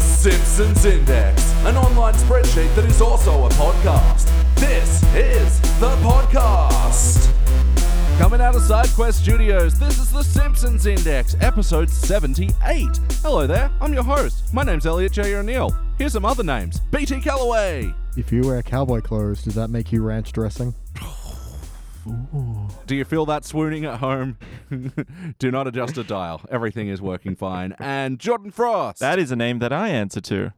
Simpsons Index, an online spreadsheet that is also a podcast. This is the podcast. Coming out of SideQuest Studios, this is The Simpsons Index, episode 78. Hello there, I'm your host. My name's Elliot J. O'Neill. Here's some other names BT Calloway. If you wear cowboy clothes, does that make you ranch dressing? Do you feel that swooning at home? Do not adjust a dial. Everything is working fine. And Jordan Frost. That is a name that I answer to.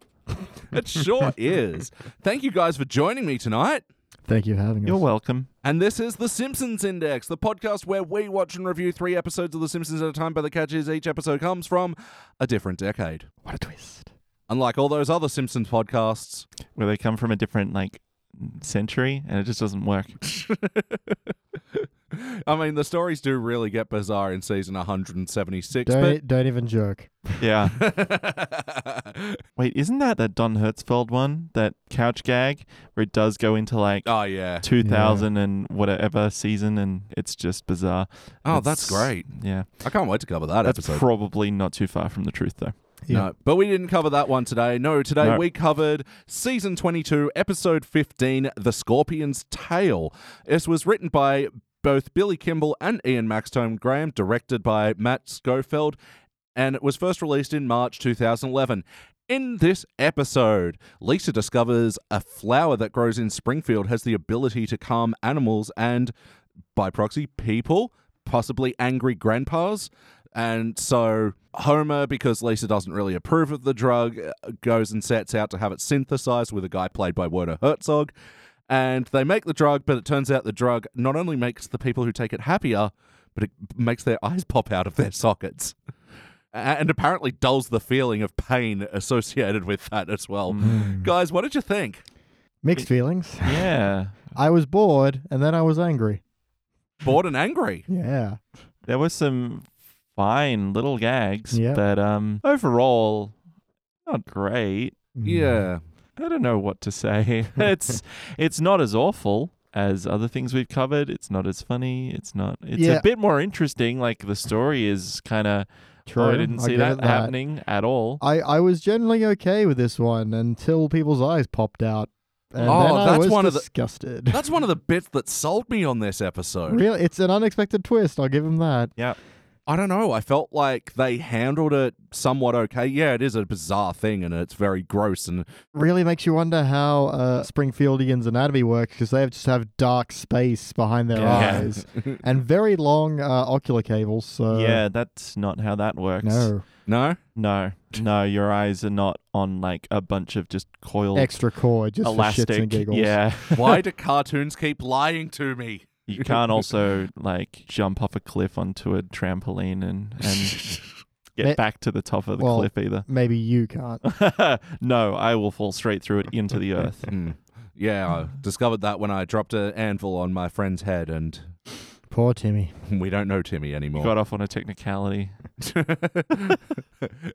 It sure is. Thank you guys for joining me tonight. Thank you for having You're us. welcome. And this is The Simpsons Index, the podcast where we watch and review three episodes of The Simpsons at a time, but the catch is each episode comes from a different decade. What a twist. Unlike all those other Simpsons podcasts, Where they come from a different like century and it just doesn't work. I mean, the stories do really get bizarre in season 176, Don't, but. don't even joke. Yeah. Wait, isn't that that Don Hertzfeld one? That couch gag where it does go into like oh, yeah. 2000 and whatever season and it's just bizarre. Oh, It's- that's great. Yeah. I can't wait to cover that That's episode. probably not too far from the truth though. Yeah. No, but we didn't cover that one today. No, today No. we covered season 22, episode 15, The Scorpion's Tale. This was written by both Billy Kimball and Ian Maxtone Graham, directed by Matt Schofield, and it was first released in March 2011. In this episode, Lisa discovers a flower that grows in Springfield has the ability to calm animals and, by proxy, people, possibly angry grandpas. And so Homer, because Lisa doesn't really approve of the drug, uh, goes and sets out to have it synthesized with a guy played by Werner Herzog. And they make the drug, but it turns out the drug not only makes the people who take it happier, but it makes their eyes pop out of their sockets. A- And apparently dulls the feeling of pain associated with that as well. Mm. Guys, what did you think? Mixed feelings. Yeah. I was bored and then I was angry. Bored and angry. Yeah. there were some fine little gags, Yep. but um overall not great. Mm. Yeah. Oh, I don't know what to say. it's it's not as awful as other things we've covered. It's not as funny. It's not. It's Yeah. a bit more interesting. Like the story is kind of. True. Oh, I didn't see get that, it happening at all. I, I was generally okay with this one until people's eyes popped out. And Oh, then I that's was one of the- disgusted. That's one of the bits that sold me on this episode. Really, it's an unexpected twist. I'll give him that. yeah. I don't know. I felt like they handled it somewhat okay. Yeah, it is a bizarre thing and it's very gross and Really makes you wonder how uh, Springfieldians' anatomy works because they have just have dark space behind their Yeah. eyes and very long uh, ocular cables. So yeah, that's not how that works. Uh, no no. No. No, your eyes are not on like a bunch of just coiled extra cord just elastic. for shits and giggles. Yeah. Why do cartoons keep lying to me? You can't also like jump off a cliff onto a trampoline and and get Ma- back to the top of the Well, cliff either. Maybe you can't. no, I will fall straight through it into the earth. Hmm. Yeah, I discovered that when I dropped an anvil on my friend's head, and Poor Timmy. we don't know Timmy anymore. Got off on a technicality.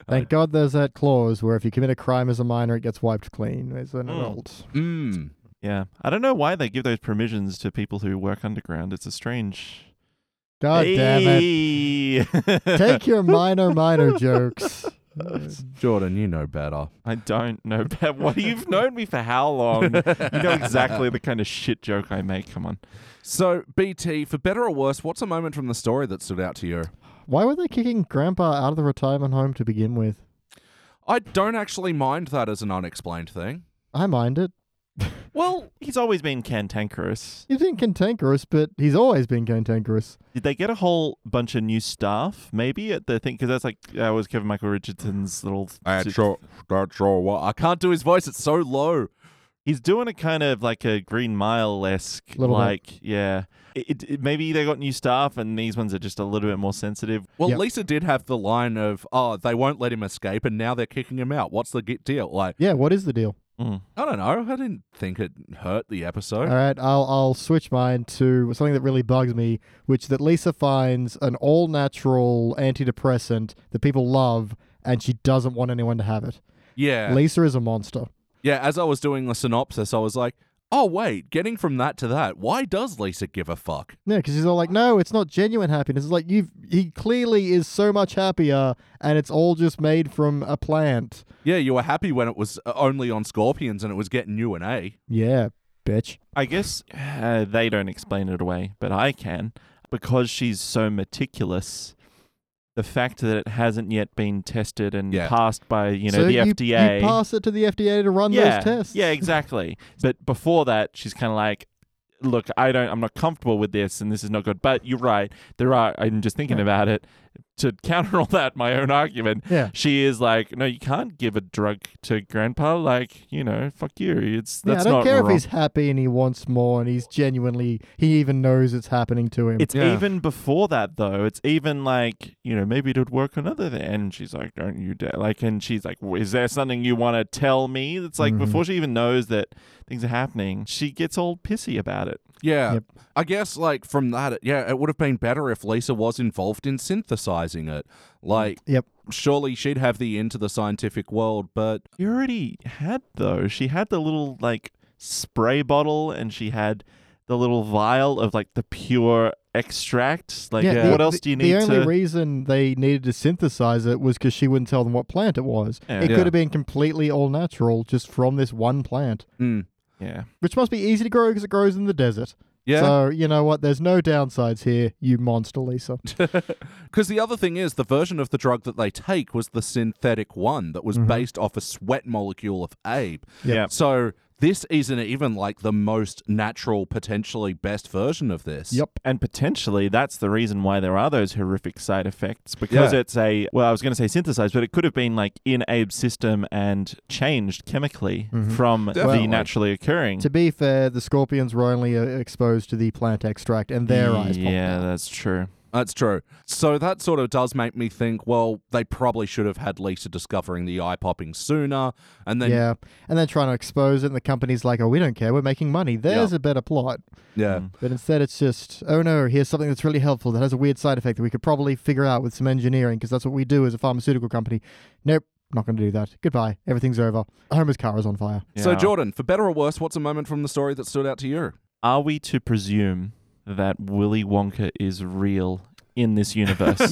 Thank God there's that clause where if you commit a crime as a minor, it gets wiped clean as an Mm. adult. Mm. Yeah. I don't know why they give those permissions to people who work underground. It's a strange. God damn it. it. Take your minor, minor jokes. Jordan, you know better. I don't know, Bev. What you've known me for how long? Um, You know exactly the kind of shit joke I make. Come on. So, BT, for better or worse, what's a moment from the story that stood out to you? Why were they kicking Grandpa out of the retirement home to begin with? I don't actually mind that as an unexplained thing. I mind it. Well, He's always been cantankerous. He's been cantankerous, but he's always been cantankerous. Did they get a whole bunch of new staff? Maybe at the thing because that's like that was Kevin Michael Richardson's little. that's sure, that's sure. Well, I can't do his voice; it's so low. He's doing a kind of like a Green Mile esque, Little bit. like yeah. It, it, maybe they got new staff, and these ones are just a little bit more sensitive. Well, Yep. Lisa did have the line of, "Oh, they won't let him escape, and now they're kicking him out. What's the g- deal?" Like, Yeah, what is the deal? Mm. I don't know. I didn't think it hurt the episode. All right, I'll I'll switch mine to something that really bugs me, which that Lisa finds an all natural antidepressant that people love, and she doesn't want anyone to have it. yeah, Lisa is a monster. yeah. As I was doing the synopsis, I was like, oh, wait, getting from that to that, why does Lisa give a fuck? No, because he's all like, no, it's not genuine happiness. It's like you've he clearly is so much happier, and it's all just made from a plant. Yeah, you were happy when it was uh, only on Scorpions and it was getting you an A. Yeah, bitch. I guess uh, they don't explain it away, but I can. Because she's so meticulous, the fact that it hasn't yet been tested and Yeah. passed by, you know, So the FDA. You pass it to the FDA to run yeah, those tests. Yeah, exactly. But before that, she's kind of like, look, I don't, I'm not comfortable with this and this is not good. But you're right. There are, I'm just thinking about it. To counter all that, my own argument, Yeah. she is like, no, you can't give a drug to grandpa. Like, you know, fuck you. It's, Yeah, that's I don't not care wrong. if he's happy and he wants more and he's genuinely, he even knows it's happening to him. It's Yeah. even before that though. It's even like you know maybe it would work another day. And she's like, "Don't you dare!" Like, and she's like, "W- "Is there something you want to tell me?" It's like Mhm. before she even knows that things are happening, she gets all pissy about it. Yeah. Yep. I guess, like, from that, it- yeah, it would have been better if Lisa was involved in synthesizing it. Like, Mm, Yep. surely she'd have the end to the scientific world, but You already had though. She had the little like spray bottle, and she had the little vial of like the pure extract. Like, Yeah, the- what else the- do you need The only to? reason they needed to synthesize it was because she wouldn't tell them what plant it was. Yeah. It Yeah. could have been completely all natural just from this one plant, mm, yeah. which must be easy to grow because it grows in the desert. yeah. So, you know what? There's no downsides here, you monster, Lisa. Because the other thing is, the version of the drug that they take was the synthetic one that was Mm-hmm. based off a sweat molecule of Abe. Yeah. Yeah. So this isn't even like the most natural, potentially best version of this. Yep. And potentially that's the reason why there are those horrific side effects because Yeah. it's a, well, I was going to say synthesized, but it could have been like in Abe's system and changed chemically from Definitely. the naturally occurring. Mm-hmm. To be fair, the scorpions were only uh, exposed to the plant extract and their eyes popped Yeah, out. that's true. That's true. So that sort of does make me think, well, they probably should have had Lisa discovering the eye popping sooner. And then, yeah. yeah, and then trying to expose it, and the company's like, "Oh, we don't care. We're making money. There's a better plot." But instead, it's just, "Oh no, here's something that's really helpful that has a weird side effect that we could probably figure out with some engineering because that's what we do as a pharmaceutical company." Nope, not going to do that. Goodbye. Everything's over. Homer's car is on fire. So, Yeah. Jordan, for better or worse, what's a moment from the story that stood out to you? are we to presume that Willy Wonka is real in this universe?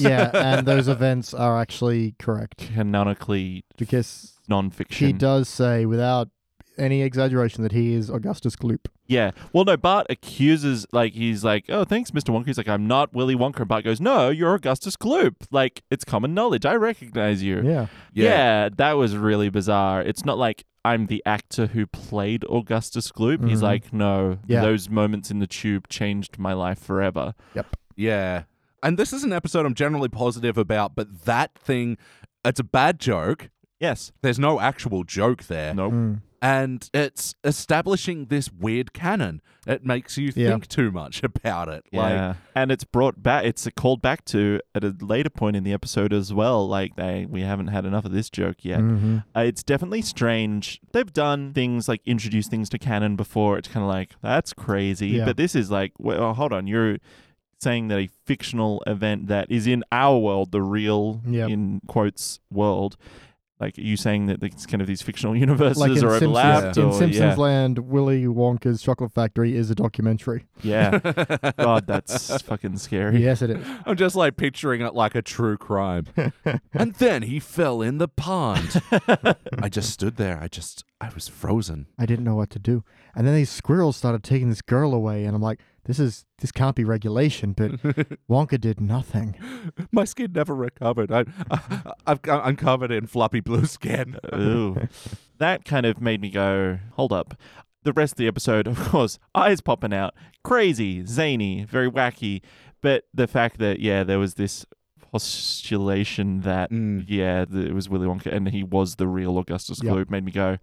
yeah, and those events are actually correct Canonically because she non-fiction. does say, without any exaggeration, that he is Augustus Gloop. Yeah. Well, no, Bart accuses, like, he's like, oh, thanks, Mr. Wonka. He's like, I'm not Willy Wonka. And Bart goes, no, you're Augustus Gloop. Like, it's common knowledge. I recognize you. Yeah. Yeah. that was really bizarre. It's not like I'm the actor who played Augustus Gloop. He's Mhm. like, no, Yeah. those moments in the tube changed my life forever. Yeah. And this is an episode I'm generally positive about, but that thing, it's a bad joke. Yes. There's no actual joke there. No. Mm. and it's establishing this weird canon. It makes you Yeah. think too much about it. Like, Yeah. and it's brought back. It's called back to at a later point in the episode as well. Like they, we haven't had enough of this joke yet. Mhm. Uh, it's definitely strange. They've done things like introduce things to canon before. It's kind of like that's crazy, Yeah. but this is like, well, hold on, you're saying that a fictional event that is in our world, the real Yeah. in quotes world, like you saying that it's kind of these fictional universes Like in are Simpsons, overlapped, in or Simpsons yeah, Land, Willy Wonka's Chocolate Factory is a documentary. yeah. God, that's fucking scary. yes, it is. I'm just like picturing it like a true crime. and then he fell in the pond. I just stood there. I just, I was frozen. I didn't know what to do, and then these squirrels started taking this girl away, and I'm like, this is this can't be regulation, but Wonka did nothing. My skin never recovered. I, I, I've, I'm covered in floppy blue skin. Ooh. that kind of made me go, hold up. The rest of the episode, of course, eyes popping out, crazy, zany, very wacky. But the fact that, yeah, there was this postulation that, Mm. yeah, th- it was Willy Wonka and he was the real Augustus Yep. Gloop made me go,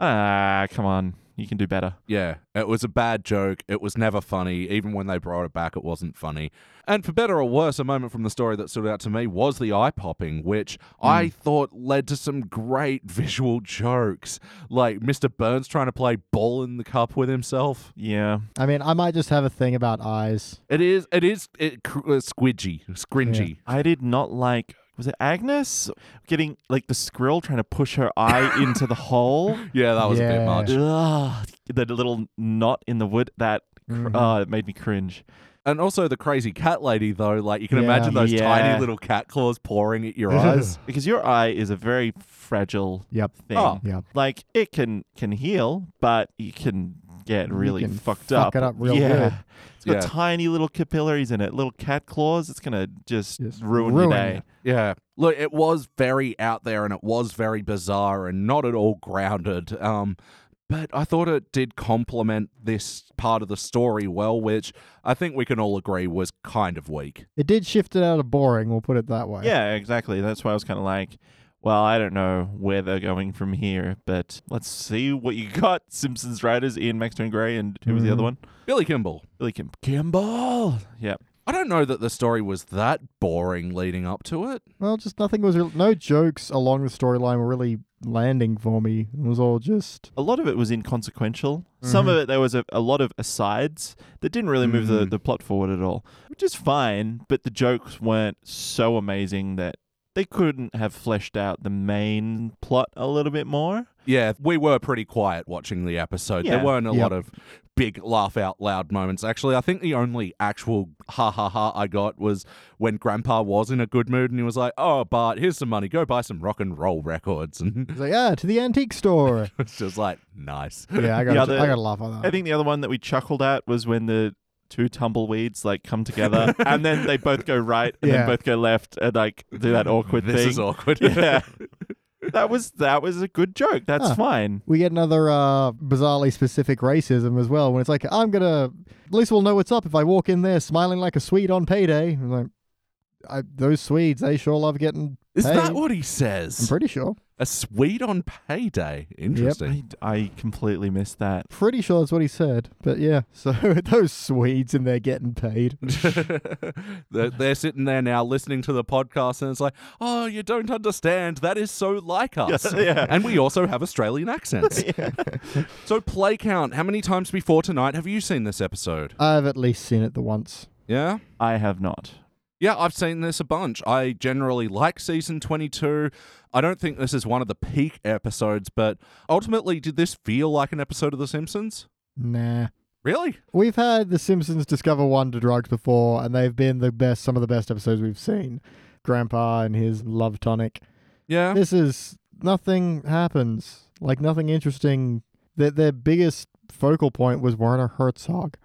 ah, come on, you can do better. Yeah, it was a bad joke. It was never funny. Even when they brought it back, it wasn't funny. And for better or worse, a moment from the story that stood out to me was the eye popping, which I thought led to some great visual jokes. Like Mr. Burns trying to play ball in the cup with himself. Yeah. I mean, I might just have a thing about eyes. It is, it is it, cr- uh, squidgy, scringy. I did not like. Was it Agnes getting like the squirrel trying to push her eye into the hole? Yeah, that was a bit Yeah. much. Ugh, the little knot in the wood that cr- Mhm. oh, it made me cringe. And also the crazy cat lady, though. Like you can Yeah. imagine those tiny Yeah. little cat claws pouring at your eyes. Because your eye is a very fragile Yep. thing. Oh. Yep. Like it can can heal, but you can get You really can fucked fuck up. it up real yeah. good. It's got Yeah. tiny little capillaries in it, little cat claws. It's gonna just Just ruin, ruin your day. it. Yeah. Look, it was very out there and it was very bizarre and not at all grounded. Um, but I thought it did complement this part of the story well, which I think we can all agree was kind of weak. It did shift it out of boring. We'll put it that way. Yeah, exactly. That's why I was kind of like, well, I don't know where they're going from here, but let's see what you got. Simpsons writers Ian Maxton Gray and who was the other Mhm. one? Billy Kimball. Billy Kim- Kimball. Yeah. I don't know that the story was that boring leading up to it. Well, just nothing was real. No jokes along the storyline were really landing for me. It was all just. A lot of it was inconsequential. Some of it, there was a, a lot of asides that didn't really move the, Mhm. the plot forward at all, which is fine, but the jokes weren't so amazing that they couldn't have fleshed out the main plot a little bit more. Yeah, we were pretty quiet watching the episode. There Yeah. weren't a Yep. lot of big laugh out loud moments. Actually, I think the only actual ha ha ha I got was when Grandpa was in a good mood and he was like, "Oh, Bart, here's some money. Go buy some rock and roll records." And It's like, ah, to the antique store. it's just like, nice. yeah, I got Yeah, to the- I got to laugh at I that. think the other one that we chuckled at was when the two tumbleweeds like come together and then they both go right and Yeah. then both go left and like do that awkward This thing. is awkward. yeah. That was that was a good joke. That's Huh. fine. We get another uh, bizarrely specific racism as well when it's like, I'm going to. At least we'll know what's up if I walk in there smiling like a Swede on payday. I'm like, I, those Swedes, they sure love getting. Is paid. that what he I'm says? pretty sure. a Swede on payday. Interesting. I, I completely missed that. Pretty sure that's what he said. But yeah, so those Swedes and they're getting paid. they're, they're sitting there now listening to the podcast, and it's like, oh, you don't understand. That is so like us. Yeah, yeah. And we also have Australian accents. So, play count. How many times before tonight have you seen this episode? I've at least seen it the once. Yeah. I have not. Yeah, I've seen this a bunch. I generally like season 22. I don't think this is one of the peak episodes, but ultimately, did this feel like an episode of The Simpsons? Nah. Really? We've had The Simpsons discover wonder drugs before, and they've been the best, some of the best episodes we've seen. Grandpa and his love tonic. Oh. Yeah. This is nothing happens. Like nothing interesting. Their, their biggest focal point was Werner Herzog.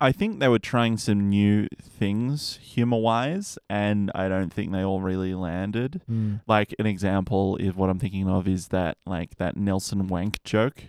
I think they were trying some new things humor wise, and I don't think they all really landed. Like an example is what I'm thinking of is that like that Nelson Wank joke.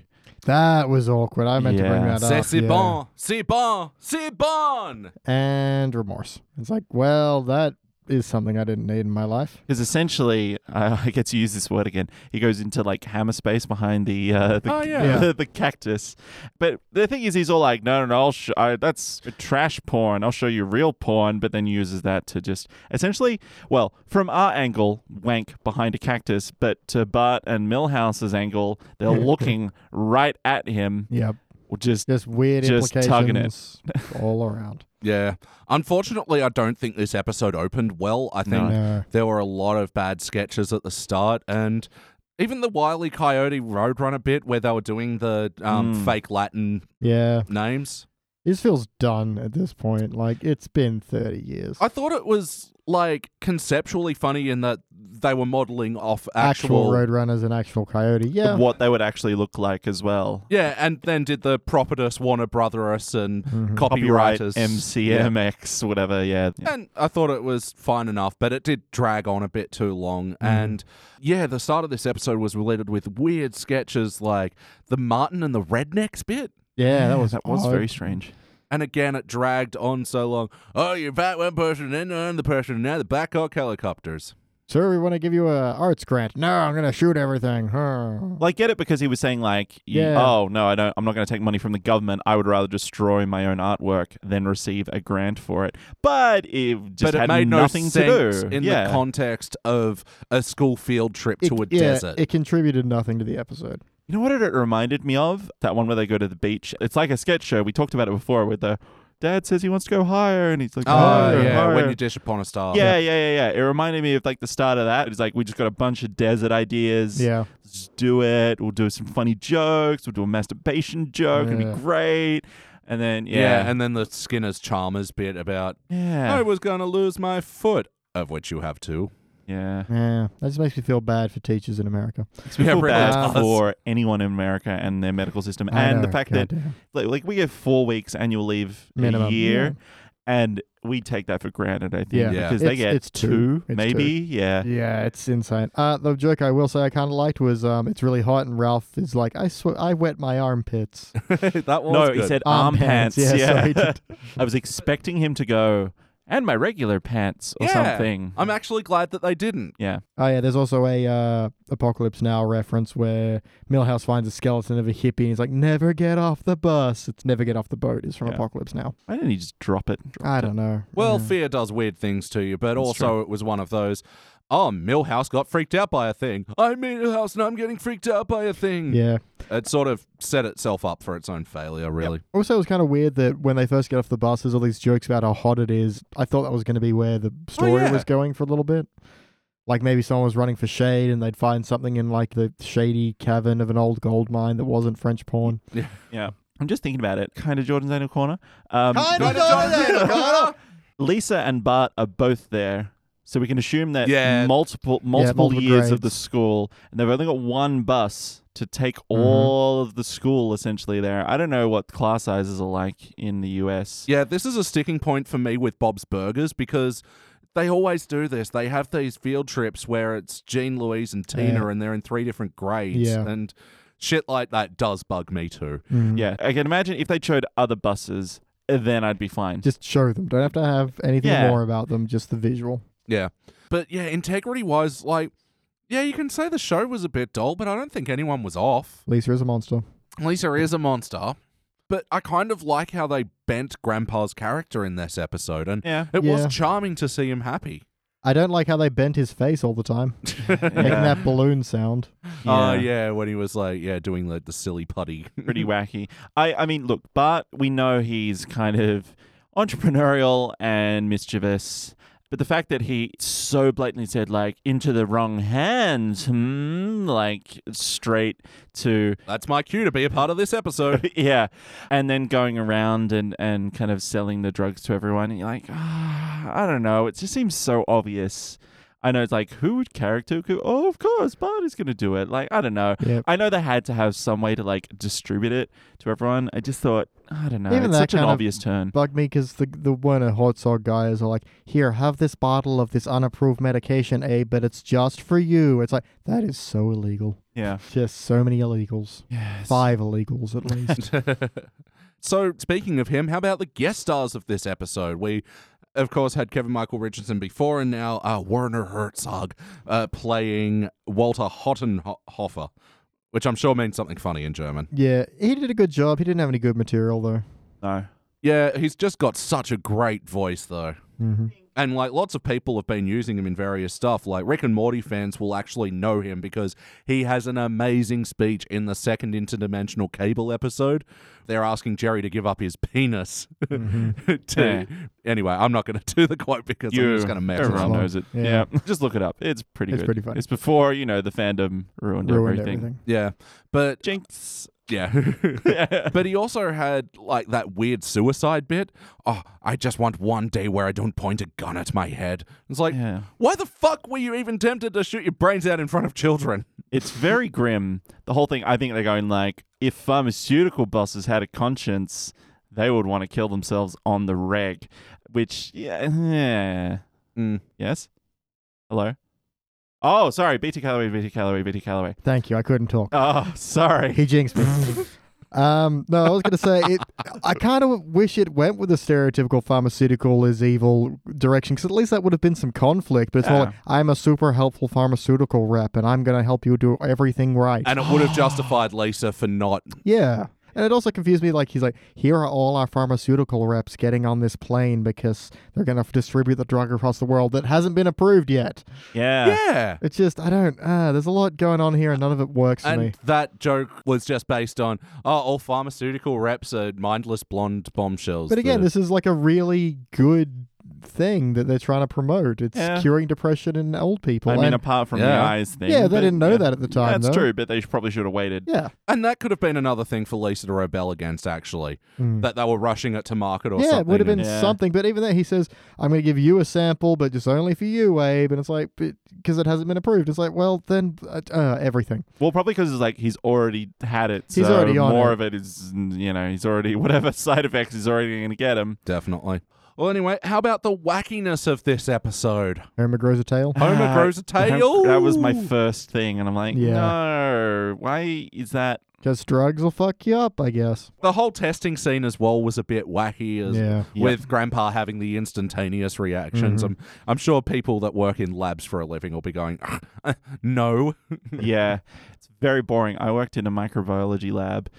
That was awkward. I meant to bring Yeah. that C'est up. si yeah. bon, si bon, si bon. And remorse. It's like, well, that is something I didn't need in my life. Because essentially, uh, I I get to use this word again. He goes into like hammer space behind the uh, the, Oh, yeah. Yeah. the, cactus. But the thing is, he's all like, "No, no, no, I'll sh- I, that's trash porn. I'll show you real porn." But then uses that to just essentially, well, from our angle, wank behind a cactus. But to Bart and Millhouse's angle, they're looking right at him, Yep. or just Just weird Just tugging it. implications all around. Yeah. Unfortunately, I don't think this episode opened well. I think No. No. there were a lot of bad sketches at the start and even the Wily Coyote Roadrunner bit where they were doing the um, Mm. fake Latin Yeah. names. This feels done at this point. Like it's been 30 years. I thought it was like conceptually funny in that they were modeling off actual, actual roadrunners and actual coyote. Yeah. what they would actually look like as well. Yeah, and then did the propertus Warner Brotherus and Mhm. Mm-hmm. Copyright copywriters MCMX, whatever. Yeah. Yeah. And I thought it was fine enough, but it did drag on a bit too long. Mm. And yeah, the start of this episode was related with weird sketches like the Martin and the Rednecks bit. Yeah, that was that was odd. very strange. And again, it dragged on so long. Oh, you're back one person, then another person, and now the Blackhawk helicopters. Sir, we want to give you a arts grant. No, I'm gonna shoot everything. Huh. Well, I get it because he was saying like, you- Yeah. oh no, I don't. I'm not going to take money from the government. I would rather destroy my own artwork than receive a grant for it. But it just but it had made no nothing sense to do. in yeah. the context of a school field trip It- to a yeah, desert. It contributed nothing to the episode. you know what it reminded me of? That one where they go to the beach. It's like a sketch show. We talked about it before. Where the dad says he wants to go higher, and he's like, oh, higher, yeah, when higher." you dish upon a star. yeah, yeah, yeah, yeah. It reminded me of like the start of that. It's like we just got a bunch of desert ideas. Yeah. Just do it. We'll do some funny jokes. We'll do a masturbation joke. It'll Yeah. be great. And then yeah, and then the Skinner's Chalmers bit about yeah, I was going to lose my foot, of which you have two. yeah. Yeah, that just makes me feel bad for teachers in America. We Yeah, feel really bad does. for anyone in America and their medical system, I and know, the fact that goddamn. like, like we have four weeks annual leave Minimum, a year, and we take that for granted. I think Yeah. Yeah. because they It's- get it's two. two, It's maybe. Yeah, Yeah, it's insane. Uh, the joke I will say I kind of liked was um, it's really hot and Ralph is like I sw- I wet my armpits. that was no, good. he said Arm arm, pants, pants. yeah, Yeah, sorry, I I was expecting him to go and my regular pants or Yeah. something. I'm actually glad that they didn't. yeah, Oh yeah, there's also a uh, Apocalypse Now reference where Millhouse finds a skeleton of a hippie and he's like never get off the bus. It's never get off the boat is from Yeah. Apocalypse Now. why didn't he just drop it? I don't know. Well, Yeah. fear does weird things to you, but That's also true. it was one of those. Oh, Millhouse got freaked out by a thing. I'm Millhouse and I'm getting freaked out by a thing. yeah. It sort of set itself up for its own failure, really. Also, it was kind of weird that when they first get off the bus, there's all these jokes about how hot it is. I thought that was going to be where the story yeah. was going for a little bit. Like maybe someone was running for shade and they'd find something in like the shady cavern of an old gold mine that wasn't French porn. Yeah, I'm just thinking about it. Kind of Jordan's anal corner. Um, Kinda Jordan's Anal Corner. Lisa and Bart are both there, so we can assume that Yeah. multiple multiple, multiple years of the grades. school, and they've only got one bus to take Mm-hmm. all of the school essentially there. I don't know what class sizes are like in the US. Yeah, this is a sticking point for me with Bob's Burgers because they always do this. They have these field trips where it's Jean, Louise, and Tina, Yeah. and they're in three different grades. Yeah. And shit like that does bug me too. Mm. Yeah, I can imagine if they showed other buses, then I'd be fine. Just show them. Don't have to have anything Yeah. more about them, just the visual. Yeah. But yeah, integrity wise, like, yeah, you can say the show was a bit dull, but I don't think anyone was off. Lisa is a monster. Lisa is a monster. But I kind of like how they bent Grandpa's character in this episode, and yeah, it was Yeah. charming to see him happy. I don't like how they bent his face all the time, making that balloon sound. Oh, yeah, when he was like, yeah, doing like the silly putty. pretty wacky. I, I mean, look, Bart, we know he's kind of entrepreneurial and mischievous, but the fact that he so blatantly said, like, into the wrong hands, hmm, like, straight to, That's my cue to be a part of this episode. yeah, and then going around and, and kind of selling the drugs to everyone, and you're like, ah, I don't know, it just seems so obvious. I know it's like, who would character? Could, oh, of course, Bart is going to do it. Like, I don't know. Yeah. I know they had to have some way to like distribute it to everyone. I just thought, I don't know, Even it's that such an kind of- obvious turn. Bug me because the, the Werner Herzog guys are like, here, have this bottle of this unapproved medication, Abe, but it's just for you. It's like, that is so illegal. Yeah. Just so many illegals. Yes. Five illegals at least. so, speaking of him, how about the guest stars of this episode? We, of course, had Kevin Michael Richardson before, and now uh, Werner Herzog uh, playing Walter Hottenhoffer, which I'm sure means something funny in German. yeah, he did a good job. He didn't have any good material, though. No. Yeah, he's just got such a great voice, though. hmm And like lots of people have been using him in various stuff. Like Rick and Morty fans will actually know him because he has an amazing speech in the second interdimensional cable episode. They're asking Jerry to give up his penis. Mm-hmm. to anyway, I'm not going to do the quote because I'm just going to mess it everyone up. up. knows it. Yeah. Yeah. just look it up. It's pretty It's good. pretty funny. It's before, you know, the fandom ruined, Ruined everything. everything. Yeah, but Jinx. yeah. yeah. But he also had like that weird suicide bit. Oh, I just want one day where I don't point a gun at my head. It's like, why the fuck were you even tempted to shoot your brains out in front of children? It's very grim. The whole thing, I think they're going like, if pharmaceutical bosses had a conscience, they would want to kill themselves on the reg, which, yeah. yeah. Mm. Yes? Hello? Oh, sorry. BT Calloway, BT Calloway, BT Calloway. Thank you. I couldn't talk. Oh, sorry. He jinxed me. um, no, I was going to say, it, I kind of wish it went with the stereotypical pharmaceutical is evil direction, because at least that would have been some conflict. But it's more Yeah. like, I'm a super helpful pharmaceutical rep, and I'm going to help you do everything right. And it would have justified Lisa for not. yeah. And it also confused me. Like, he's like, here are all our pharmaceutical reps getting on this plane because they're going to distribute the drug across the world that hasn't been approved yet. Yeah. Yeah. It's just, I don't, uh, there's a lot going on here, and none of it works for me. And that joke was just based on, oh, all pharmaceutical reps are mindless blonde bombshells. But again, that- this is like a really good thing that they're trying to promote. It's Yeah. curing depression in old people. I mean, And- apart from the Yeah. eyes thing. yeah, they but- didn't know yeah. that at the time. That's though. true, but they sh- probably should have waited. Yeah. And that could have been another thing for Lisa to rebel against, actually. Mm. That they were rushing it to market or yeah, something. it would have been and- Yeah. something. But even then, he says, "I'm going to give you a sample, but just only for you, Abe." And it's like, because it hasn't been approved. It's like, well, then uh, uh, everything. Well, probably because it's like he's already had it. He's so already on more it. of it is, you know, he's already whatever side effects he's already going to get him. Definitely. Well, anyway, how about the wackiness of this episode? Homer grows a tail. Homer Ah, grows a tail. That was my first thing, and I'm like, Yeah. no, why is that? Because drugs will fuck you up, I guess. the whole testing scene as well was a bit wacky. As Yeah. With Grandpa having the instantaneous reactions, Mm-hmm. I'm I'm sure people that work in labs for a living will be going, no, yeah, it's very boring. I worked in a microbiology lab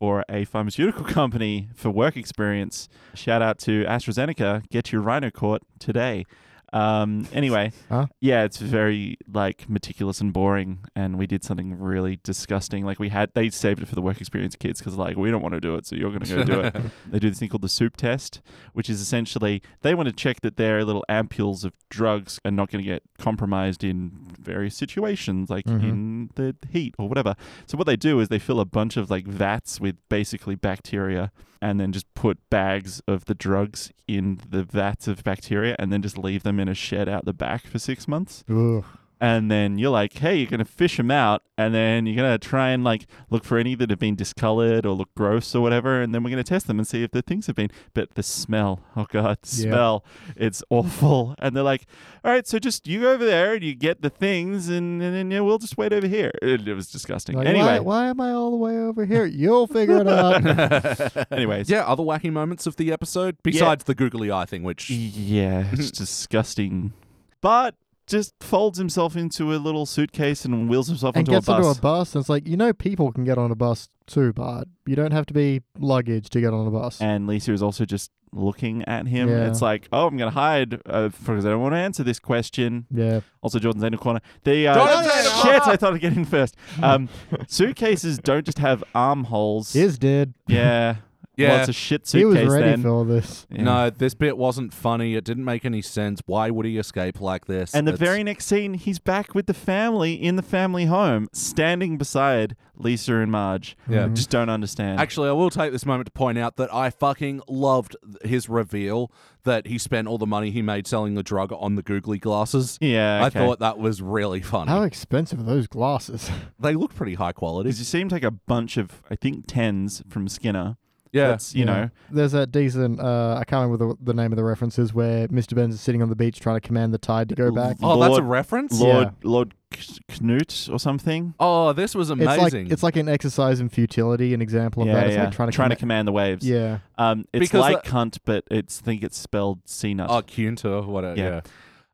for a pharmaceutical company for work experience. Shout out to AstraZeneca. Get your RhinoCort today. Um, anyway, Huh? yeah, it's very like meticulous and boring, and we did something really disgusting. Like we had, they saved it for the work experience kids because like we don't want to do it, so you're going to go do it. they do this thing called the soup test, which is essentially they want to check that their little ampules of drugs are not going to get compromised in various situations, like Mhm. in the heat or whatever. So what they do is they fill a bunch of like vats with basically bacteria, and then just put bags of the drugs in the vats of bacteria, and then just leave them in a shed out the back for six months Ugh. and then you're like, hey, you're gonna fish them out, and then you're gonna try and like look for any that have been discolored or look gross or whatever, and then we're gonna test them and see if the things have been. But the smell, oh god, the Yeah. smell, it's awful. And they're like, all right, so just you go over there and you get the things, and, and then yeah, we'll just wait over here. It, it was disgusting. Like, anyway, why, why am I all the way over here? You'll figure it out. anyways, yeah. Other wacky moments of the episode besides the googly eye thing, which Yeah, it's disgusting. But just folds himself into a little suitcase and wheels himself and onto a gets bus. onto a bus, and it's like you know, people can get on a bus too, but you don't have to be luggage to get on a bus. and Lisa is also just looking at him. Yeah. It's like, oh, I'm going to hide uh, because I don't want to answer this question. yeah, Also, Jordan's in the corner. The uh, Jordan's in the shit, corner! I thought I'd get in first. Um, suitcases don't just have armholes. his did. yeah, Yeah. Well, it's a shit He suitcase. was ready then. for all this. Yeah. no, this bit wasn't funny. It didn't make any sense. Why would he escape like this? And the It's- very next scene, he's back with the family in the family home, standing beside Lisa and Marge. Mm-hmm. Yeah. I Mm. just don't understand. Actually, I will take this moment to point out that I fucking loved th- his reveal that he spent all the money he made selling the drug on the googly glasses. yeah, I okay. thought that was really funny. How expensive are those glasses? they look pretty high quality. because you see him take a bunch of, I think, tens from Skinner. Yeah. That's you Yeah. know, There's that decent. Uh, I can't remember the, the name of the references where Mr. Burns is sitting on the beach trying to command the tide to go back. oh, that's a Lord- reference? Lord Lord K- Knut or something. Oh, this was amazing. It's like it's like an exercise in futility, an example of yeah, that. It's yeah. like trying to command. command the waves. yeah, Um, it's Because, like uh, cunt, but it's think it's spelled C nut. oh, Kunta, whatever. Yeah. Yeah.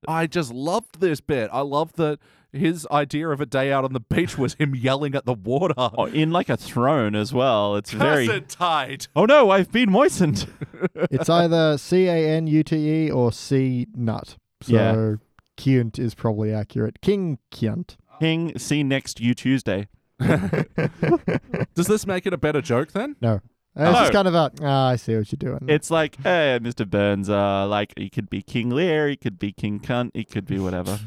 I just loved this bit. I loved that his idea of a day out on the beach was him yelling at the water. Oh, in like a throne as well. It's very. Cursed tide. Oh no, I've been moistened. it's either C A N U T E or C nut. So Yeah. Kunt is probably accurate. King Kunt. King, see next you Tuesday. Uh, Does this make it a better joke then? No, Uh, it's Oh. just kind of a. Ah, I see what you're doing. It's like, hey, Mr. Burns, uh, like he could be King Lear, he could be King Cunt, he could be whatever.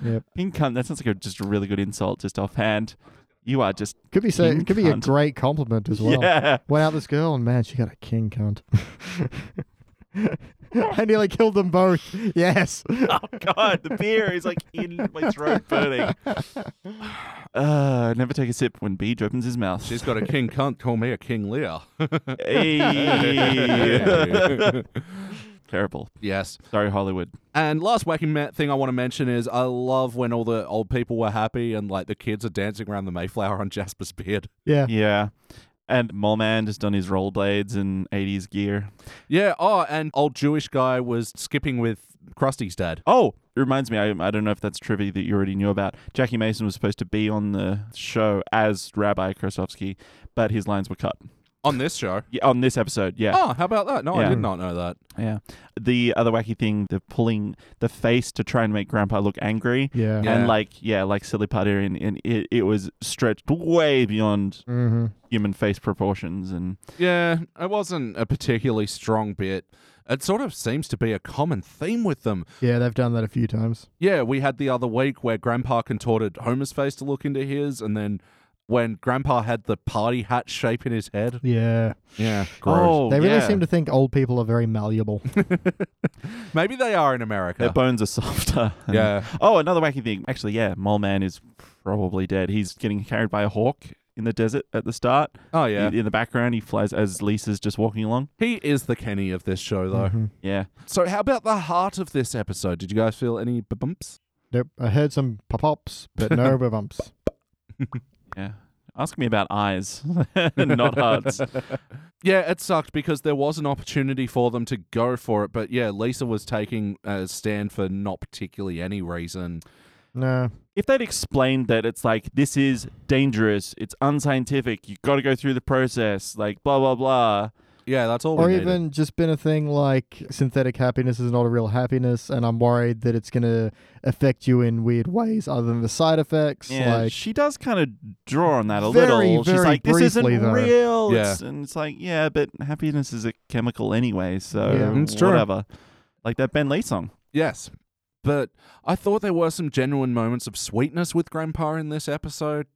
Yep. King Cunt, that sounds like a, just a really good insult, just offhand. You are just could be so. King Could be a cunt. great compliment as well. yeah. Went out with this girl and man, she got a king cunt. I nearly killed them both. Yes. God, the beer is like in my throat burning. Uh, never take a sip when Beej opens his mouth. She's got a king cunt. Call me a king Lear. Hey. Terrible. yes. Sorry, Hollywood. And last wacky ma- thing I want to mention is I love when all the old people were happy and like the kids are dancing around the Mayflower on Jasper's beard. Yeah. Yeah. And Mole Man just on his rollerblades and 80s gear. Yeah. Oh, and old Jewish guy was skipping with Krusty's dad. Oh, it reminds me, I, I don't know if that's trivia that you already knew about. Jackie Mason was supposed to be on the show as Rabbi Krasovsky, but his lines were cut. on this show. Yeah, on this episode, yeah. Oh, how about that? No, I Yeah. did not know that. Yeah. The other wacky thing, the pulling the face to try and make Grandpa look angry. Yeah. Yeah. And like, yeah, like silly putty, and, and it, it was stretched way beyond Mm-hmm. human face proportions. And Yeah, it wasn't a particularly strong bit. It sort of seems to be a common theme with them. Yeah, they've done that a few times. Yeah, we had the other week where Grandpa contorted Homer's face to look into his, and then when Grandpa had the party hat shape in his head. Yeah. Yeah, oh, They really yeah. seem to think old people are very malleable. Maybe they are in Their America. bones are softer. Yeah. Oh, another wacky thing. Actually, yeah, Mole Man is probably dead. He's getting carried by a hawk in the desert at the start. Oh, yeah. In the background, he flies as Lisa's just walking along. He is the Kenny of this show, though. Mhm. Yeah. So, how about the heart of this episode? Did you guys feel any b- bumps? Nope. I heard some pop ups, but no bumps. Yeah. Ask me about eyes, not hearts. Yeah, it sucked because there was an opportunity for them to go for it, but yeah, Lisa was taking a stand for not particularly any reason. No. if they'd explained that it's like this is dangerous, it's unscientific, you got to go through the process, like blah blah blah. Yeah, that's all. Or we even needed. just been a thing like synthetic happiness is not a real happiness, and I'm worried that it's going to affect you in weird ways other than the side effects. Yeah, Like, she does kind of draw on that a Very, little. She's very like, this isn't briefly, though. real. Yeah. It's, and it's like, yeah, but happiness is a chemical anyway, so Yeah. It's true. whatever. Like that Ben Lee song. Yes. But I thought there were some genuine moments of sweetness with Grandpa in this episode.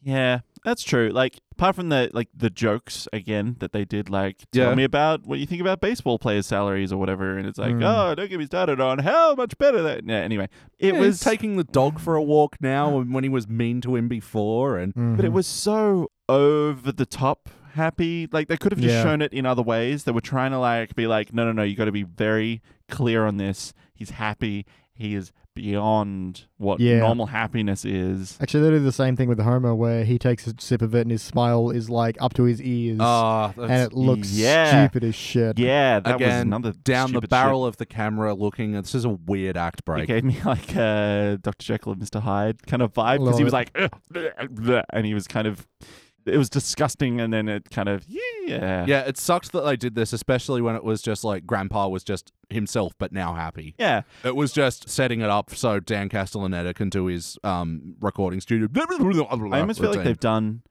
Yeah, that's true. Like apart from the like the jokes again that they did, like tell Yeah. me about what you think about baseball players' salaries or whatever, and it's like, Mm. oh, don't get me started on how much better that. Yeah, anyway, it Yeah, was he's taking the dog for a walk now and when he was mean to him before and but it mhm. was so over the top happy. Like they could have just Yeah. shown it in other ways. They were trying to like be like, no, no, no, you got to be very clear on this. He's happy. He is beyond what Yeah. normal happiness is. Actually, they do the same thing with Homer, where he takes a sip of it and his smile is like up to his ears, ah and that's it looks Oh, yeah. stupid as shit. Yeah, that was Again, another down the stupid barrel of the camera looking. It's just a weird act break. shit. It gave me like uh, Dr. Jekyll and Mr. Hyde kind of vibe because Love he it. was like, "Ugh, bleh, bleh," and he was kind of, it was disgusting, and then it kind of, yeah, Yeah, it sucked that they did this, especially when it was just like Grandpa was just himself, but now happy. yeah. It was just setting it up so Dan Castellaneta can do his um, recording studio. I almost feel like they've done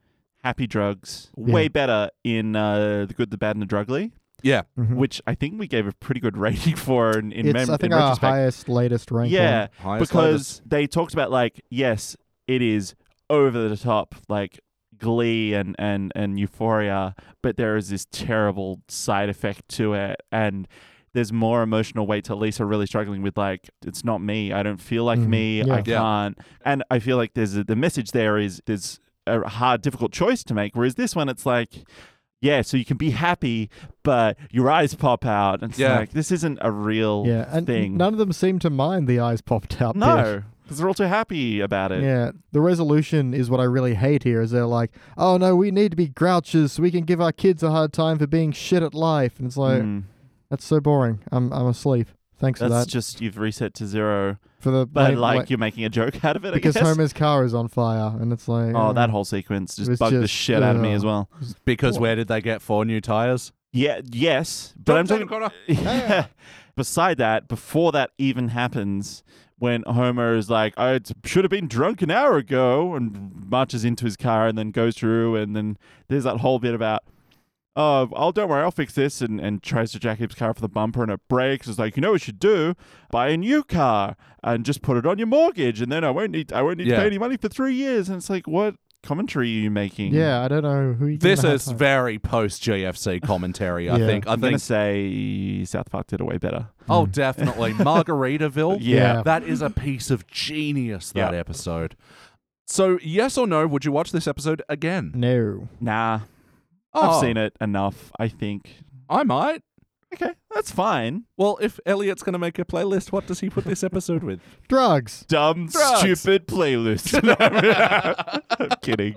happy drugs Yeah. way better in uh, The Good, the Bad, and the Drugly, Yeah, Mhm. which I think we gave a pretty good rating for in, in, it's mem- I think in our retrospect. highest, latest rank. yeah, highest because they talked about, like, yes, it is over the top, like glee and, and, and euphoria, but there is this terrible side effect to it. And there's more emotional weight to Lisa really struggling with, like, it's not me. I don't feel like Mhm. me. Yeah. I Yeah. can't. And I feel like there's a, the message there is there's a hard, difficult choice to make. Whereas this one, it's like, yeah, so you can be happy, but your eyes pop out. And it's Yeah. like, this isn't a real yeah, and thing. none of them seem to mind the eyes popped out. bit. No, because they're all too happy about it. Yeah, the resolution is what I really hate here. Is they're like, "Oh no, we need to be grouches so we can give our kids a hard time for being shit at life," and it's like Mm. that's so boring. I'm I'm asleep. Thanks That's for that. just you've reset to zero, for the but wait, like wait, you're making a joke out of it. because I guess. Homer's car is on fire, and it's like, oh, uh, that whole sequence It was just bugged the just, shit out of me uh, as well. because where did they get four new tires? Yeah, yes, but I'm talking. Yeah. Beside that, before that even happens, when Homer is like, "I t- should have been drunk an hour ago," and marches into his car and then goes through, and then there's that whole bit about, "Oh, I'll don't worry, I'll fix this," and, and tries to jack his car for the bumper and it breaks. It's like, you know what you should do? Buy a new car and just put it on your mortgage, and then I won't need I won't need to Yeah. pay any money for three years. And it's like, what commentary are you making? Yeah, I don't know who. You This is very post GFC commentary. I Yeah. think. I I'm gonna think. say South Park did it way better. Oh, definitely Margaritaville. Yeah. that is a piece of genius. That Yeah. episode. So, yes or no? Would you watch this episode again? no. Nah. Oh, I've seen it enough, I think. I might. Okay, that's fine. Well, if Elliot's going to make a playlist, what does he put this episode with? Drugs, Dumb, Drugs. stupid playlist. No, I'm kidding.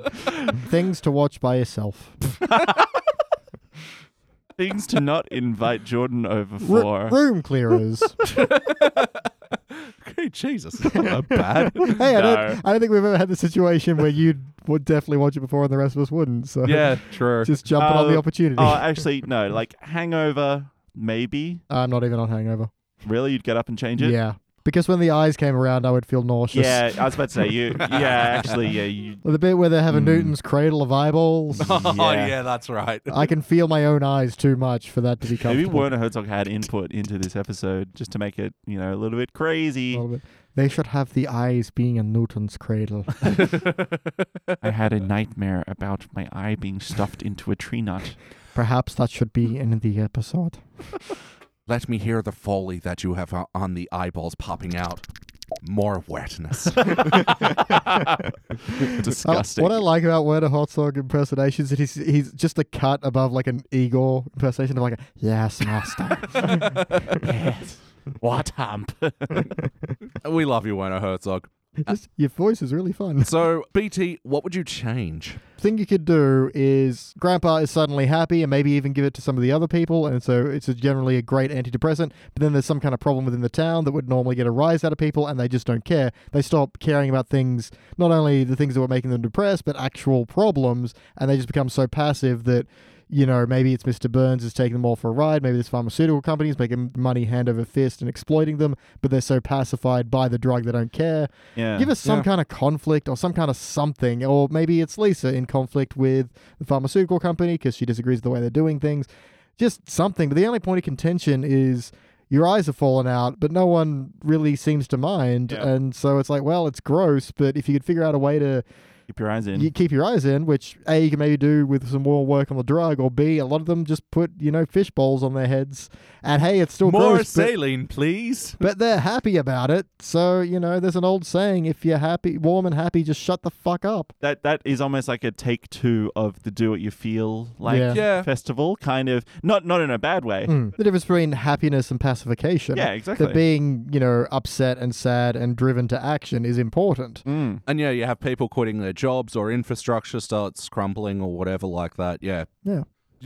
things to watch by yourself. Things to not invite Jordan over Ru- for. room clearers. Jesus, that's not that bad. Hey, I, No. don't, I don't think we've ever had the situation where you would definitely watch it before and the rest of us wouldn't. So yeah, true. just jumping on Uh, the opportunity. Oh, actually, no. Like Hangover, maybe. I'm not even on Hangover. Really, you'd get up and change it. Yeah. Because when the eyes came around, I would feel nauseous. Yeah, I was about to say you. Yeah, actually, yeah, you. The bit where they have a Mm. Newton's cradle of eyeballs. oh yeah. Yeah. that's right. I can feel my own eyes too much for that to be Maybe comfortable. Werner Herzog had input into this episode just to make it, you know, a little bit A crazy. little bit. They should have the eyes being a Newton's cradle. I had a nightmare about my eye being stuffed into a tree nut. Perhaps that should be in the episode. Let me hear the foley that you have o- on the eyeballs popping out. More wetness. Uh, Disgusting. what I like about Werner Herzog impersonations is he's, he's just a cut above like an Igor impersonation of like a yes master. yes. What um, hump? we love you, Werner Herzog. Just- your voice is really fun. So, BT, what would you change? thing you could do is grandpa is suddenly happy and maybe even give it to some of the other people and so it's a generally a great antidepressant but then there's some kind of problem within the town that would normally get a rise out of people and they just don't care they stop caring about things not only the things that were making them depressed but actual problems and they just become so passive that you know, maybe it's Mr. Burns is taking them all for a ride. Maybe this pharmaceutical company is making money hand over fist and exploiting them, but they're so pacified by the drug they don't care. Yeah. Give us some Yeah. kind of conflict or some kind of something, or maybe it's Lisa in conflict with the pharmaceutical company because she disagrees with the way they're doing things. Just something. But the only point of contention is your eyes have fallen out, but no one really seems to mind. Yeah. And so it's like, well, it's gross, but if you could figure out a way to Keep your eyes in. you keep your eyes in, which A, you can maybe do with some more work on the drug, or B, a lot of them just put, you know, fish bowls on their heads. And hey, it's still More gross. but- saline, please. but they're happy about it. So, you know, there's an old saying if you're happy, warm and happy, just shut the fuck up. that that is almost like a take two of the do what you feel like Yeah. Yeah. festival kind of not not in a bad way Mm. The difference between happiness and pacification. yeah exactly That being, you know, upset and sad and driven to action is important. Mm. And yeah, you have people quitting their jobs or infrastructure starts crumbling or whatever like that. Yeah. Yeah.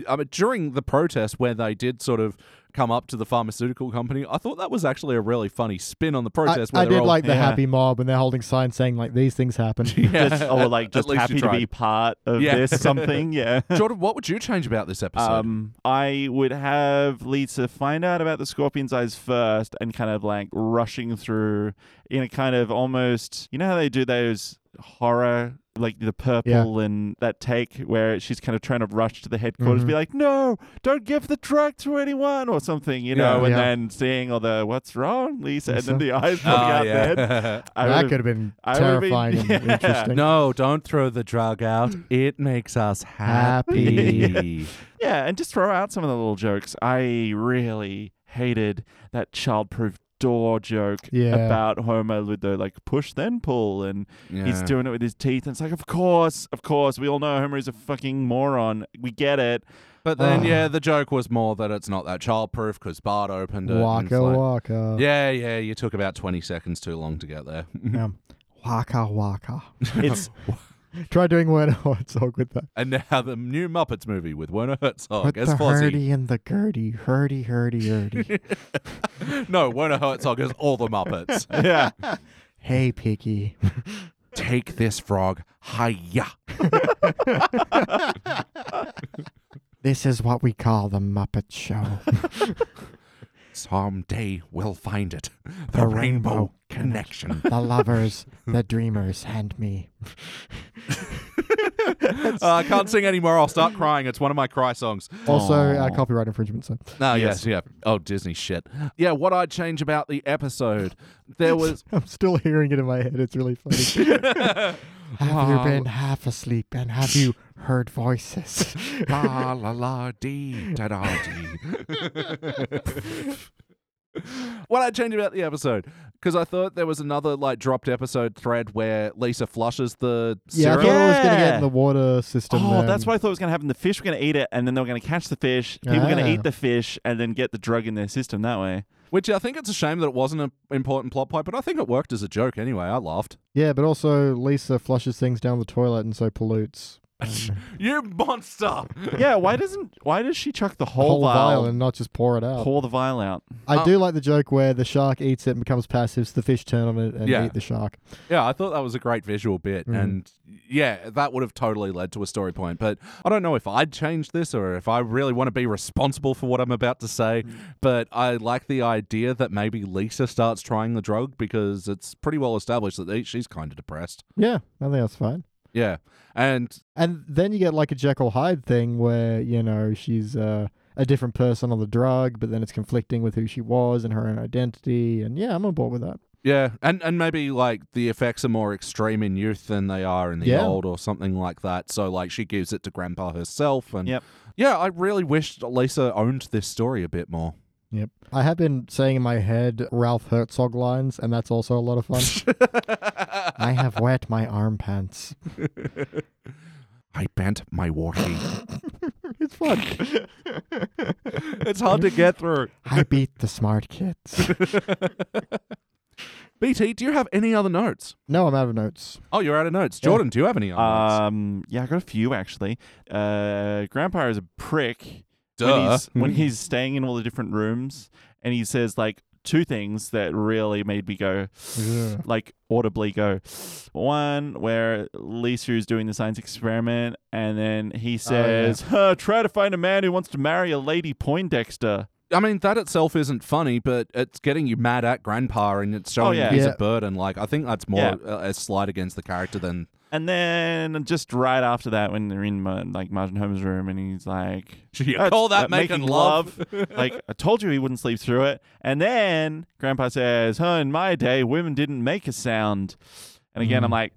I mean, during the protest where they did sort of come up to the pharmaceutical company, I thought that was actually a really funny spin on the I, protest. I where they're did all- like the yeah. happy mob and they're holding signs saying, like, these things happen. Yeah. just or like At just least you happy to be part of Yeah. this something yeah tried. Jordan, what would you change about this episode? um i would have lisa find out about the scorpion's eyes first and kind of like rushing through in a kind of almost you know how they do those horror like the purple and that take where she's kind of trying to rush to the headquarters Mhm. Mm-hmm. be like no don't give the drug to anyone or something you know Yeah. and Yeah. then seeing all the what's wrong lisa, and then the Lisa. eyes Oh, popping out yeah. there I that would've- could have been I would've been- terrifying and yeah. interesting. no, don't throw the drug out. It makes us happy. Yeah, and just throw out some of the little jokes. I really hated that childproof door joke Yeah. about Homer with the like push then pull and he's Yeah. doing it with his teeth and it's like of course, of course, we all know Homer is a fucking moron. We get it. But then, Ah. yeah, the joke was more that it's not that childproof because Bart opened it. and it's Waka like, waka. Yeah, yeah, you took about 20 seconds too long to get there. Yeah. Waka waka. It's Try doing Werner Herzog with that. and now the new Muppets movie with Werner Herzog Put as the Fozzie. hurdy and the gurdy, hurdy, hurdy, hurdy. No, Werner Herzog is all the Muppets. yeah. Hey, Piggy. Take this frog, hiya. This is what we call the Muppet Show. Someday we'll find it. The, The Rainbow, Rainbow Connection. the lovers, the dreamers, and me. Uh, I can't sing anymore. I'll start crying. It's one of my cry songs. Also, uh, Aw. copyright infringement. So. No, yes. yeah. Oh, Disney shit. Yeah, what I'd change about the episode, there was. I'm still hearing it in my head. It's really funny. have you been half asleep and have you heard voices? la la la dee da da dee. What I changed about the episode because I thought there was another like dropped episode thread where Lisa flushes the yeah, I syrup. thought it was going to get Yeah. in the water system. Oh, then. that's what I thought was gonna happen. The fish were gonna eat it and then they were gonna catch the fish. People were Ah. gonna eat the fish and then get the drug in their system that way. Which I think it's a shame that it wasn't an important plot point, but I think it worked as a joke anyway. I laughed. Yeah, but also Lisa flushes things down the toilet and so pollutes. What? You monster! yeah, why doesn't why does she chuck the whole, whole vial, vial and not just pour it out. pour the vial out? I Oh. do like the joke where the shark eats it and becomes passive, so the fish turn on it and Yeah. eat the shark. Yeah, I thought that was a great visual bit, Mhm. and yeah, that would have totally led to a story point. But I don't know if I'd change this or if I really want to be responsible for what I'm about to say. Mm. But I like the idea that maybe Lisa starts trying the drug because it's pretty well established that they- she's kind of depressed. Yeah, I think that's fine. Yeah, and And then you get like a Jekyll Hyde thing where, you know, she's uh, a different person on the drug, but then it's conflicting with who she was and her own identity. And yeah, I'm on board with that. yeah, and and maybe like the effects are more extreme in youth than they are in the Yeah. old, or something like that. So like she gives it to Grandpa herself, and Yep. yeah, I really wish Lisa owned this story a bit more. Yep. I have been saying in my head Ralph Herzog lines, and that's also a lot of fun. I have wet my arm pants. I bent my warty. It's fun. it's hard to get through. I beat the smart kids. BT, do you have any other notes? No, I'm out of notes. Oh, you're out of notes. Yeah. Jordan, do you have any other notes? Um, yeah, I got a few actually. Uh, Grandpa is a prick when he's when he's staying in all the different rooms, and he says like two things that really made me go, Yeah. like audibly go. One where Lisa is doing the science experiment, and then he says, huh, "Try to find a man who wants to marry a lady Poindexter." Uh, I mean, that itself isn't funny, but it's getting you mad at Grandpa and it's showing Oh, yeah. he's Yeah. a burden. Like, I think that's more Yeah. uh, a slight against the character than. And then just right after that, when they're in Ma- like Martin Holmes' room, and he's like, You "That's- call that, that making, love? like I told you he wouldn't sleep through it. And then Grandpa says, "Huh, in my day, women didn't make a sound." And again, Hmm. I'm like,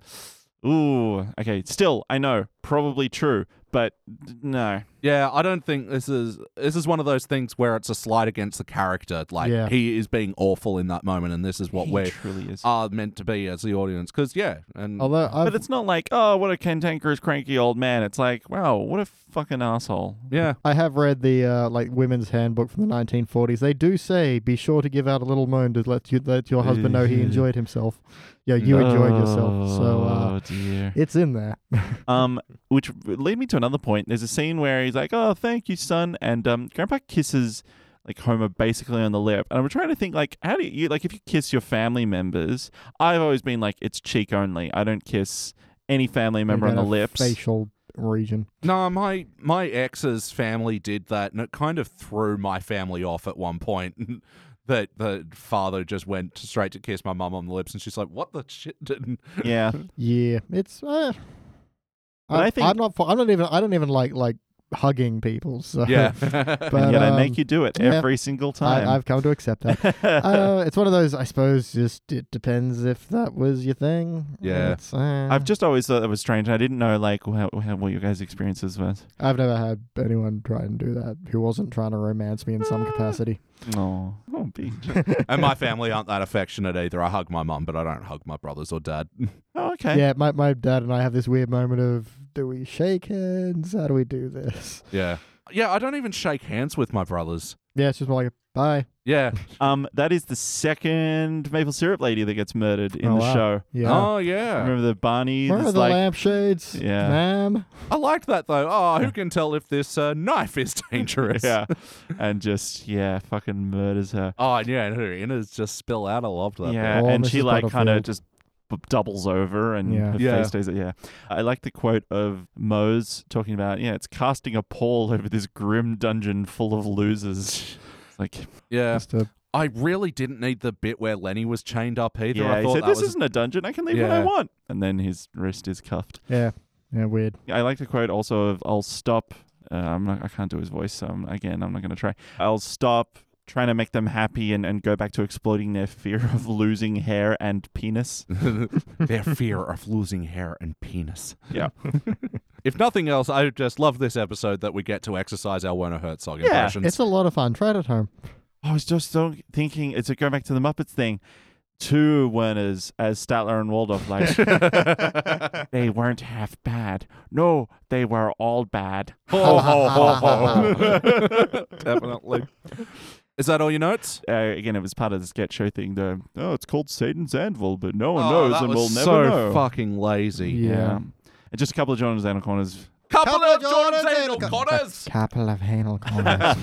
"Ooh, okay." Still, I know, probably true, but d- no. Yeah, I don't think this is this is one of those things where it's a slight against the character. Like Yeah. he is being awful in that moment, and this is what Um, he we truly is. are meant to be as the audience. Because yeah, and Although I've, but it's not like, oh, what a cantankerous, cranky old man. It's like, wow, what a fucking asshole. yeah, I have read the uh, like women's handbook from the 1940s. They do say be sure to give out a little moan to let you let your husband know Mm-hmm. he enjoyed himself. Yeah, you enjoyed yourself. So uh, Oh dear. it's in there. Um, which lead me to another point. There's a scene where he's like, "Oh, thank you, son," and um, Grandpa kisses like Homer basically on the lip. And I'm trying to think like, how do you like if you kiss your family members? I've always been like, it's cheek only. I don't kiss any family member You on the got a lips. facial region. No, my my ex's family did that, and it kind of threw my family off at one point. that the father just went straight to kiss my mum on the lips, and she's like, "What the shit?" Didn't Yeah, Yeah, it's. Uh, But I, I think- I'm not. for- I'm not even. I don't even like like hugging people. So yeah, But, and yet I um, make you do it yeah. every single time. I, I've come to accept that. uh, it's one of those. I suppose just it depends if that was your thing. Yeah. It's, uh, I've just always thought that was strange. and I didn't know like how, how, what your guys' experiences was. I've never had anyone try and do that who wasn't trying to romance me in some capacity. Oh, oh, beach. and my family aren't that affectionate either. I hug my mum, but I don't hug my brothers or dad. oh, okay. Yeah, my, my dad and I have this weird moment of do we shake hands? How do we do this? Yeah, yeah, I don't even shake hands with my brothers. Yeah, it's just more like a bye. Yeah, Um, that is the second maple syrup lady that gets murdered in Oh, the wow. show. Yeah. oh yeah, Remember the Barney? Where are that's the like, lampshades? Yeah. Ma'am. I liked that though. Oh, who can tell if this uh, knife is dangerous? yeah, and just yeah, fucking murders her. Oh and yeah, and her innards just spill out. I loved that. bit. Yeah, Oh, and she Mrs. like kind of Butterfield. just b- doubles over and Yeah. her Yeah. face stays. Yeah, I like the quote of Mose talking about yeah, it's casting a pall over this grim dungeon full of losers. It's like yeah. Just a- I really didn't need the bit where Lenny was chained up either. yeah, I he thought said that this was isn't a dungeon. I can leave when I Yeah. want, and then his wrist is cuffed. yeah. Yeah, weird. I like the quote also of "I'll stop." Uh, I'm not. I can't do his voice. So I'm, again, I'm not going to try. I'll stop trying to make them happy and, and go back to exploiting their fear of losing hair and penis. their fear of losing hair and penis. Yeah. If nothing else, I just love this episode that we get to exercise our Werner Herzog Yeah, impressions. It's a lot of fun. Try it at home. I was just so thinking. It's a going back to the Muppets thing. Two Werners as Statler and Waldorf, like they weren't half bad. No, they were all bad. ho, ho, ho, ho. Definitely. Is that all your notes? Uh, again, it was part of the sketch show thing. The oh, it's called Satan's Anvil, but no one Oh, knows, that and was we'll so never know. fucking lazy. Yeah. Um, And just a couple of Jonathan's Anal Corners Couple, of Jordan's anal corners. Couple of anal corners.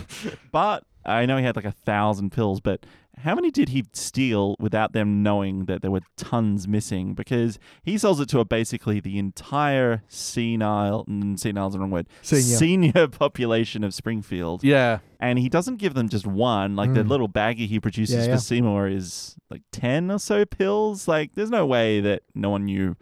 But I know he had like a thousand pills, but how many did he steal without them knowing that there were tons missing? Because he sells it to a basically the entire senile, mm, senile's the wrong word, Senior. senior population of Springfield. Yeah. And he doesn't give them just one. Like the Mm. little baggie he produces Yeah, yeah. for Seymour is like 10 or so pills. Like there's no way that no one knew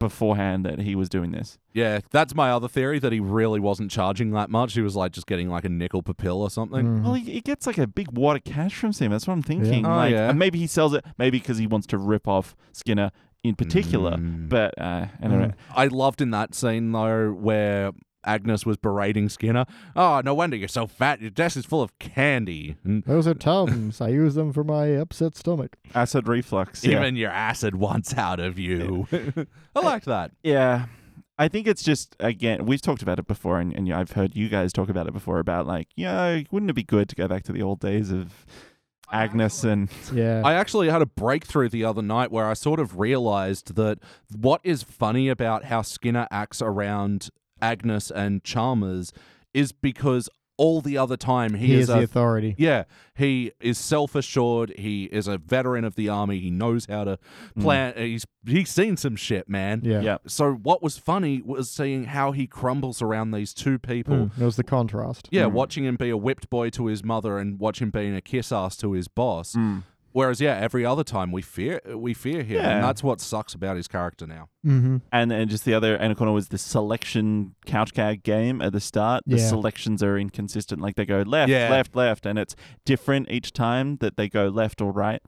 beforehand that he was doing this. Yeah, that's my other theory that he really wasn't charging that much. He was like just getting like a nickel per pill or something. Mm. Well, he, he gets like a big wad of cash from Sam. That's what I'm thinking. Oh, like, yeah. and maybe he sells it, maybe because he wants to rip off Skinner in particular. Mm. But uh, I don't know. I loved in that scene though where Agnes was berating Skinner. Oh, no wonder you're so fat. Your desk is full of candy. And Those are Tums. I use them for my upset stomach. Mm. acid reflux. Yeah. even your acid wants out of you. I liked that. yeah. I think it's just again we've talked about it before, and, and I've heard you guys talk about it before about like yeah, wouldn't it be good to go back to the old days of Agnes and Yeah. I actually had a breakthrough the other night where I sort of realized that what is funny about how Skinner acts around Agnes and Chalmers is because all the other time he, he is, is a the authority. Yeah, he is self-assured. He is a veteran of the army. He knows how to plan. uh, He's he's seen some shit, man. Yeah. yeah, So what was funny was seeing how he crumbles around these two people. Mm. It was the contrast. Yeah, watching him be a whipped boy to his mother and watch him being a kiss ass to his Hmm. boss. Mm. Whereas, yeah, every other time we fear we fear him, Yeah. and that's what sucks about his character now. Mm-hmm. and and just the other Anaconda was the selection couch gag game at the start. The Yeah. selections are inconsistent; like they go left, Yeah. left, left, and it's different each time that they go left or right.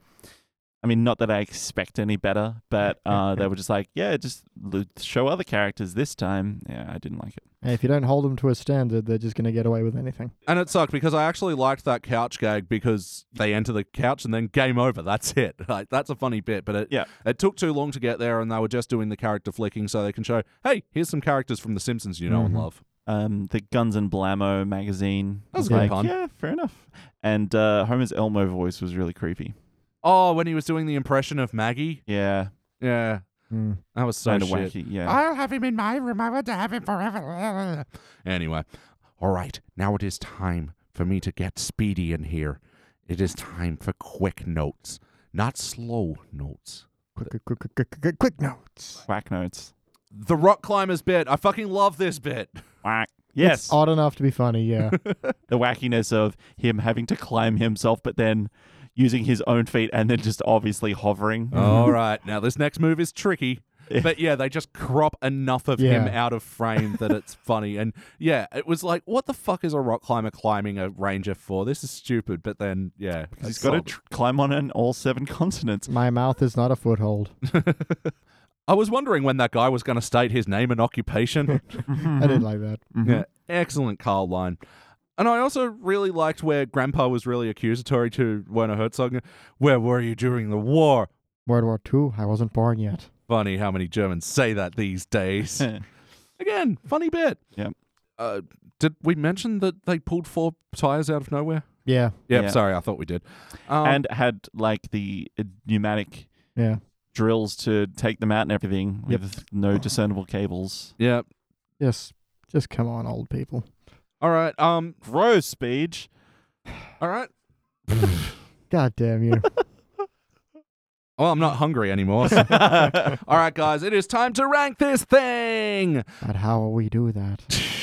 I mean, not that I expect any better, but uh, they were just like, yeah, just l- show other characters this time. Yeah, I didn't like it. And if you don't hold them to a standard, they're just going to get away with anything. And it sucked because I actually liked that couch gag because they enter the couch and then game over. That's it. Like that's a funny bit, but it Yeah. it took too long to get there, and they were just doing the character flicking so they can show, hey, here's some characters from The Simpsons you know and Mhm. love. Um, the Guns and Blammo magazine. That was a like, good pun. Yeah, fair enough. And uh, Homer's Elmo voice was really creepy. Oh, when he was doing the impression of Maggie, Yeah, yeah, Hmm. Mm. that was so kind of shit. wacky. Yeah. I'll have him in my room. I want to have him forever. Anyway, all right. Now it is time for me to get speedy in here. It is time for quick notes, not slow notes. Quick, quick, quick, quick, quick, quick, quick notes. Quack notes. The rock climbers bit. I fucking love this bit. Quack. Yes. It's odd enough to be funny, yeah. the wackiness of him having to climb himself, but then using his own feet and then just obviously hovering. All right. Now this next move is tricky. But yeah, they just crop enough of him Yeah. out of frame that it's funny. And yeah, it was like, what the fuck is a rock climber climbing a ranger for? This is stupid. But then, yeah. He's I got to sold it. tr- climb on an all seven continents. My mouth is not a foothold. I was wondering when that guy was going to state his name and occupation. Mm-hmm. I didn't like that. Yeah, excellent Carl line. And I also really liked where Grandpa was really accusatory to Werner Herzog. Where were you during the war? World War II, I wasn't born yet. Funny how many Germans say that these days. Mhm. Again, funny bit. Yep. Uh, did we mention that they pulled four tires out of nowhere? Yeah, Yep, Yeah. sorry, I thought we did. Um, and had like the uh, pneumatic yeah. drills to take them out and everything Yep. with no discernible cables. yeah, Just, just come on, old people. all right, um, Gross speech. all right. God damn you. Well, I'm not hungry anymore. so- all right, guys, it is time to rank this thing. but how will we do that?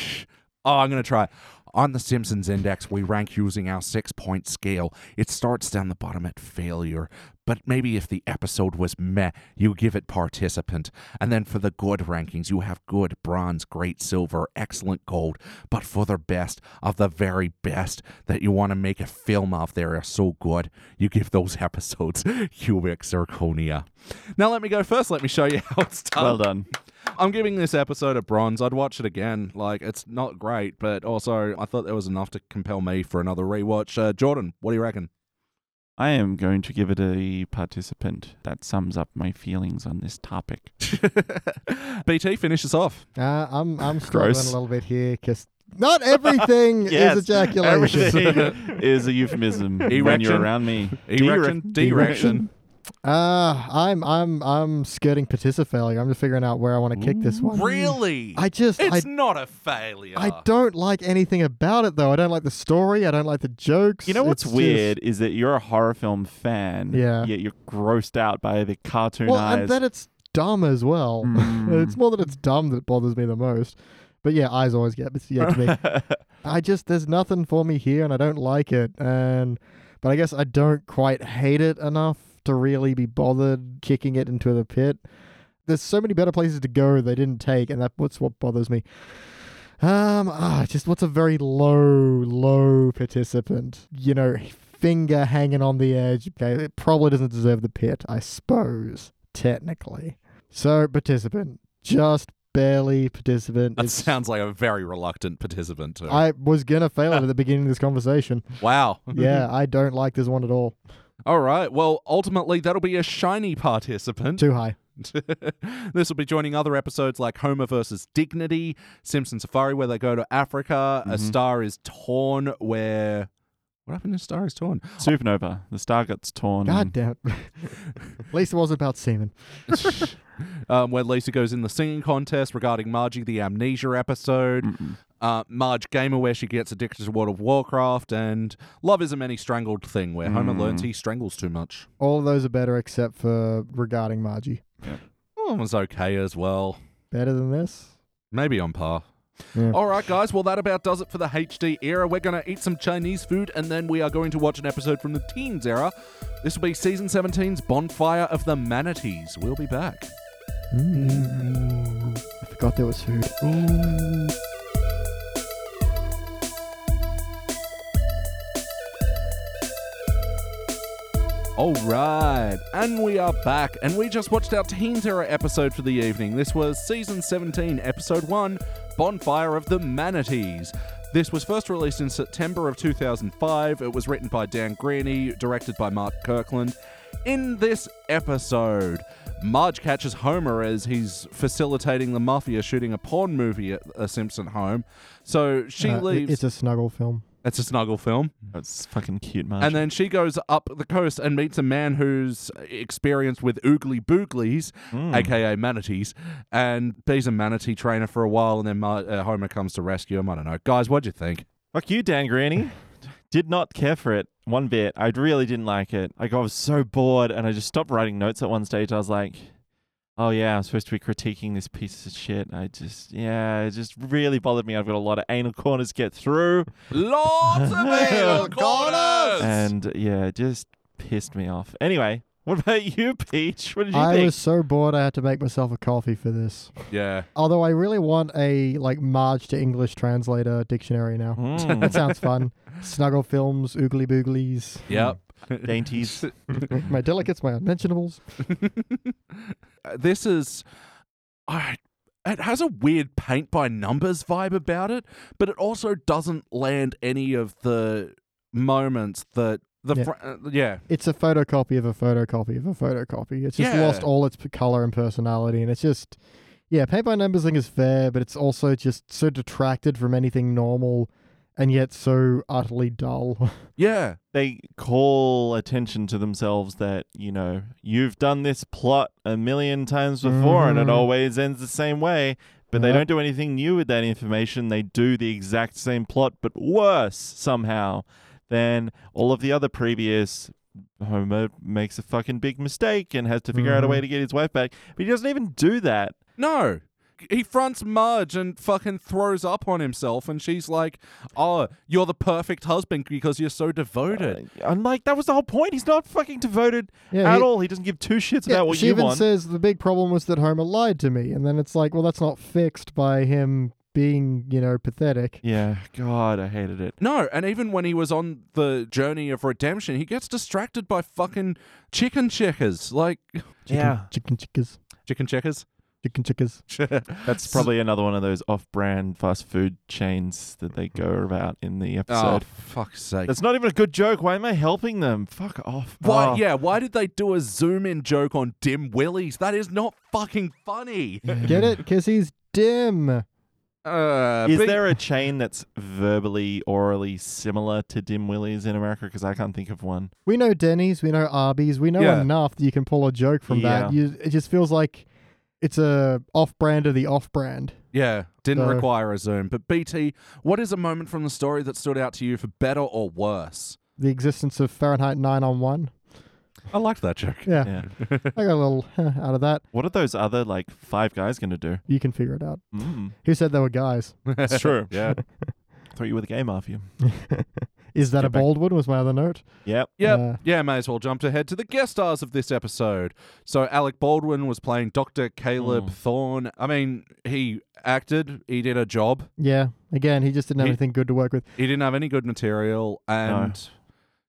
Oh, I'm going to try. On the Simpsons Index, we rank using our six point scale. It starts down the bottom at failure, but maybe if the episode was meh, you give it participant. And then for the good rankings, you have good, bronze, great, silver, excellent, gold. But for the best of the very best that you want to make a film of, they are so good, you give those episodes cubic zirconia. Now, let me go first. Let me show you how it's done. well done. I'm giving this episode a bronze. I'd watch it again. Like, it's not great, but also I thought there was enough to compel me for another rewatch. Uh, Jordan, what do you reckon? I am going to give it a participant. That sums up my feelings on this topic. BT, finish us off. Uh, I'm, I'm struggling a Gross. little bit here because not everything Yes, is ejaculation. Everything is a euphemism when Erection. you're around me. Erection, Derec- direction. Uh, I'm I'm I'm skirting Patissa failure. I'm just figuring out where I want to kick this one. Really? I just I, it's not a failure. I don't like anything about it though. I don't like the story. I don't like the jokes. You know what's It's just- weird is that you're a horror film fan, Yeah. yet you're grossed out by the cartoon well, eyes. and then it's dumb as well. Mm. it's more that it's dumb that bothers me the most. But yeah, eyes always get yeah to me. I just there's nothing for me here, and I don't like it. And but I guess I don't quite hate it enough to really be bothered kicking it into the pit. There's so many better places to go they didn't take, and that's what's what bothers me. Um, ah, it's just what's a very low, low participant. You know, finger hanging on the edge. Okay, it probably doesn't deserve the pit, I suppose, technically. So participant, just barely participant. that It's- sounds like a very reluctant participant. Too. I was gonna fail it at the beginning of this conversation. wow. Yeah, I don't like this one at all. All right. Well, ultimately, that'll be a shiny participant. Too high. this will be joining other episodes like Homer versus Dignity, Simpson Safari, where they go to Africa, A Mhm. Star is Torn, where. What happened to Star is Torn? Supernova. The star gets Hmm. torn. God and- damn it. At least it wasn't about semen. Um, where Lisa goes in the singing contest regarding Margie, the amnesia episode, Mm-mm. uh, Marge Gamer, where she gets addicted to World of Warcraft, and Love is a Many Strangled Thing, where Homer Mm. learns he strangles too much. All of those are better except for regarding Margie. That was okay as well. Better than this? Maybe on par. Yeah. All right, guys. Well, that about does it for the HD era. We're going to eat some Chinese food and then we are going to watch an episode from the teens era. This will be season 17's Bonfire of the Manatees. We'll be back. Mm. I forgot there was food. All right, and we are back, and we just watched our Teens Era episode for the evening. This was season 17, episode 1 Bonfire of the Manatees. This was first released in September of 2005. It was written by Dan Greaney, directed by Mark Kirkland. In this episode, Marge catches Homer as he's facilitating the mafia shooting a porn movie at a Simpson home. So she Uh, it- leaves. It's a snuggle film. That's a snuggle film. That's fucking cute, Marge. And then she goes up the coast and meets a man who's experienced with oogly booglies, Mm. aka manatees, and he's a manatee trainer for a while. And then Mar- uh, Homer comes to rescue him. I don't know, guys. What'd you think? Fuck you, Dan Granny. Did not care for it one bit. I really didn't like it. Like I was so bored, and I just stopped writing notes at one stage. I was like, "Oh yeah, I'm supposed to be critiquing this piece of shit." I just, yeah, it just really bothered me. I've got a lot of anal corners to get through, Lords of Anal Corners. and yeah, it just pissed me off. Anyway, what about you, Peach? What did you I think? was so bored I had to make myself a coffee for this. yeah, Although I really want a like Marge to English translator dictionary now. Mm, That sounds fun. Snuggle films, oogly booglies. yep. Hmm. dainties. My delicates, my unmentionables. Uh, this is I it has a weird paint by numbers vibe about it, but it also doesn't land any of the moments that the Yeah. fr- uh, yeah. it's a photocopy of a photocopy of a photocopy. It's just Yeah. lost all its p- color and personality, and it's just yeah, paint by numbers thing is fair, but it's also just so detracted from anything normal, and yet so utterly dull. Yeah. they call attention to themselves that you know you've done this plot a million times before and it Mhm. always ends the same way but they Yep. don't do anything new with that information they do the exact same plot but worse somehow than all of the other previous homer makes a fucking big mistake and has to figure out a Mhm. way to get his wife back but he doesn't even do that No. He fronts Marge and fucking throws up on himself, and she's like, "Oh, you're the perfect husband because you're so devoted." i'm like that was the whole point he's not fucking devoted Yeah, at he- all he doesn't give two shits Yeah, about what she you even want says the big problem was that Homer lied to me, and then it's like, well, that's not fixed by him being you know pathetic. yeah god i hated it No, and even when he was on the journey of redemption, he gets distracted by fucking chicken checkers. Like Chicken, Yeah. chicken chickers, chicken checkers. chicken chickers. Oh, That's probably another one of those off-brand fast food chains that they go about in the Oh, episode. fuck's sake! That's not even a good joke. Why am I helping them? Fuck off. Why? Oh. Yeah. Why did they do a zoom in joke on Dim Willies? That is not fucking funny. Get it? Because he's dim. Uh, Is but- there a chain that's verbally, orally similar to Dim Willie's in America? Because I can't think of one. We know Denny's, we know Arby's, we know Yeah. enough that you can pull a joke from Yeah. that. You, it just feels like it's a off-brand of the off-brand. Yeah, didn't So- require a zoom. But BT, what is a moment from the story that stood out to you for better or worse? The existence of Fahrenheit 9 on 1. I liked that joke. Yeah, Yeah. I got a little huh, out of that. What are those other like five guys going to do? You can figure it out. Mm. Who said they were guys? It's true. Yeah. Thought you were the gay mafia. Is that Get a back- bold one? Was my other note. Yep. Yep. Uh, yeah, may as well jump ahead to the guest stars of this episode. So Alec Baldwin was playing Dr. Caleb Mm. Thorne. I mean, he acted, he did a job. Yeah. Again, he just didn't have He- anything good to work with. He didn't have any good material and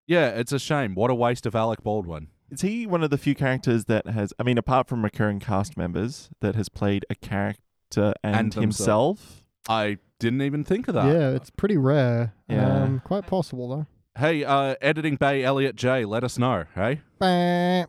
yeah, it's a shame. What a waste of Alec Baldwin. Is he one of the few characters that has, I mean, apart from recurring cast members, that has played a character and, And themselves. himself? I didn't even think of that. Yeah, it's pretty rare. Yeah. Um, quite possible though. Hey, uh, editing bay Elliot J, let us know, hey? Bah.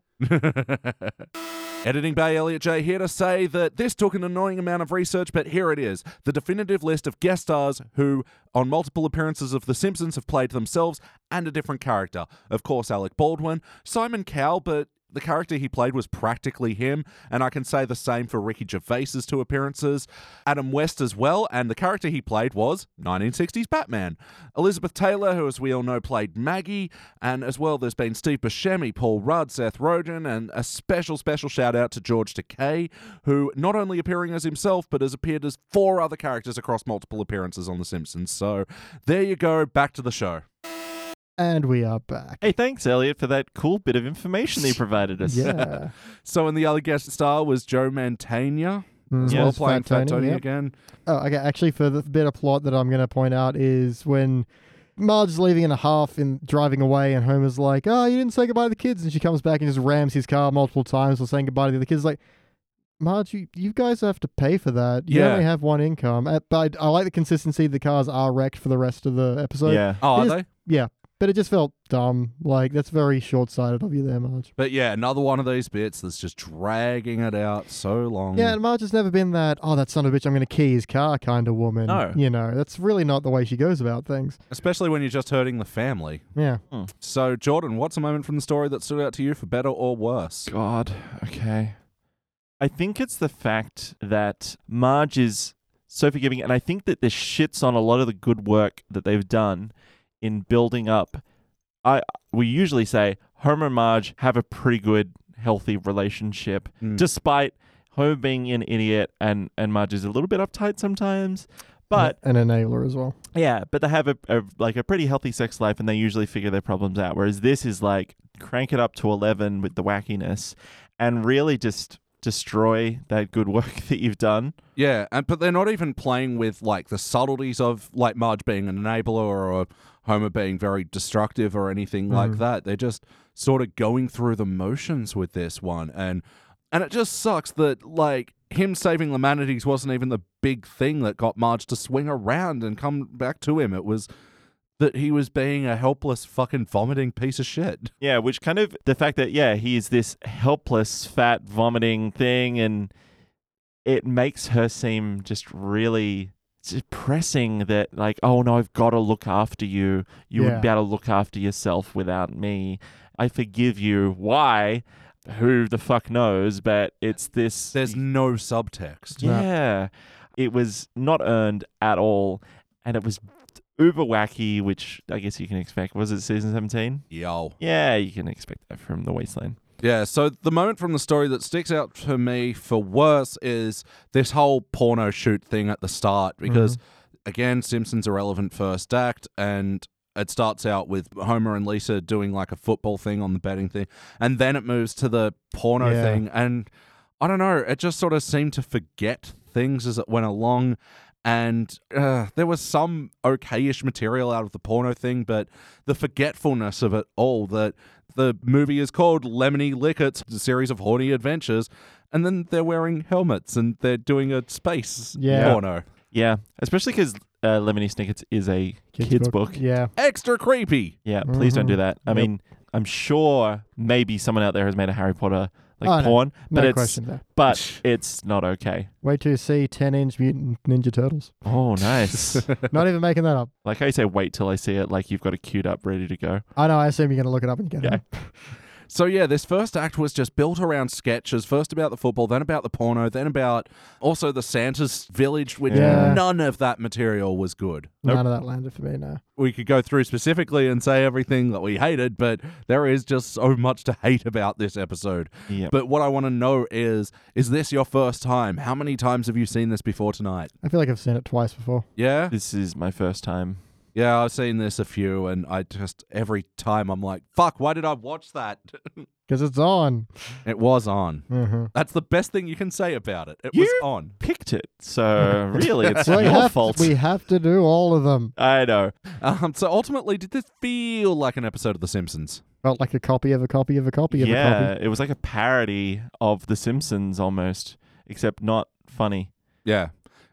Editing Bay Elliot J here to say that this took an annoying amount of research, but here it is the definitive list of guest stars who, on multiple appearances of The Simpsons, have played themselves and a different character. Of course, Alec Baldwin, Simon Cowell, but the character he played was practically him, and I can say the same for Ricky Gervais's two appearances, Adam West as well, and the character he played was 1960s Batman. Elizabeth Taylor, who as we all know played Maggie, and as well there's been Steve Buscemi, Paul Rudd, Seth Rogen, and a special, special shout out to George Takei, who not only appearing as himself, but has appeared as four other characters across multiple appearances on The Simpsons. So there you go, back to the show. And we are back. Hey, thanks, Elliot, for that cool bit of information that you provided us. Yeah. So, and the other guest star was Joe Mantegna. Mm, As well, there's playing Fat Tony, Tony yep. again. Oh, okay. Actually, for the bit of plot that I'm going to point out is when Marge's leaving in a half and driving away, and Homer's like, "Oh, you didn't say goodbye to the kids," and she comes back and just rams his car multiple times while saying goodbye to the other kids. Like, Marge, you, you guys have to pay for that. You Yeah. only have one income. Uh, But I like the consistency. The cars are wrecked for the rest of the episode. yeah. Oh, are Here's- they? Yeah, but it just felt dumb. Like that's very short-sighted of you there, Marge. But yeah, another one of these bits that's just dragging it out so Mm. long. Yeah, and Marge has never been that. Oh, that son of a bitch! I'm going to key his car kind of woman. No. you know that's really not the way she goes about things. especially when you're just hurting the family. Yeah. So, Jordan, what's a moment from the story that stood out to you for better or worse? God. Okay. I think it's the fact that Marge is so forgiving, and I think that this shits on a lot of the good work that they've done in building up. I we usually say Homer and Marge have a pretty good, healthy relationship, Mm. despite Homer being an idiot and and Marge is a little bit uptight sometimes. But an enabler as well. yeah, but they have a, a like a pretty healthy sex life, and they usually figure their problems out. Whereas this is like crank it up to eleven with the wackiness, and really just destroy that good work that you've done. Yeah, and but they're not even playing with like the subtleties of like Marge being an enabler or Homer being very destructive or anything like that. They're just sort of going through the motions with this one, and and it just sucks that like him saving the manatees wasn't even the big thing that got Marge to swing around and come back to him. It was that he was being a helpless fucking vomiting piece of shit. Yeah, which kind of the fact that yeah he is this helpless fat vomiting thing, and it makes her seem just really depressing. That like oh no, I've got to look after you. You Yeah. wouldn't be able to look after yourself without me. I forgive you. Why? Who the fuck knows? But it's this. There's no subtext. No. yeah, it was not earned at all, and it was uber wacky, which I guess you can expect. Was it season seventeen? Yo. Yeah, you can expect that from the wasteland. Yeah, so the moment from the story that sticks out to me for worse is this whole porno shoot thing at the start because again, Simpsons irrelevant first act and it starts out with Homer and Lisa doing like a football thing on the betting thing and then it moves to the porno Yeah. thing and I don't know, it just sort of seemed to forget things as it went along and uh, there was some okayish material out of the porno thing, but the forgetfulness of it all that the movie is called Lemony Licket's a series of horny adventures, and then they're wearing helmets and they're doing a space Yeah. porno. Yeah, especially because uh, Lemony Snicket's is a kids, book. Yeah, Yeah. Extra creepy. please don't Mhm. do that. I Yep. mean, I'm sure maybe someone out there has made a Harry Potter like Oh, no. porn, but No it's question there. but it's not okay. Wait to see 10 inch Mutant Ninja Turtles. Oh, nice. Not even making that up. like I say, wait till I see it. Like you've got it queued up, ready to go. I know, I assume you're going to look it up and get Yeah. it. So yeah, this first act was just built around sketches, first about the football, then about the porno, then about also the Santa's village, which Yeah. none of that material was good. None of that landed for me, no. We could go through specifically and say everything that we hated, but there is just so much to hate about this episode. Yep. But what I want to know is is this your first time? How many times have you seen this before tonight? I feel like I've seen it twice before. Yeah? This is my first time. Yeah, I've seen this a few and I just every time I'm like, "Fuck, why did I watch that?" Because it's on. it was on. Mm-hmm. That's the best thing you can say about it. It was You- on. Picked it, so really, it's we, your have, fault. we have to do all of them. I know. Um, so ultimately, did this feel like an episode of The Simpsons? Felt like a copy of a copy of a copy of a copy. Yeah, it was like a parody of The Simpsons almost, except not funny. Yeah,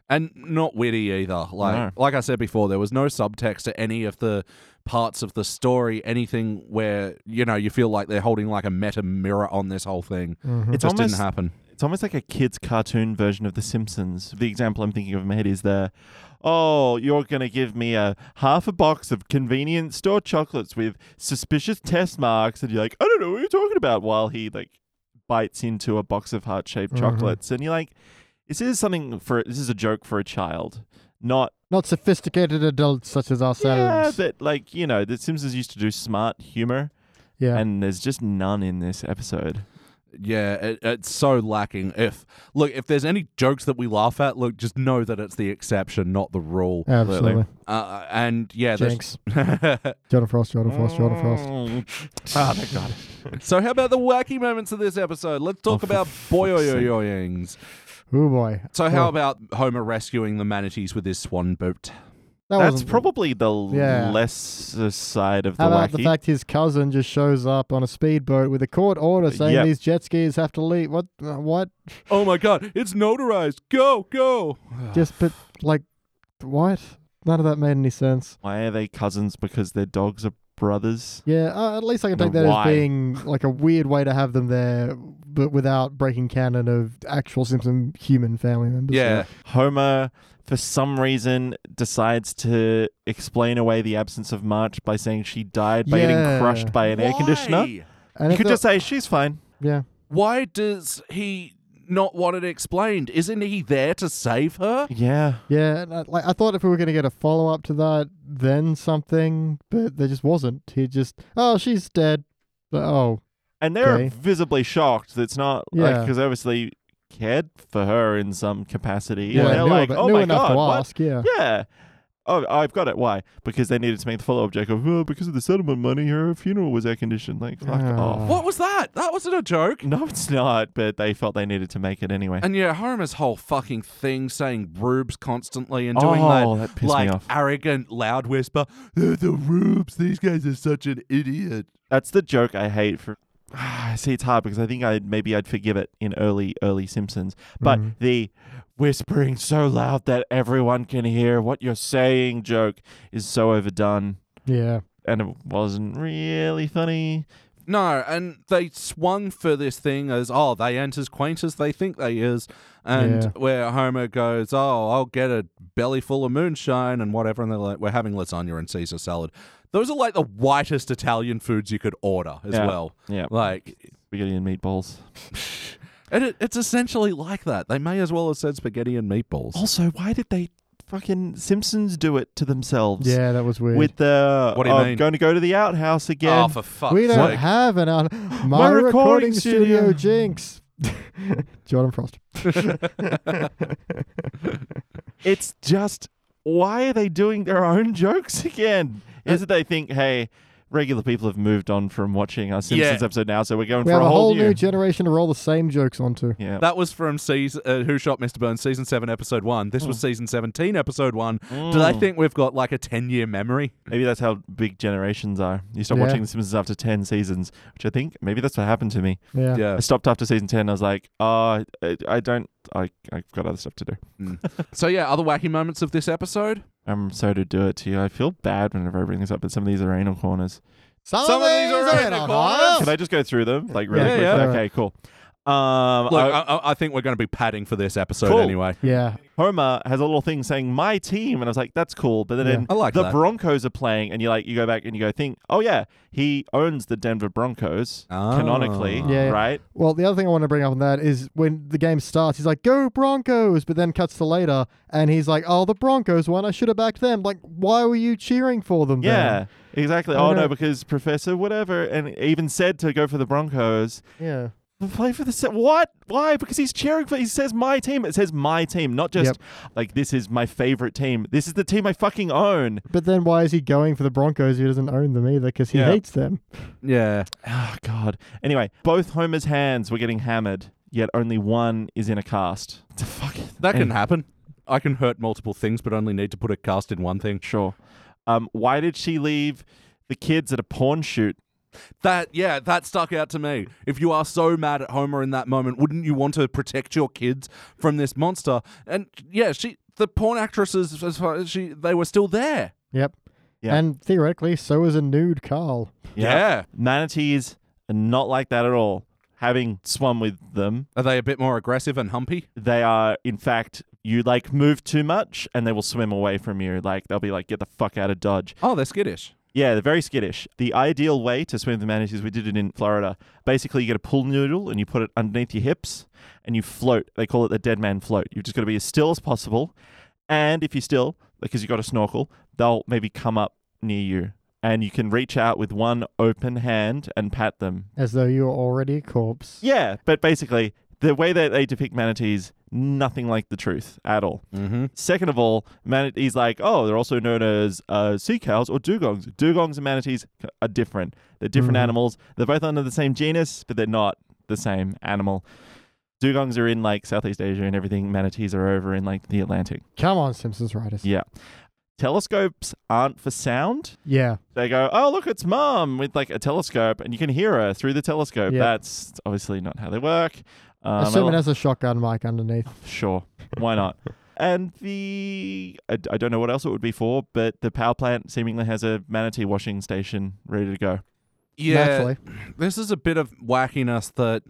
and not witty either. Like No. like I said before, there was no subtext to any of the parts of the story. Anything where you know you feel like they're holding like a meta mirror on this whole thing. Mhm. It It's just almost- didn't happen. It's almost like a kids' cartoon version of The Simpsons. The example I'm thinking of in my head is the, oh, you're gonna give me a half a box of convenience store chocolates with suspicious test marks, and you're like, I don't know what you're talking about, while he like bites into a box of heart-shaped Mhm. chocolates, and you're like, this is something for this is a joke for a child, not Not sophisticated adults such as yeah, ourselves. but like you know, The Simpsons used to do smart humor, Yeah. and there's just none in this episode. Yeah, it, it's so lacking. If look, if there's any jokes that we laugh at, look, just know that it's the exception, not the rule. Absolutely. Uh, and yeah, there's- Jinx. Jordan Frost, Jordan Frost, Jordan Frost. Oh, thank God. so how about the wacky moments of this episode? Let's talk Oh, for about fuck's boy sake. yoings. Oh boy. So how Oh. about Homer rescuing the manatees with his swan boot? That That's wasn't- probably the Yeah. lesser side of the How about wacky. the fact his cousin just shows up on a speedboat with a court order saying Yep. these jet skis have to leave? What? uh, What? Oh my god, it's notarized. Go, go. Just but like, what? None of that made any sense. Why are they cousins? Because their dogs are brothers. Yeah, uh, at least I can The take that why. as being like a weird way to have them there, but without breaking canon of actual Simpson human family members. yeah. Homer, for some reason, decides to explain away the absence of March by saying she died by getting Yeah. crushed by an air conditioner. Why? and You if could the- just say she's fine. yeah. Why does he not want it explained? Isn't he there to save her? Yeah. Yeah, and I, like I thought if we were going to get a follow up to that, then something, but there just wasn't. He just, oh, she's dead. But, oh, And they're Okay. visibly shocked. It's not like Yeah. because obviously cared for her in some capacity. yeah, and they're knew, like, about- oh knew my enough God, to what? ask. Yeah. Yeah. Oh, I've got it. Why? Because they needed to make the follow-up joke of, oh, because of the settlement money, her funeral was air conditioned. Like, fuck Ah. off. What was that? That wasn't a joke. No, it's not. But they felt they needed to make it anyway. And yeah, Homer's whole fucking thing saying rubes constantly and doing that, Oh, that pissed me like off. arrogant loud whisper, "They're the rubes, these guys are such an idiot. That's the joke I hate. For see, it's hard because I think I maybe I'd forgive it in early, early Simpsons. But Mhm. the whispering so loud that everyone can hear what you're saying joke is so overdone, Yeah. and it wasn't really funny. No, and they swung for this thing as, oh, they ain't as quaint as they think they is. And Yeah. where Homer goes, oh, I'll get a belly full of moonshine and whatever. And they're like, we're having lasagna and Caesar salad. Those are like the whitest Italian foods you could order as Yeah. well. Yeah, Like, spaghetti and meatballs. and it, it's essentially like that. They may as well have said spaghetti and meatballs. Also, why did they fucking Simpsons do it to themselves? Yeah, that was weird. With the What do you "I'm mean?" going to go to the outhouse again. Oh, for fuck's we don't sake. have an out- my, recording recording, studio, studio. jinx. Jordan Frost. It's just why are they doing their own jokes again? Is it they think, hey, regular people have moved on from watching our Simpsons Yeah. episode now, so we're going We for have a a whole, new. generation to roll the same jokes onto. yeah. That was from season uh, Who Shot Mr. Burns, season seven, episode one. This Hmm. was season seventeen, episode one. Do they Mm. think we've got like a ten-year memory? Maybe that's how big generations are. You start Yeah. watching The Simpsons after 10 seasons, which I think maybe that's what happened to me. Yeah. Yeah. I stopped after season 10. I was like, oh, I, I don't, I, I've got other stuff to do. So yeah, other wacky moments of this episode. I'm sorry to do it to you. I feel bad whenever I bring this up, but some of these are anal corners. Some of these are in the corners. Can I just go through them? Like, really Oh. Yeah, quickly? yeah. Okay, cool. Um, Look, I- I, I, I think we're going to be padding for this episode Cool. anyway. Yeah. Homer has a little thing saying my team, and I was like, that's cool. But then Yeah. in- I like the that. Broncos are playing, and you like you go back and you go think, oh yeah, he owns the Denver Broncos Ah. canonically, Yeah, yeah. right? Well, the other thing I want to bring up on that is when the game starts, he's like, "Go Broncos," but then cuts to later, and he's like, "Oh, the Broncos won. I should have backed them." Like, why were you cheering for them? Yeah, then? exactly. I Oh don't no, know. because Professor whatever, and even said to go for the Broncos. Yeah. But Play for the set. What? Why? Because he's cheering for. He says my team. It says my team, not just like this is my favorite team. This is the team I fucking own. But then why is he going for the Broncos? if He doesn't own them either because he Yeah. hates them. Yeah. Oh God. Anyway, both Homer's hands were getting hammered, yet only one is in a cast. The fuck. That can Anyway. happen. I can hurt multiple things, but only need to put a cast in one thing. Sure. Um, why did she leave the kids at a porn shoot? That, yeah, that stuck out to me. If you are so mad at Homer in that moment, wouldn't you want to protect your kids from this monster? And yeah, she, the porn actresses, as far as she, they were still there. Yep. Yeah. And theoretically, so is a nude Carl. Yeah. Manatees are not like that at all. Having swum with them, Are they a bit more aggressive and humpy? they are in fact you like move too much and they will swim away from you. Like they'll be like, get the fuck out of Dodge. Oh, they're skittish. Yeah, they're very skittish. The ideal way to swim with the manatees, we did it in Florida. Basically, you get a pool noodle and you put it underneath your hips and you float. They call it the dead man float. You've just got to be as still as possible. And if you're still, because you've got a snorkel, they'll maybe come up near you. And you can reach out with one open hand and pat them. As though you were already a corpse. Yeah, but basically, the way that they depict manatees, nothing like the truth at all. Mm-hmm. Second of all, manatees like oh, they're also known as uh, sea cows or dugongs. Dugongs and manatees c- are different. They're different Mhm. animals. They're both under the same genus, but they're not the same animal. Dugongs are in like Southeast Asia and everything. Manatees are over in like the Atlantic. Come on, Simpsons writers. Yeah. Telescopes aren't for sound. Yeah. They go, oh look, it's mom with like a telescope, and you can hear her through the telescope. Yeah. That's obviously not how they work. Um, I Assume lo- it has a shotgun mic underneath. Sure. Why not? And the I, I don't know what else it would be for, but the power plant seemingly has a manatee washing station ready to go. Yeah. Naturally. This is a bit of wackiness that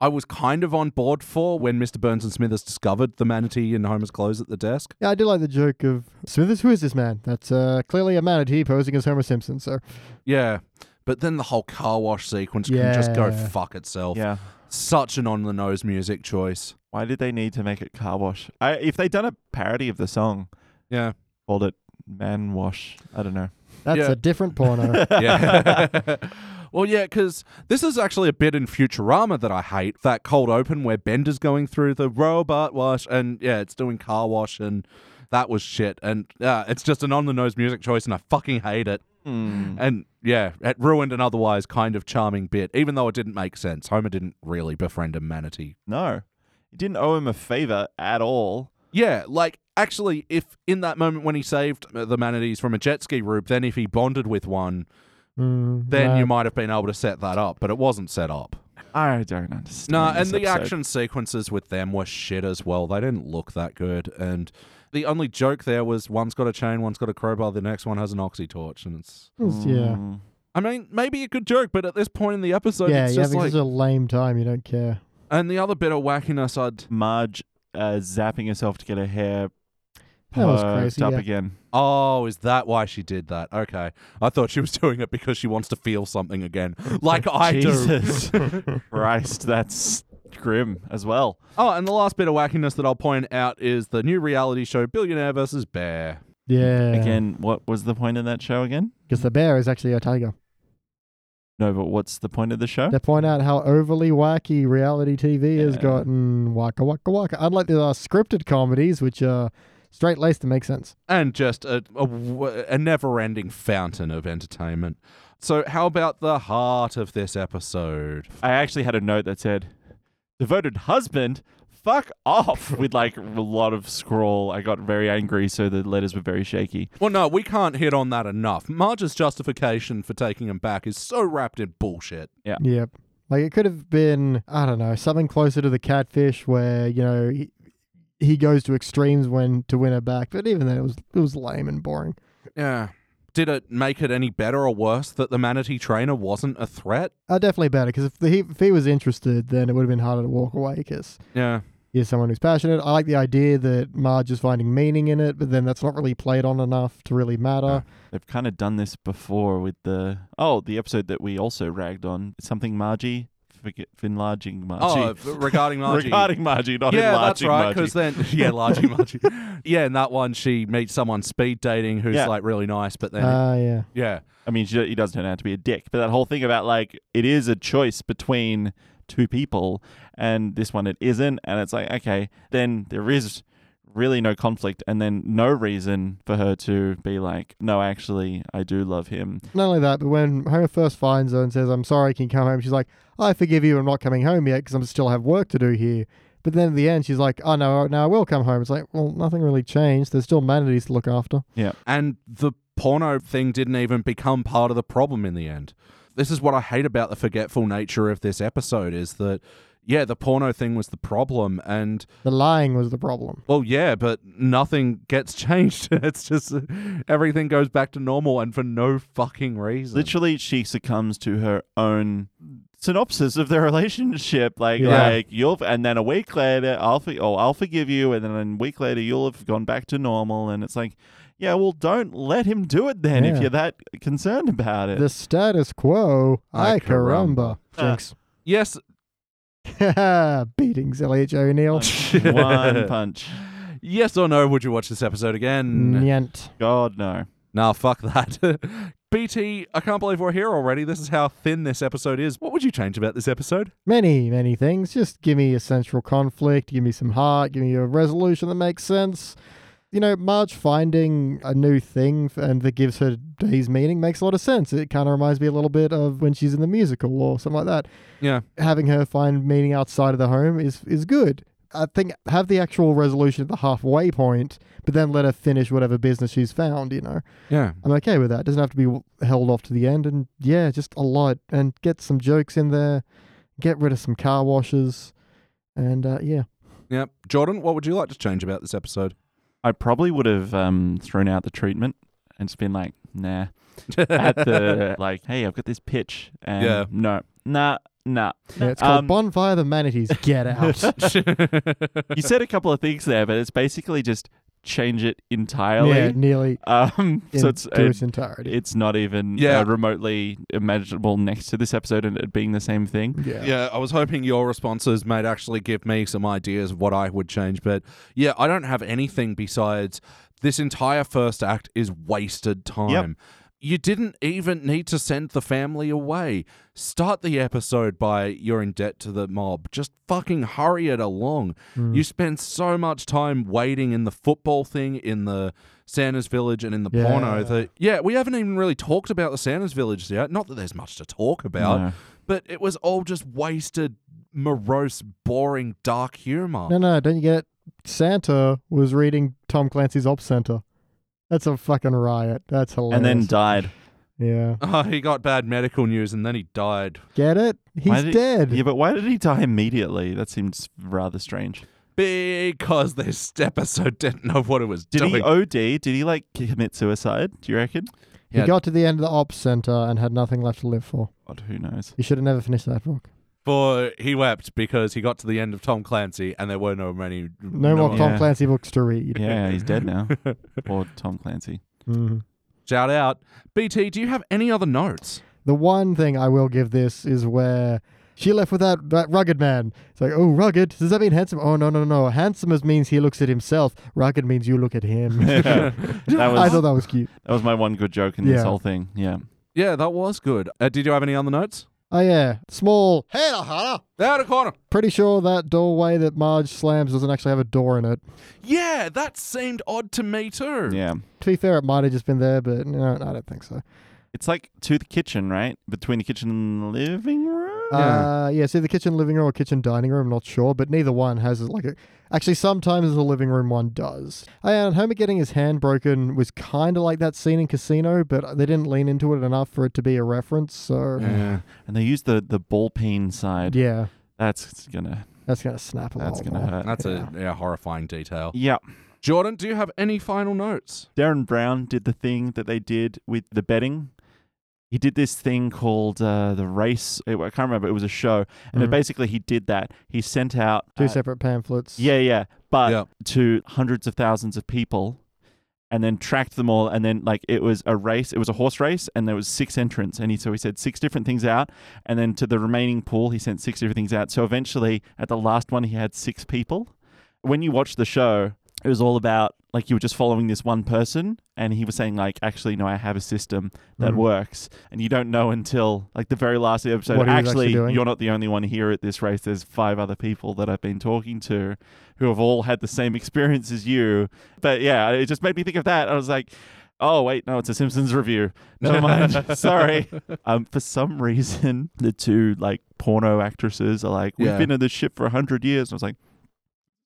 I was kind of on board for when Mr. Burns and Smithers discovered the manatee in Homer's clothes at the desk. Yeah, I do like the joke of Smithers. Who is this man? That's uh, clearly a manatee posing as Homer Simpson. So Yeah. But then the whole car wash sequence can just go Yeah. fuck itself. Yeah. Such an on the nose music choice. Why did they need to make it car wash? I, if they'd done a parody of the song, Yeah. called it man wash. I don't know. that's Yeah. a different porno. Yeah. well, yeah, because this is actually a bit in Futurama that I hate that cold open where Bender's going through the robot wash and, yeah, it's doing car wash and that was shit. And uh, it's just an on the nose music choice and I fucking hate it. Hmm. And yeah, it ruined an otherwise kind of charming bit, even though it didn't make sense. Homer didn't really befriend a manatee. No, you didn't owe him a favor at all. Yeah, like actually, if in that moment when he saved uh, the manatees from a jet ski rube, then if he bonded with one, Mm, then no. you might have been able to set that up, but it wasn't set up. I don't understand. No, this and the episode. action sequences with them were shit as well. They didn't look that good. And the only joke there was one's got a chain, one's got a crowbar, the next one has an oxy torch. And it's, It's- Yeah. Hmm. I mean, maybe a good joke, Mm. but at this point in the episode, yeah, it's yeah, just because like. it's a lame time. You don't care. And the other bit of wackiness I'd Marge uh, zapping herself to get her hair That was perked crazy, up yeah. again. Oh, is that why she did that? Okay. I thought she was doing it because she wants to feel something again. Like I do. Jesus Christ, that's grim as well. Oh, and the last bit of wackiness that I'll point out is the new reality show Billionaire versus Bear. Yeah. Again, what was the point of that show again? Because the bear is actually a tiger. No, but what's the point of the show? They point out how overly wacky reality TV has Yeah. gotten waka waka waka. Unlike the uh, scripted comedies, which are straight laced and make sense. And just a, a, w- a never ending fountain of entertainment. So, how about the heart of this episode? I actually had a note that said, "Devoted husband, fuck off," with like a lot of scroll. I got very angry, so the letters were very shaky. Well, no, we can't hit on that enough. Marge's justification for taking him back is so wrapped in bullshit. Yep. Like it could have been, I don't know, something closer to the catfish where, you know, he, he goes to extremes when to win her back. But even then, it was it was lame and boring. Yeah. did it make it any better or worse that the manatee trainer wasn't a threat? Uh, definitely better because if, the- if he was interested, then it would have been harder to walk away because Yeah. he's someone who's passionate. I like the idea that Marge is finding meaning in it, but then that's not really played on enough to really matter. They've kind of done this before with the oh the episode that we also ragged on something Margie forget enlarging Oh, Margie b- regarding Margie. regarding Margie not yeah, that's enlarging right. Margie. Because then, yeah, Largie Margie. Yeah, in that one, she meets someone speed dating who's Yeah. Uh, like really nice, but then, Ah, yeah. yeah, I mean she, he does turn out to be a dick, but that whole thing about like it is a choice between two people and this one it isn't, and it's like okay then there is really no conflict and then no reason for her to be like no actually I do love him Not only that, but when Homer first finds her and says, I'm sorry, can you come home? She's like, I forgive you, I'm not coming home yet because I am still have work to do here. But then at the end, she's like, oh, no, no, I will come home. It's like, well, nothing really changed. There's still manatees to look after. and the porno thing didn't even become part of the problem in the end. This is what I hate about the forgetful nature of this episode is that, yeah, the porno thing was the problem, and The lying was the problem. Well, yeah, but nothing gets changed. It's just uh, everything goes back to normal and for no fucking reason. Literally, she succumbs to her own synopsis of their relationship. Like, Yeah. like you'll, and then a week later, I'll, for, oh, I'll forgive you, and then a week later, you'll have gone back to normal. And it's like, yeah, well, don't let him do it then if Yeah. you're that concerned about it. The status quo, Ay, I caramba. caramba. Jinx. Yes. Beatings, Elliot J. O'Neill. Like, one punch. Yes or no, would you watch this episode again? Nyant. God no. Nah, fuck that. BT, I can't believe we're here already. This is how thin this episode is. What would you change about this episode? Many, many things. Just give me a central conflict, give me some heart, give me a resolution that makes sense. You know, Marge finding a new thing f- and that gives her day's meaning makes a lot of sense. It kind of reminds me a little bit of when she's in the musical or something like that. Yeah. Having her find meaning outside of the home is, is good. I think have the actual resolution at the halfway point, but then let her finish whatever business she's found, you know. Yeah. I'm okay with that. It doesn't have to be w- held off to the end. And yeah, just a lot. And get some jokes in there. Get rid of some car washes. And uh, yeah. Yeah. Jordan, what would you like to change about this episode? I probably would have um, thrown out the treatment and just been like, nah. At the like, hey, I've got this pitch, and Yeah. no, nah, nah. Yeah, it's called Um, Bonfire the Manatees. Get out. you said a couple of things there, but it's basically just change it entirely. yeah, nearly. Um, In, so it's to it- its entirety. it's not even Yeah. uh, remotely imaginable next to this episode and it being the same thing. yeah. Yeah, I was hoping your responses might actually give me some ideas of what I would change, but yeah, I don't have anything besides this entire first act is wasted time. You didn't even need to send the family away. Start the episode by you're in debt to the mob. Just fucking hurry it along. Hmm. You spend so much time waiting in the football thing, in the Santa's Village, and in the porno Yeah. that, yeah, we haven't even really talked about the Santa's Village yet. Not that there's much to talk about No. but it was all just wasted, morose, boring, dark humor. No, no, don't you get it? Santa was reading Tom Clancy's Op Center. That's a fucking riot. That's And hilarious. then died. yeah. Oh, he got bad medical news and then he died Get it? He's did- dead. Yeah, but why did he die immediately? That seems rather strange. because this episode didn't know what it was Did doing. he OD? Did he like commit suicide? Do you reckon? he Yeah. got to the end of the Op Center and had nothing left to live for. God, who knows? You should have never finished that book. For he wept because he got to the end of Tom Clancy and there were no many. No, more Tom Yeah. Clancy books to read. Yeah, he's dead now. Or Tom Clancy. Mhm. Shout out, BT. Do you have any other notes? The one thing I will give this is where she left with that, that rugged man. It's like, oh, rugged. Does that mean handsome? Oh, no, no, no. Handsome is- means he looks at himself. Rugged means you look at him. that I was thought that was cute. that was my one good joke in this Yeah. whole thing. Yeah. Yeah, that was good. Uh, did you have any other notes? Oh, yeah. Small. Hey, la, ha, la. Out of corner. Pretty sure that doorway that Marge slams doesn't actually have a door in it. Yeah, that seemed odd to me too. Yeah. To be fair, it might have just been there, but no, I don't think so. It's like to the kitchen, right? Between the kitchen and the living room. Yeah. Uh, yeah, see the kitchen living room or kitchen dining room, I'm not sure, but neither one has like a. Actually, sometimes the living room one does. Oh, yeah, and Homer getting his hand broken was kind of like that scene in Casino, but they didn't lean into it enough for it to be a reference, so. Yeah. And they use the the ball peen side. That's gonna that's going to snap a that's lot gonna more. hurt. that's a yeah, horrifying detail. Yeah. Jordan, do you have any final notes? Darren Brown did the thing that they did with the betting. He did this thing called uh, the race. I can't remember. It was a show, and Mhm. it basically he did that. He sent out Two uh, separate pamphlets. Yeah, yeah. But Yeah. to hundreds of thousands of people and then tracked them all and then like it was a race, it was a horse race and there was six entrants and he so he said six different things out and then to the remaining pool he sent six different things out. So eventually at the last one he had six people. When you watch the show, it was all about like you were just following this one person and he was saying like actually no I have a system that Mhm. works and you don't know until like the very last of the episode What he was actually actually doing. you're not the only one here at this race there's five other people that I've been talking to who have all had the same experience as you. But yeah, it just made me think of that. I was like, oh, wait, no, it's a Simpsons review. Never mind. Sorry. Um, for some reason, the two like porno actresses are like, we've Yeah. been in this ship for 100 years. And I was like,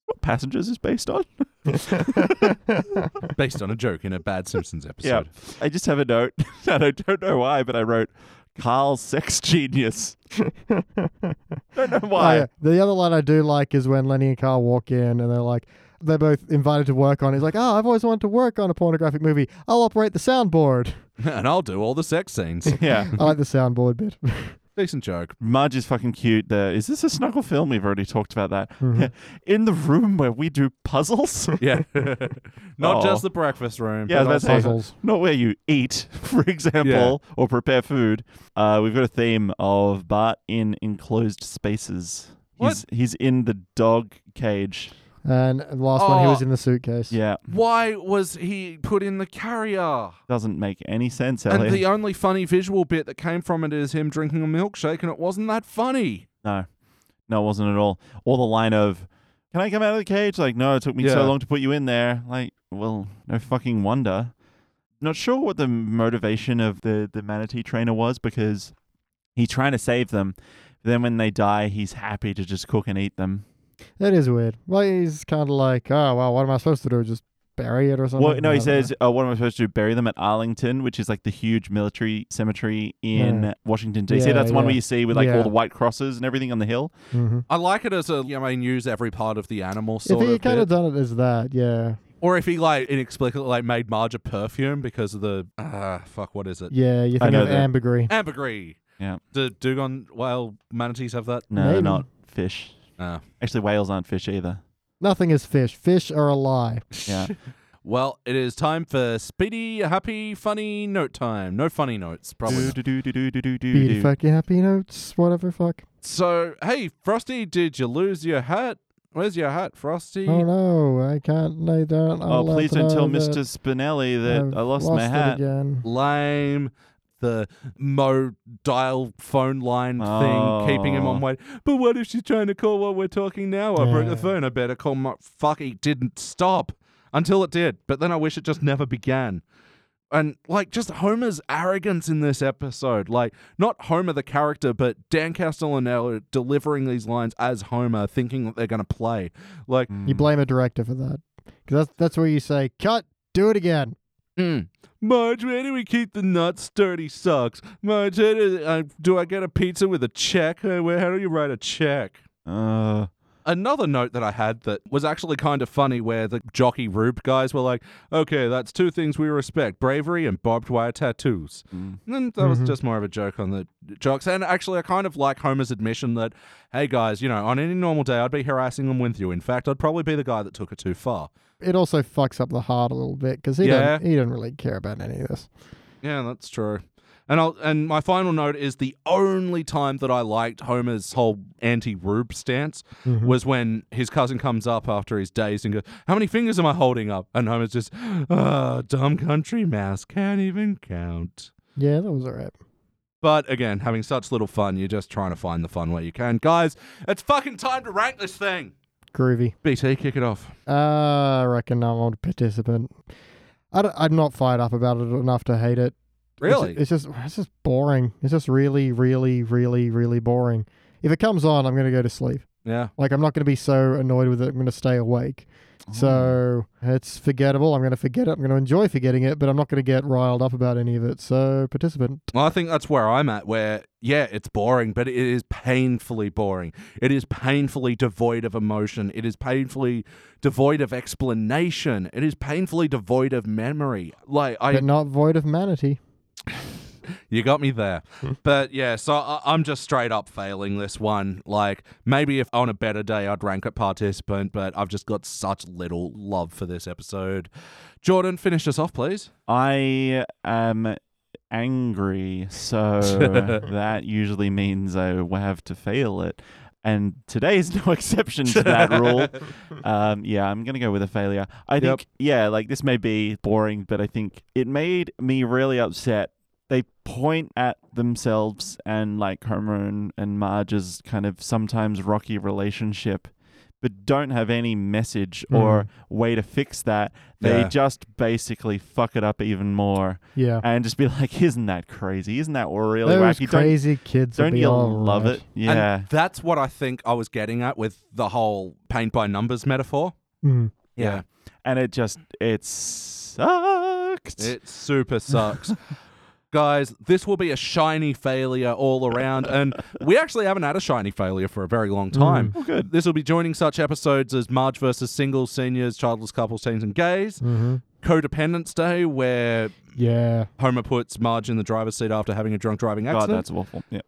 what passengers is based on? Based on a joke in a bad Simpsons episode. I just have a note, and I don't know why, but I wrote, Carl's sex genius. don't know Oh, why. yeah. The other line I do like is when Lenny and Carl walk in and they're like, they're both invited to work on. it. He's like, oh, I've always wanted to work on a pornographic movie. I'll operate the soundboard. And I'll do all the sex scenes. yeah. I like the soundboard bit. Decent joke. Marge is fucking cute. The, is this a snuggle film? We've already talked about that. Mhm. In the room where we do puzzles? Yeah. Not Oh. just the breakfast room. Yeah, I but was about also- to Puzzles. Not where you eat, for example, or prepare food. Uh, we've got a theme of Bart in enclosed spaces. He's, he's in the dog cage. And last one, he Oh. was in the suitcase. Yeah, Why was he put in the carrier? doesn't make any sense, And Elliot. the only funny visual bit that came from it is him drinking a milkshake, and it wasn't that funny. no, no, it wasn't at all. Or the line of, "Can I come out of the cage?" Like, no, it took me Yeah. so long to put you in there. Like, well, no fucking wonder. Not sure what the motivation of the the manatee trainer was because he's trying to save them. Then when they die, he's happy to just cook and eat them. That is weird. Well, he's kind of like, oh, well, what am I supposed to do? Just bury it or something? Well, no, I he don't know. says, uh, "What am I supposed to do? Bury them at Arlington, which is like the huge military cemetery in Yeah. Washington D.C. Yeah, That's the one yeah. where you see with like Yeah. all the white crosses and everything on the hill." Mhm. I like it as a, you know, I mean, use every part of the animal sort if he of. kind bit. of done it as that, yeah. Or if he like inexplicably like made Marge a perfume because of the ah fuck what is it Yeah, you I think know of that. ambergris. ambergris? Yeah. Do dugong whale manatees have that? No, they're Maybe. not fish. No. Actually, whales aren't fish either. Nothing is fish. Fish are a lie. Yeah. Well, it is time for speedy, happy, funny note time. No funny notes, probably. Do not. do do do do do do Be do. the fucking happy notes, whatever fuck. So, hey, Frosty, did you lose your hat? Where's your hat, Frosty? Oh no, I can't. I don't. Oh, I'll have please to don't tell know that Mr. Spinelli that I've I lost, my it hat. again. Lame. The Mo dial phone line Oh. thing, keeping him on wait. But what if she's trying to call while we're talking now? I broke Yeah. the phone. I better call my. Fuck, it didn't stop until it did. But then I wish it just never began. And like just Homer's arrogance in this episode, like not Homer the character, but Dan Castellaneta delivering these lines as Homer, thinking that they're going to play. Like, Hmm. You Mm. blame a director for that, because that's that's where you say cut. Do it again. Mm. Marge, where do we keep the nuts? Sturdy socks. Marge, how do, uh, do I get a pizza with a check? Uh, where, how do you write a check? Uh, Another note that I had that was actually kind of funny where the jockey Rube guys were like, okay, that's two things we respect bravery and barbed wire tattoos. mm. And then that was just more of a joke on the jocks. And actually, I kind of like Homer's admission that, hey guys, you know, on any normal day, I'd be harassing them with you. In fact, I'd probably be the guy that took it too far. It also fucks up the heart a little bit because he Yeah. doesn't he doesn't really care about any of this. Yeah, that's true. And I'll, and my final note is the only time that I liked Homer's whole anti-Rube stance was when his cousin comes up after he's dazed and goes, "How many fingers am I holding up?" And Homer's just, "Ah, dumb country mouse can't even count." Yeah, that was alright. But again, having such little fun, you're just trying to find the fun where you can. Guys, it's fucking time to rank this thing. Groovy. BT, kick it off. Uh, I reckon I'm on participant. I don't- I'm not fired up about it enough to hate it. It's- Really? It's, just it's just boring. It's just really, really, really, really boring. If it comes on, I'm gonna go to sleep. yeah. Like I'm not gonna be so annoyed with it. I'm gonna stay awake. Oh. So it's forgettable. I'm going to forget it. I'm going to enjoy forgetting it, but I'm not going to get riled up about any of it. So, participant. Well, I think that's where I'm at, where, yeah, it's boring, but it is painfully boring. It is painfully devoid of emotion. It is painfully devoid of explanation. It is painfully devoid of memory. Like, I. but not void of manatee. You got me there. but yeah, so I, I'm just straight up failing this one. Like, maybe if on a better day, I'd rank it participant, but I've just got such little love for this episode. Jordan, finish us off, please. I am angry, so that usually means I will have to fail it. And today is no exception to that rule. Um, yeah, I'm going to go with a failure. I think, yeah, like this may be boring, but I think it made me really upset. They point at themselves and like Homer and, and Marge's kind of sometimes rocky relationship, but don't have any message or way to fix that. They Yeah. just basically fuck it up even more Yeah. and just be like, "Isn't that crazy? Isn't that really Those wacky? crazy kids. don't will don't be you all love right. it? Yeah, And that's what I think I was getting at with the whole paint by numbers metaphor. Mm. Yeah. and it just it sucked. It super sucks. Guys, this will be a shiny failure all around. And we actually haven't had a shiny failure for a very long time. Oh, good. This will be joining such episodes as Marge versus Singles, Seniors, Childless Couples, Teens, and Gays, Mhm. Codependence Day, where Yeah. Homer puts Marge in the driver's seat after having a drunk driving God, accident. that's awful. Yeah,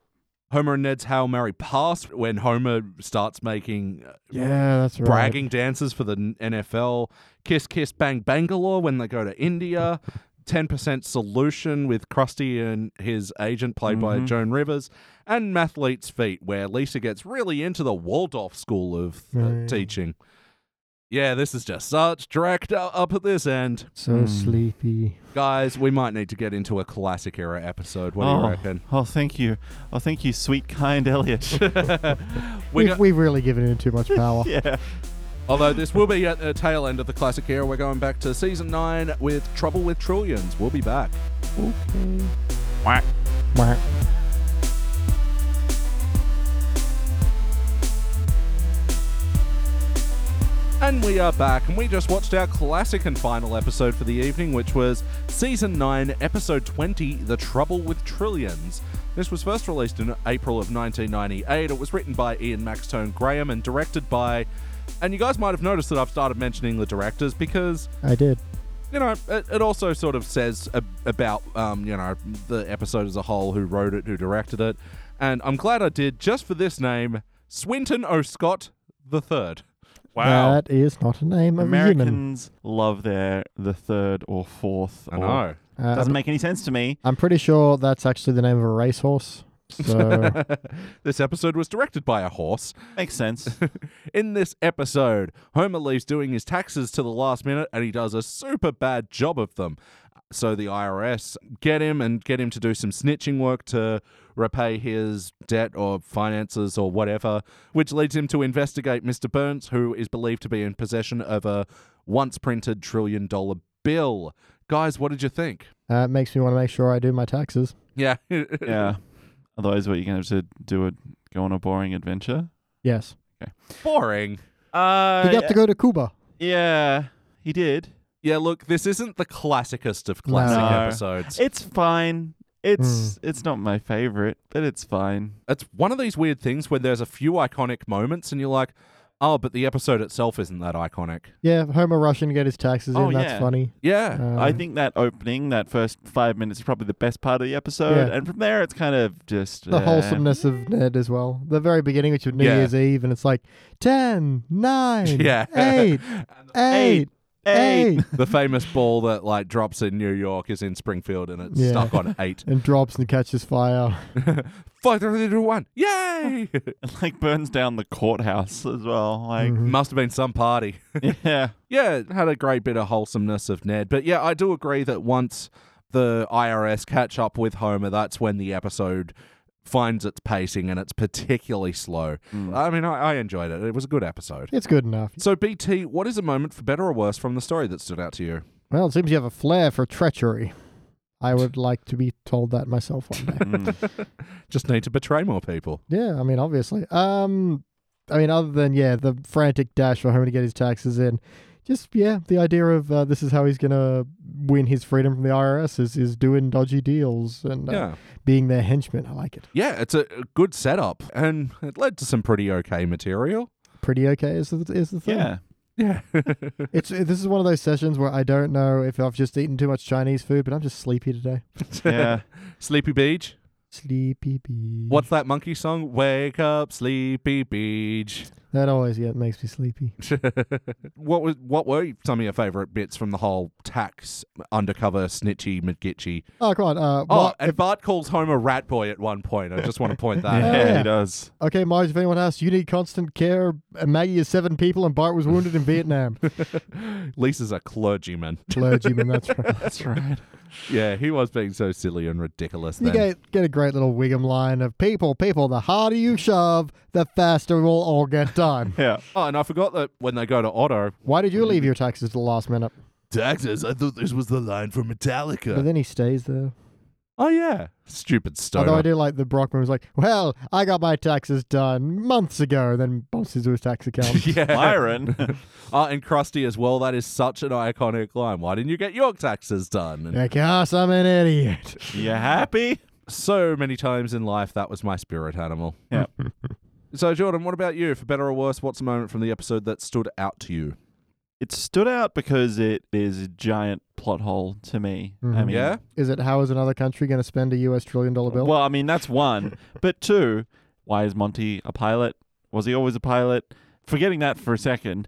Homer and Ned's How Mary Pass, when Homer starts making uh, Yeah, that's right. bragging dances for the N- NFL. Kiss Kiss Bang Bangalore when they go to India. 10% solution with Krusty and his agent, played by Joan Rivers. And Mathlete's Feet, where Lisa gets really into the Waldorf school of uh, Right. teaching. Yeah, this is just such dragged u- up at this end. So sleepy. Guys, we might need to get into a classic era episode. What do oh, you reckon? oh, thank you. Oh, thank you, sweet, kind Elliot. We We've, go- we've really given it too much power. yeah. Although this will be at the tail end of the classic era, we're going back to season nine with Trouble with Trillions. We'll be back. Whack. Whack. And we are back, and we just watched our classic and final episode for the evening, which was Season 9, Episode 20 The Trouble with Trillions. This was first released in April of 1998. It was written by Ian Maxtone Graham and directed by. And you guys might have noticed that I've started mentioning the directors because I did. you know, it, it also sort of says a, about, um, you know, the episode as a whole, who wrote it, who directed it. And I'm glad I did just for this name, Swinton O. Scott the Third. That is not a name of a human. Americans love their the third or fourth. I or- know. Uh, Doesn't make any sense to me. I'm pretty sure that's actually the name of a racehorse. So uh, This episode was directed by a horse. Makes sense. In this episode, Homer leaves doing his taxes to the last minute and he does a super bad job of them. So the IRS get him and get him to do some snitching work to repay his debt or finances or whatever, which leads him to investigate Mr. Burns, who is believed to be in possession of a once printed trillion dollar bill. Guys, what did you think? uh, it makes me want to make sure I do my taxes. Yeah. yeah. Otherwise, what you're gonna have to do? A, go on a boring adventure. Yes. Boring. Uh, You got to go to Cuba. yeah, he did. Yeah, look, this isn't the classicest of classic No. episodes. It's fine. It's Hmm. it's not my favorite, but it's fine. it's one of these weird things where there's a few iconic moments and you're like, oh, but the episode itself isn't that iconic. Yeah, Homer rushing to get his taxes Oh, in. That's yeah. funny. Yeah. I Um, think that opening, that first five minutes, is probably the best part of the episode, Yeah. and from there, it's kind of just the uh, wholesomeness of Ned as well. The very beginning, which was New Yeah. Year's Eve, and it's like 10, 9, Yeah. 8, 8. Hey, Eight. the famous ball that like drops in New York is in Springfield and it's Yeah. stuck on eight. And drops and catches fire. Five, three, two, one. Yay! like burns down the courthouse as well. Like, Must have been some party. Hmm. yeah, yeah, it had a great bit of wholesomeness of Ned. But yeah, I do agree that once the IRS catch up with Homer, that's when the episode finds its pacing and it's particularly slow. I mean, I, I enjoyed it. It was a good episode. It's good enough. So, BT, what is a moment for better or worse from the story that stood out to you? Well, it seems you have a flair for treachery. I would like to be told that myself one day. Hmm. Just need to betray more people. yeah, I mean, obviously. Um, I mean, other than yeah, the frantic dash for Homer to get his taxes in, just yeah, the idea of uh, this is how he's gonna win his freedom from the IRS is is doing dodgy deals and uh, Yeah. being their henchman. I like it. Yeah, it's a a good setup, and it led to some pretty okay material. Pretty okay is the is the thing. Yeah. Yeah. It's this is one of those sessions where I don't know if I've just eaten too much Chinese food, but I'm just sleepy today. Yeah. Sleepy Beach. Sleepy bee. What's that monkey song? Wake up, Sleepy Beach. That always yeah makes me sleepy. What was what were some of your favourite bits from the whole tax undercover snitchy McGitchy? Oh come on. Uh, Oh, Mar- and Bart calls home a rat boy at one point. I just want to point that. yeah, out. yeah. he does. okay, Marge. If anyone asks, you need constant care. And Maggie is seven people, and Bart was wounded in Vietnam. Lisa's a clergyman. Clergyman, that's right. That's right. Yeah, he was being so silly and ridiculous. You Then. get, get a great little Wiggum line of people, people, the harder you shove, the faster we'll all get done. Yeah. oh, and I forgot that when they go to Otto, Why did you leave your taxes to the last minute? taxes. I thought this was the line from But Metallica. then he stays there. Oh yeah, stupid stoner. Although I do like the Brockman was like, well, I got my taxes done months ago, then bumps into his tax account. yeah. Myron. Oh, and Krusty as well. That is such an iconic line. Why didn't you get your taxes done? And Because I'm "Ah, an idiot. you happy? So many times in life, that was my spirit animal. Yeah. So, Jordan, what about you? For better or worse, what's a moment from the episode that stood out to you? It stood out because it is a giant plot hole to me. I Mhm. mean, Yeah? Is it how is another country going to spend a US trillion dollar bill? Well, I mean, that's one. but two, why is Monty a pilot? Was he always a pilot? Forgetting that for a second.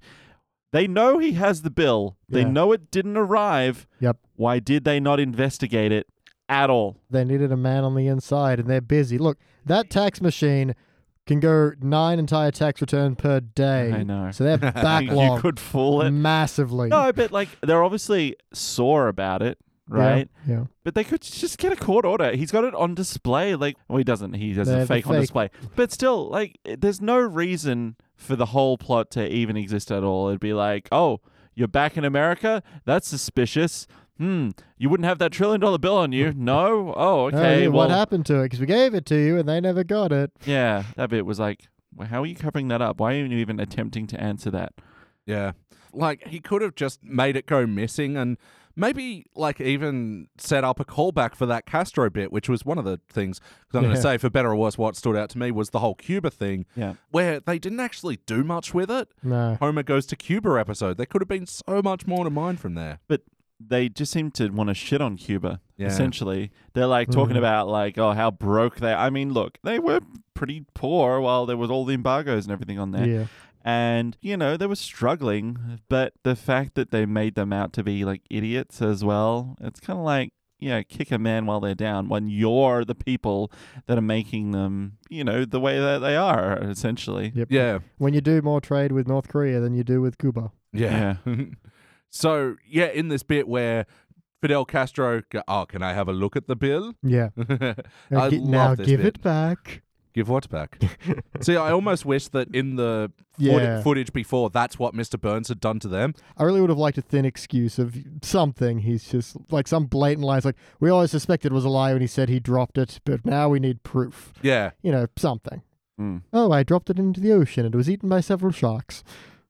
They know he has the bill. They Yeah. know it didn't arrive. Yep. Why did they not investigate it at all? they needed a man on the inside, and they're busy. Look, that tax machine can go nine entire tax return per day. I know. So they're you backlog. could fool it. massively. No, but like they're obviously sore about it, right? Yeah. yeah. But they could just get a court order. He's got it on display. Like, well, he doesn't. He has They a have the fake on fake. display. But still, like, there's no reason for the whole plot to even exist at all. It'd be like, oh, you're back in America? That's suspicious. Hmm. You wouldn't have that trillion dollar bill on you. No? Oh, Oh, okay. yeah, well, what happened to it? Because we gave it to you and they never got it. Yeah. That bit was like, well, how are you covering that up? Why are you even attempting to answer that? Yeah. Like, he could have just made it go missing and maybe, like, even set up a callback for that Castro bit, which was one of the things. Because I'm going to Yeah. say, for better or worse, what stood out to me was the whole Cuba thing, Yeah. where they didn't actually do much with it. No. Homer goes to Cuba episode. There could have been so much more to mine from there. but they just seem to want to shit on Cuba. Yeah. Mm-hmm. Essentially, they're like talking Mhm. about like, oh, how broke they. I mean, look, they were pretty poor while there was all the embargoes and everything on there, Yeah. and you know they were struggling. But the fact that they made them out to be like idiots as well, it's kind of like. Yeah, kick a man while they're down when you're the people that are making them, you know, the way that they are, essentially. Yep. Yeah. When you do more trade with North Korea than you do with Cuba. Yeah. so, yeah, in this bit where Fidel Castro, go, oh, can I have a look at the bill? Yeah. I And love gi- now this give bit. it back. Give what back? See, I almost wish that in the foot- Yeah. footage before, that's what Mr. Burns had done to them. I really would have liked a thin excuse of something. He's just like some blatant lies. Like, we always suspected it was a lie when he said he dropped it, but now we need proof. Yeah. You know, something. Mm. Oh, I dropped it into the ocean and it was eaten by several sharks.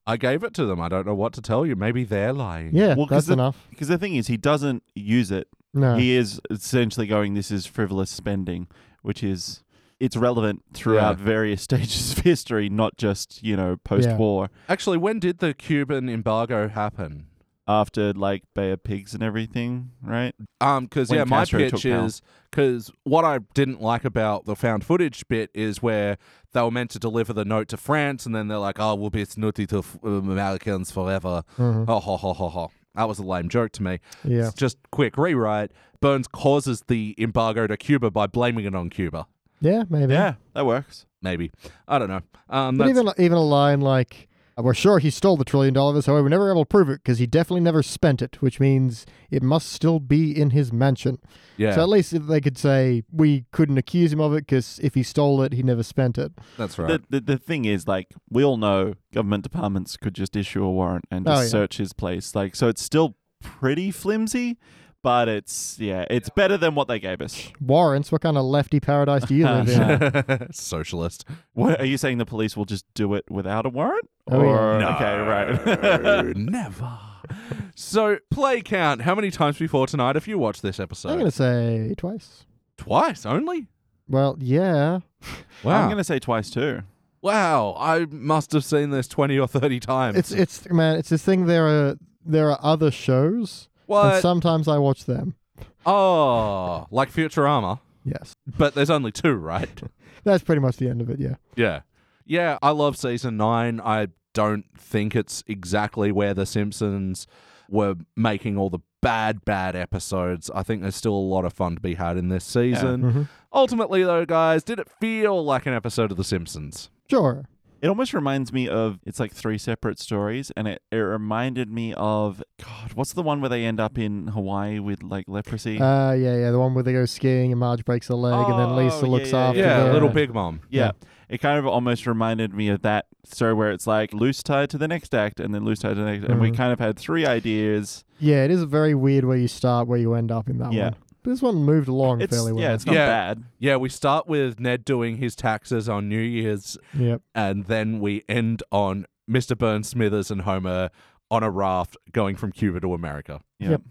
I gave it to them. I don't know what to tell you. Maybe they're lying. Yeah, Well, 'cause that's the- enough. Because the thing is, he doesn't use it No. he is essentially going this is frivolous spending which is it's relevant throughout Yeah. various stages of history not just you know post-war Actually, when did the Cuban embargo happen? after like bay of pigs and everything right Um, because When yeah, my Castro took pitch power. is because what I didn't like about the found footage bit is where they were meant to deliver the note to France, and then they're like, "Oh, we'll be snooty to f- um, Americans forever." Mhm. Oh, ho, ho, ho, ho. That was a lame joke to me. Yeah. It's just quick rewrite. Burns causes the embargo to Cuba by blaming it on Cuba. Yeah, maybe. yeah that works Maybe I don't know. Um, But that's, even even a line like, "Uh, "We're sure he stole the trillion dollars, however, we're never able to prove it because he definitely never spent it, which means it must still be in his mansion." yeah, So at least if they could say we couldn't accuse him of it because if he stole it, he never spent it. that's right. the, the, the thing is like we all know government departments could just issue a warrant and Oh, just yeah. search his place like so it's still pretty flimsy but it's yeah, it's better than what they gave us. Warrants? What kind of lefty paradise do you live in? Socialist. What, are you saying the police will just do it without a warrant? Oh, yeah. Or- okay, right. never. So, play count. How many times before tonight have you watched this episode? I'm gonna say twice. Twice only? Well, yeah. Wow. I'm gonna say twice too. Wow. I must have seen this 20 or 30 times. It's it's man, it's this thing. There are there are other shows, and what? sometimes I watch them. oh, like Futurama. Yes, But there's only two, right? that's pretty much the end of it. Yeah. Yeah. Yeah, I love season nine. I don't think it's exactly where The Simpsons were making all the bad, bad episodes. I think there's still a lot of fun to be had in this season. Mhm. Ultimately, though, guys, did it feel like an episode of The Simpsons? Sure. It almost reminds me of it's like three separate stories, and it, it reminded me of God. What's the one where they end up in Hawaii with like leprosy? Uh, yeah, yeah. The one where they go skiing and Marge breaks a leg, and then Oh, Lisa yeah, looks yeah, after. Yeah, the, Little Big Mom. yeah. yeah. it kind of almost reminded me of that story where it's like loose tie to the next act, and then loose tie to the next, and we Mhm. kind of had three ideas. Yeah, it is very weird where you start, where you end up in that Yeah. one. But this one moved along It's fairly well. yeah, it's not Yeah. bad. Yeah, we start with Ned doing his taxes on New Year's, Yep. and then we end on Mr. Burns, Smithers, and Homer on a raft going from Cuba to America. Yeah. Yep.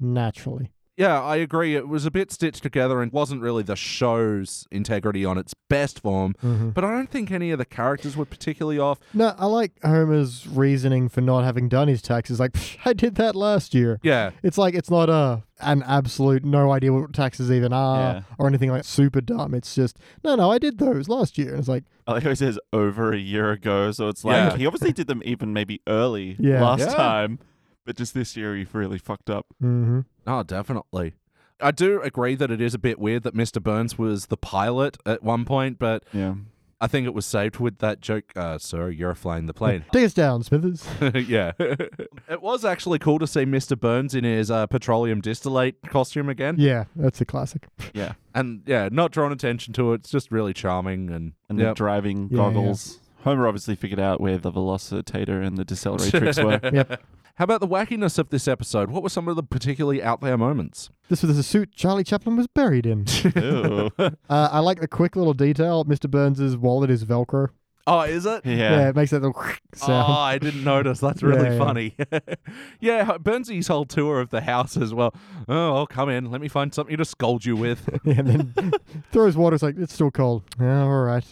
Naturally. Yeah, I agree. It was a bit stitched together and wasn't really the show's integrity on its best form, Mhm. but I don't think any of the characters were particularly off. No, I like Homer's reasoning for not having done his taxes. Like, "Psh, I did that last year. Yeah, It's like it's not a an absolute no idea what taxes even are Yeah. or anything like super dumb. It's just no, no, I did those last year. And it's like I like how he says over a year ago, so it's like Yeah. he obviously did them even maybe early Yeah. last Yeah. time, but just this year he really fucked up. mm-hmm. oh, definitely. I do agree that it is a bit weird that Mr. Burns was the pilot at one point, but Yeah, I think it was saved with that joke, uh, sir, you're flying the plane. take us down, Smithers. yeah. it was actually cool to see Mr. Burns in his uh, petroleum distillate costume again. yeah, that's a classic. yeah, And yeah, not drawn attention to it. It's just really charming and, and Yep. the driving Yeah, yeah. goggles. Homer obviously figured out where the velocitator and the deceleratrix were. Yep. How about the wackiness of this episode? What were some of the particularly out there moments? This was the suit Charlie Chaplin was buried in. Ew. uh, I like the quick little detail. Mr. Burns's wallet is Velcro. Oh, is it? Yeah, yeah. it makes that little Oh, sound. I didn't notice. That's Yeah, really yeah. funny. yeah, Burnsy's whole tour of the house as well. Oh, I'll come in. Let me find something to scold you with. Yeah, and then throws water. It's like it's still cold. Yeah, all right.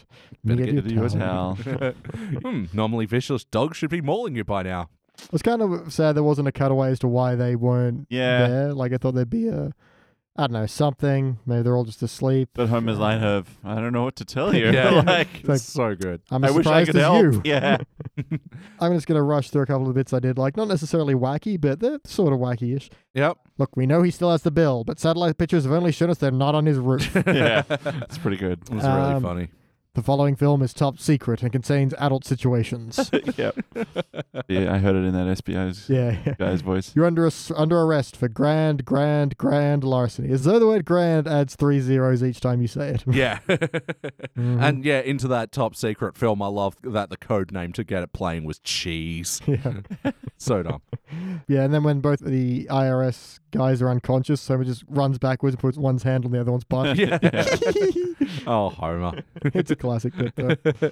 Let me Better get your towel. hmm, normally vicious dogs should be mauling you by now. I was kind of sad there wasn't a cutaway as to why they weren't Yeah. there. Like I thought there'd be a, I don't know, something. Maybe they're all just asleep. But Homer's like, "Have I don't know what to tell you. Yeah. like, Like, so good. I'm I as wish I surprised could as help. you. Yeah, I'm just gonna rush through a couple of bits I did. Like not necessarily wacky, but they're sort of wacky-ish. Yep. Look, we know he still has the bill, but satellite pictures have only shown us they're not on his roof. yeah, it's pretty good. It was really Um, funny. the following film is top secret and contains adult situations. yeah, yeah. I heard it in that SBI's yeah. yeah. guy's voice. You're under ass- under arrest for grand, grand, grand larceny. As though the word grand adds three zeros each time you say it. Yeah. Mhm. And yeah, into that top secret film, I love that the code name to get it playing was cheese. yeah. So dumb. yeah, and then when both the IRS guys are unconscious, Homer just runs backwards and puts one's hand on the other one's butt. yeah. oh, Homer. it's a classic bit, though.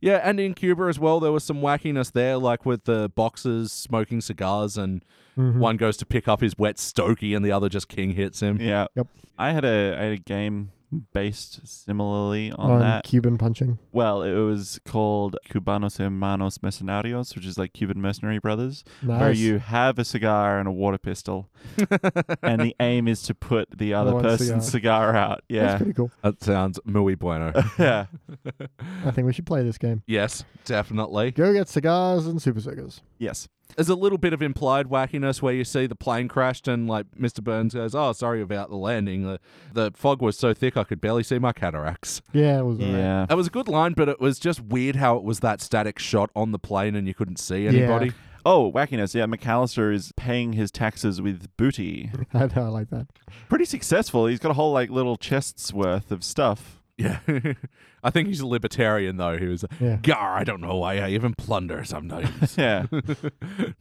Yeah, and in Cuba as well, there was some wackiness there, like with the boxers smoking cigars, and Mhm. one goes to pick up his wet stogie, and the other just king hits him. Yeah. Yep. I had a I had a game based similarly on, on that. Cuban punching. Well, it was called Cubanos Hermanos Mercenarios, which is like Cuban mercenary brothers, Nice. where you have a cigar and a water pistol, and the aim is to put the other one person's cigar out. That's Yeah. pretty cool. That sounds muy bueno. yeah. I think we should play this game. yes, definitely. Go get cigars and super cigars. Yes. There's a little bit of implied wackiness where you see the plane crashed, and like Mr. Burns goes, "Oh, sorry about the landing. The, the fog was so thick I could barely see my cataracts." Yeah, it was alright. Yeah. That was a good line, but it was just weird how it was that static shot on the plane, and you couldn't see Yeah. anybody. Oh, wackiness. Yeah. McAllister is paying his taxes with booty. I know, I like that. Pretty successful. He's got a whole like little chest's worth of stuff. Yeah. I think he's a libertarian, though. He was, Yeah. Gar, I don't know why I even plunder sometimes. Yeah.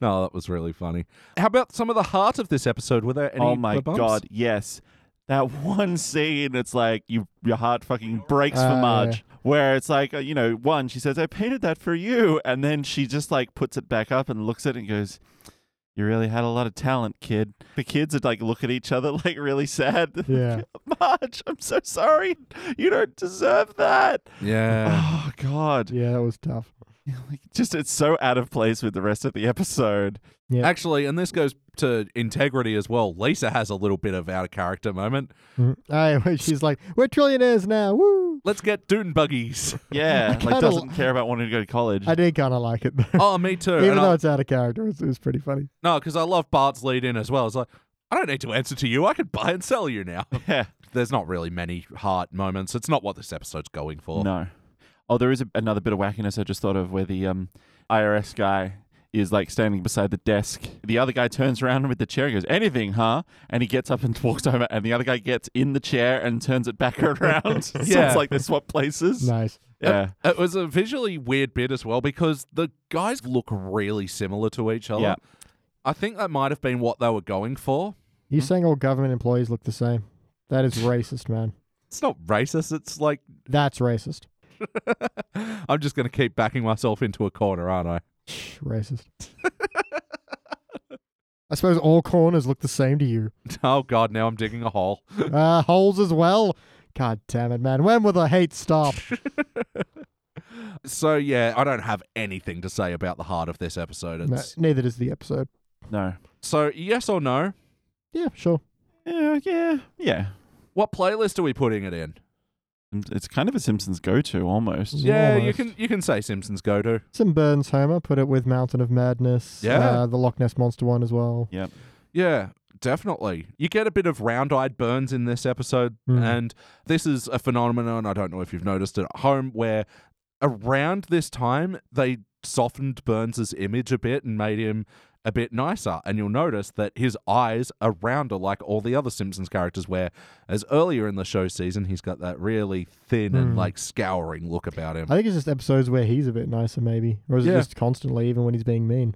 no, that was really funny. How about some of the heart of this episode? Were there any? oh my bumps? god, yes. That one scene, it's like you your heart fucking breaks for Ah, Marge. Where it's like, uh, you know, one, she says, I painted that for you. And then she just like puts it back up and looks at it and goes, You really had a lot of talent, kid. The kids are like look at each other like really sad. Yeah. Marge, I'm so sorry. You don't deserve that. Uh, Yeah. Oh God. Yeah, that was tough. Like, just it's so out of place with the rest of the episode. Yeah. Actually, and this goes to integrity as well. Lisa has a little bit of out of character moment. Mm. Aye, when she's like, we're trillionaires now. Woo! Let's get Dune buggies. Yeah. like kinda doesn't li- care about wanting to go to college. I did kind of like it, though. oh, me too. Even And I- though it's out of character, it's, it's pretty funny. no, because I love Bart's lead in as well. It's like, I don't need to answer to you. I could buy and sell you now. yeah. There's not really many heart moments. It's not what this episode's going for. No. Oh, there is a, another bit of wackiness I just thought of where the um, IRS guy is like standing beside the desk. The other guy turns around with the chair and goes, Anything, huh? And he gets up and walks over, and the other guy gets in the chair and turns it back around. so Yeah. it's like they swap places. Nice. Yeah. It was a visually weird bit as well because the guys look really similar to each other. Yeah. I think that might have been what they were going for. You Hmm? saying all government employees look the same? That is racist, man. It's not racist. It's like That's racist. I'm just going to keep backing myself into a corner, aren't I? Shh, racist. I suppose all corners look the same to you. Oh God, now I'm digging a hole. Uh, holes as well. God damn it, man. When will the hate stop? So yeah, I don't have anything to say about the heart of this episode. No, It's, neither does the episode. No. So yes or no? Yeah, sure. Yeah. Yeah. Yeah. What playlist are we putting it in? And It's kind of a Simpsons go to almost. Yeah, you Almost. can you can say Simpsons go to. Some Burns Homer put it with Mountain of Madness. Yeah. Uh, the Loch Ness Monster one as well. Yep. Yeah, definitely. You get a bit of round eyed burns in this episode, Mhm. and this is a phenomenon I don't know if you've noticed at home where around this time they softened Burns's image a bit and made him a bit nicer and you'll notice that his eyes are rounder like all the other simpsons characters where as earlier in the show season he's got that really thin and Mm. like scouring look about him I think it's just episodes where he's a bit nicer, maybe. Or is Yeah. it just constantly, even when he's being mean?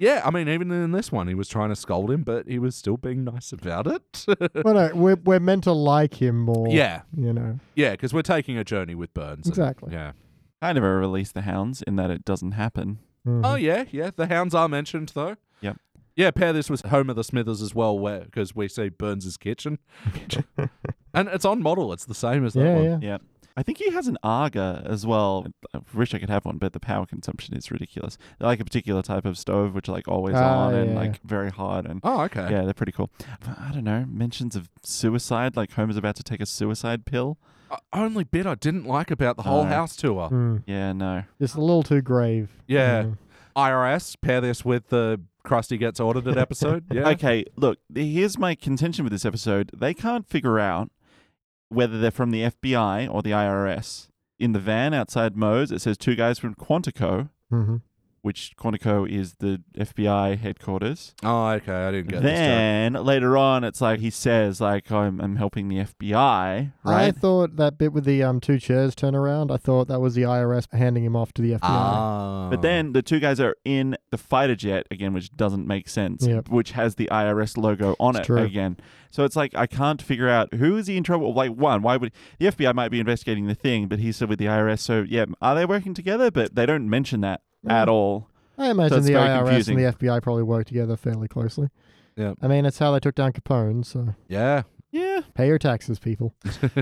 yeah i mean even in this one he was trying to scold him but he was still being nice about it well, no, we're, we're meant to like him more. yeah You know, Yeah, because we're taking a journey with Burns. and- exactly. Mm-hmm. yeah. Kind of a release the hounds in that it doesn't happen. Mhm. Oh yeah, yeah. The hounds are mentioned though. Yep. Yeah, pair this with Homer the Smithers as well, where because we see Burns's kitchen, and it's on model. It's the same as that yeah, one. yeah. Yeah. I think he has an Arga as well. I wish I could have one, but the power consumption is ridiculous. They're like a particular type of stove, which are like always Ah, on and yeah. like very hot. And Oh, okay. yeah, they're pretty cool. But I don't know. Mentions of suicide, like Homer's about to take a suicide pill. O- only bit I didn't like about the whole No. house tour. Mm. Yeah, no. Just a little too grave. Yeah. Mhm. IRS pair this with the Krusty gets audited episode. Yeah. Okay, look, here's my contention with this episode. They can't figure out whether they're from the FBI or the IRS. In the van outside Moe's, it says two guys from Quantico, Mhm. which Quantico is the FBI headquarters. Oh, okay. I didn't get this. then later on, it's like he says, like, oh, I'm, I'm helping the FBI, I right? thought that bit with the um two chairs turn around. I thought that was the IRS handing him off to the FBI. joke. Ah. But then the two guys are in the fighter jet again, which doesn't make sense, Yep. which has the IRS logo on It's it true. again. So it's like, I can't figure out who is he in trouble with. Like, one, why would the FBI might be investigating the thing, but he's still with the IRS. So, yeah, are they working together? But they don't mention that Mm-hmm. at all. I imagine it's the very IRS confusing. and the FBI probably work together fairly closely. Yeah. I mean, it's how they took down Capone. So yeah. Yeah. pay your taxes, people.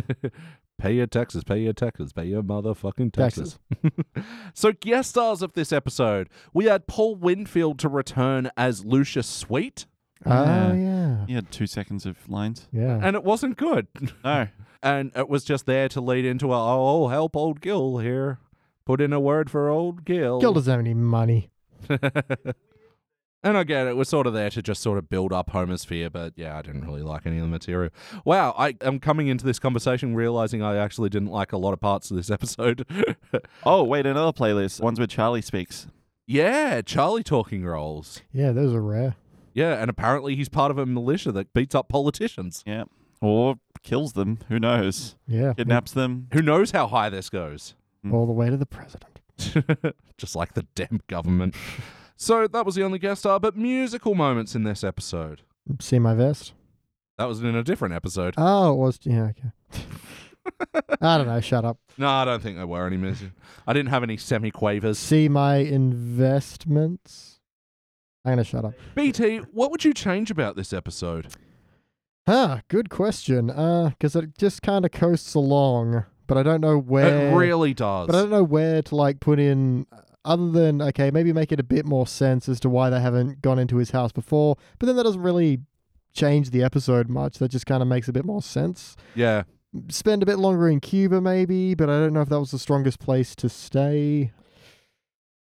pay your taxes, pay your taxes, pay your motherfucking taxes. Taxes. so, guest stars of this episode, we had Paul Winfield to return as Lucius Sweet, Oh Yeah. yeah. He had two seconds of lines. Yeah. and it wasn't good. No. And it was just there to lead into a, oh, help old Gil here. Put in a word for old Gil. Gil doesn't have any money. And again, it was sort of there to just sort of build up Homer's fear, but yeah, I didn't really like any of the material. Wow, I am coming into this conversation realizing I actually didn't like a lot of parts of this episode. Oh, wait, another playlist. One's where Charlie speaks. yeah, Charlie talking roles. Yeah, those are rare. Yeah, and apparently he's part of a militia that beats up politicians. Yeah. or kills them. Who knows? Yeah. Kidnaps them. Who knows how high this goes? All the way to the president. Just like the damn government. so that was the only guest star, but musical moments in this episode. See my vest? That was in a different episode. Oh, it was. Yeah, okay. I don't know. Shut up. No, I don't think there were any music. I didn't have any semi quavers. See my investments? I'm going to shut up. BT, what would you change about this episode? Huh, good question. Because it just kind of coasts along, but I don't know where. It really does. But uh, I don't know where to like put in uh, other than okay, maybe make it a bit more sense as to why they haven't gone into his house before. But then that doesn't really change the episode much. That just kind of makes a bit more sense. yeah. Spend a bit longer in Cuba maybe, but I don't know if that was the strongest place to stay.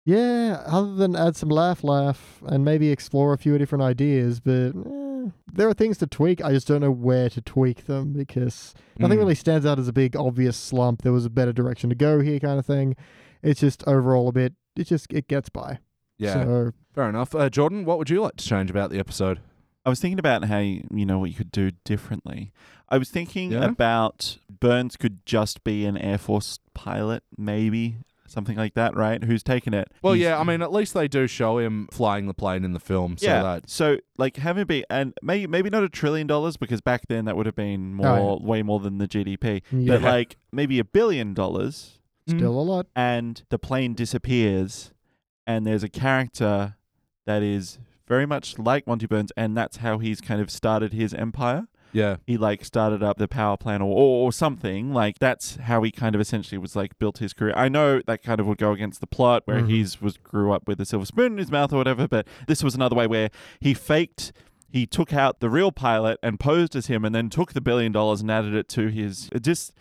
Yeah, other than add some laugh laugh and maybe explore a few different ideas, but eh, there are things to tweak. I just don't know where to tweak them because Nothing Mm. really stands out as a big obvious slump. There was a better direction to go here, kind of thing. It's just overall a bit. It just it gets by. Yeah. So Fair enough. Uh, Jordan, what would you like to change about the episode? I was thinking about how you, you know what you could do differently. I was thinking Yeah? about Burns could just be an Air Force pilot, maybe something like that, right? Who's taken it? Well, He's- yeah, I mean, at least they do show him flying the plane in the film, so yeah. that So like have it be and maybe maybe not a trillion dollars because back then that would have been Oh, more yeah. way more than the GDP, yeah, but like maybe a billion dollars. still a lot. and the plane disappears, and there's a character that is very much like Monty Burns, and that's how he's kind of started his empire. yeah, He like started up the power plant or, or, or something like that's how he kind of essentially was like built his career. I know that kind of would go against the plot where Mhm. he's was grew up with a silver spoon in his mouth or whatever, but this was another way where he faked. He took out the real pilot and posed as him, and then took the billion dollars and added it to his. It just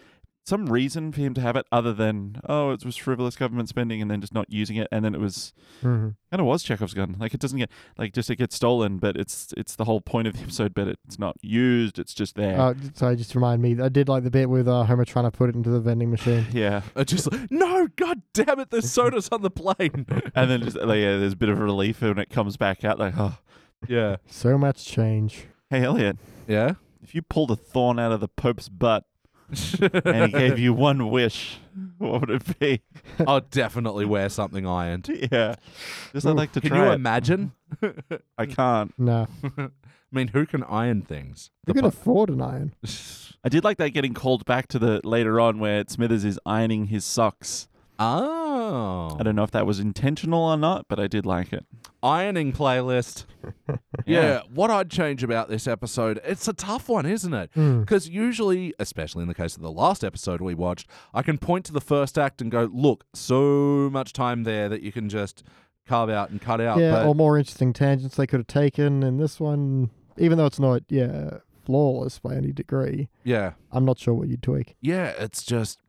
some reason for him to have it other than oh it was frivolous government spending and then just not using it and then it was hmm kind of was Chekhov's gun like it doesn't get like just it gets stolen but it's it's the whole point of the episode but it's not used it's just there Uh, sorry, just remind me. I did like the bit with uh, Homer trying to put it into the vending machine. yeah It's just like, no, god damn it, there's sodas on the plane. and then just like yeah, there's a bit of relief when it comes back out like oh yeah, So much change. hey Elliot yeah, if you pulled a thorn out of the Pope's butt and he gave you one wish what would it be I'll definitely wear something ironed. yeah just I'd like to Can try you it. imagine? I can't Nah, I mean, who can iron things? they could afford an iron. pu- I did like that getting called back to the later on where Smithers is ironing his socks oh, I don't know if that was intentional or not, but I did like it. ironing playlist. Yeah. what I'd change about this episode, it's a tough one, isn't it? Mm. Because usually, especially in the case of the last episode we watched, I can point to the first act and go, look, so much time there that you can just carve out and cut out. Yeah, Oh, but or more interesting tangents they could have taken. And this one, even though it's not yeah flawless by any degree, yeah, I'm not sure what you'd tweak. yeah, it's just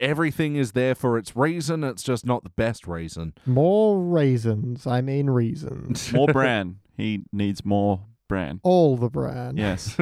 everything is there for its reason. It's just not the best reason. More raisins. I mean reasons. More Bran. He needs more Bran. All the brand. Yes.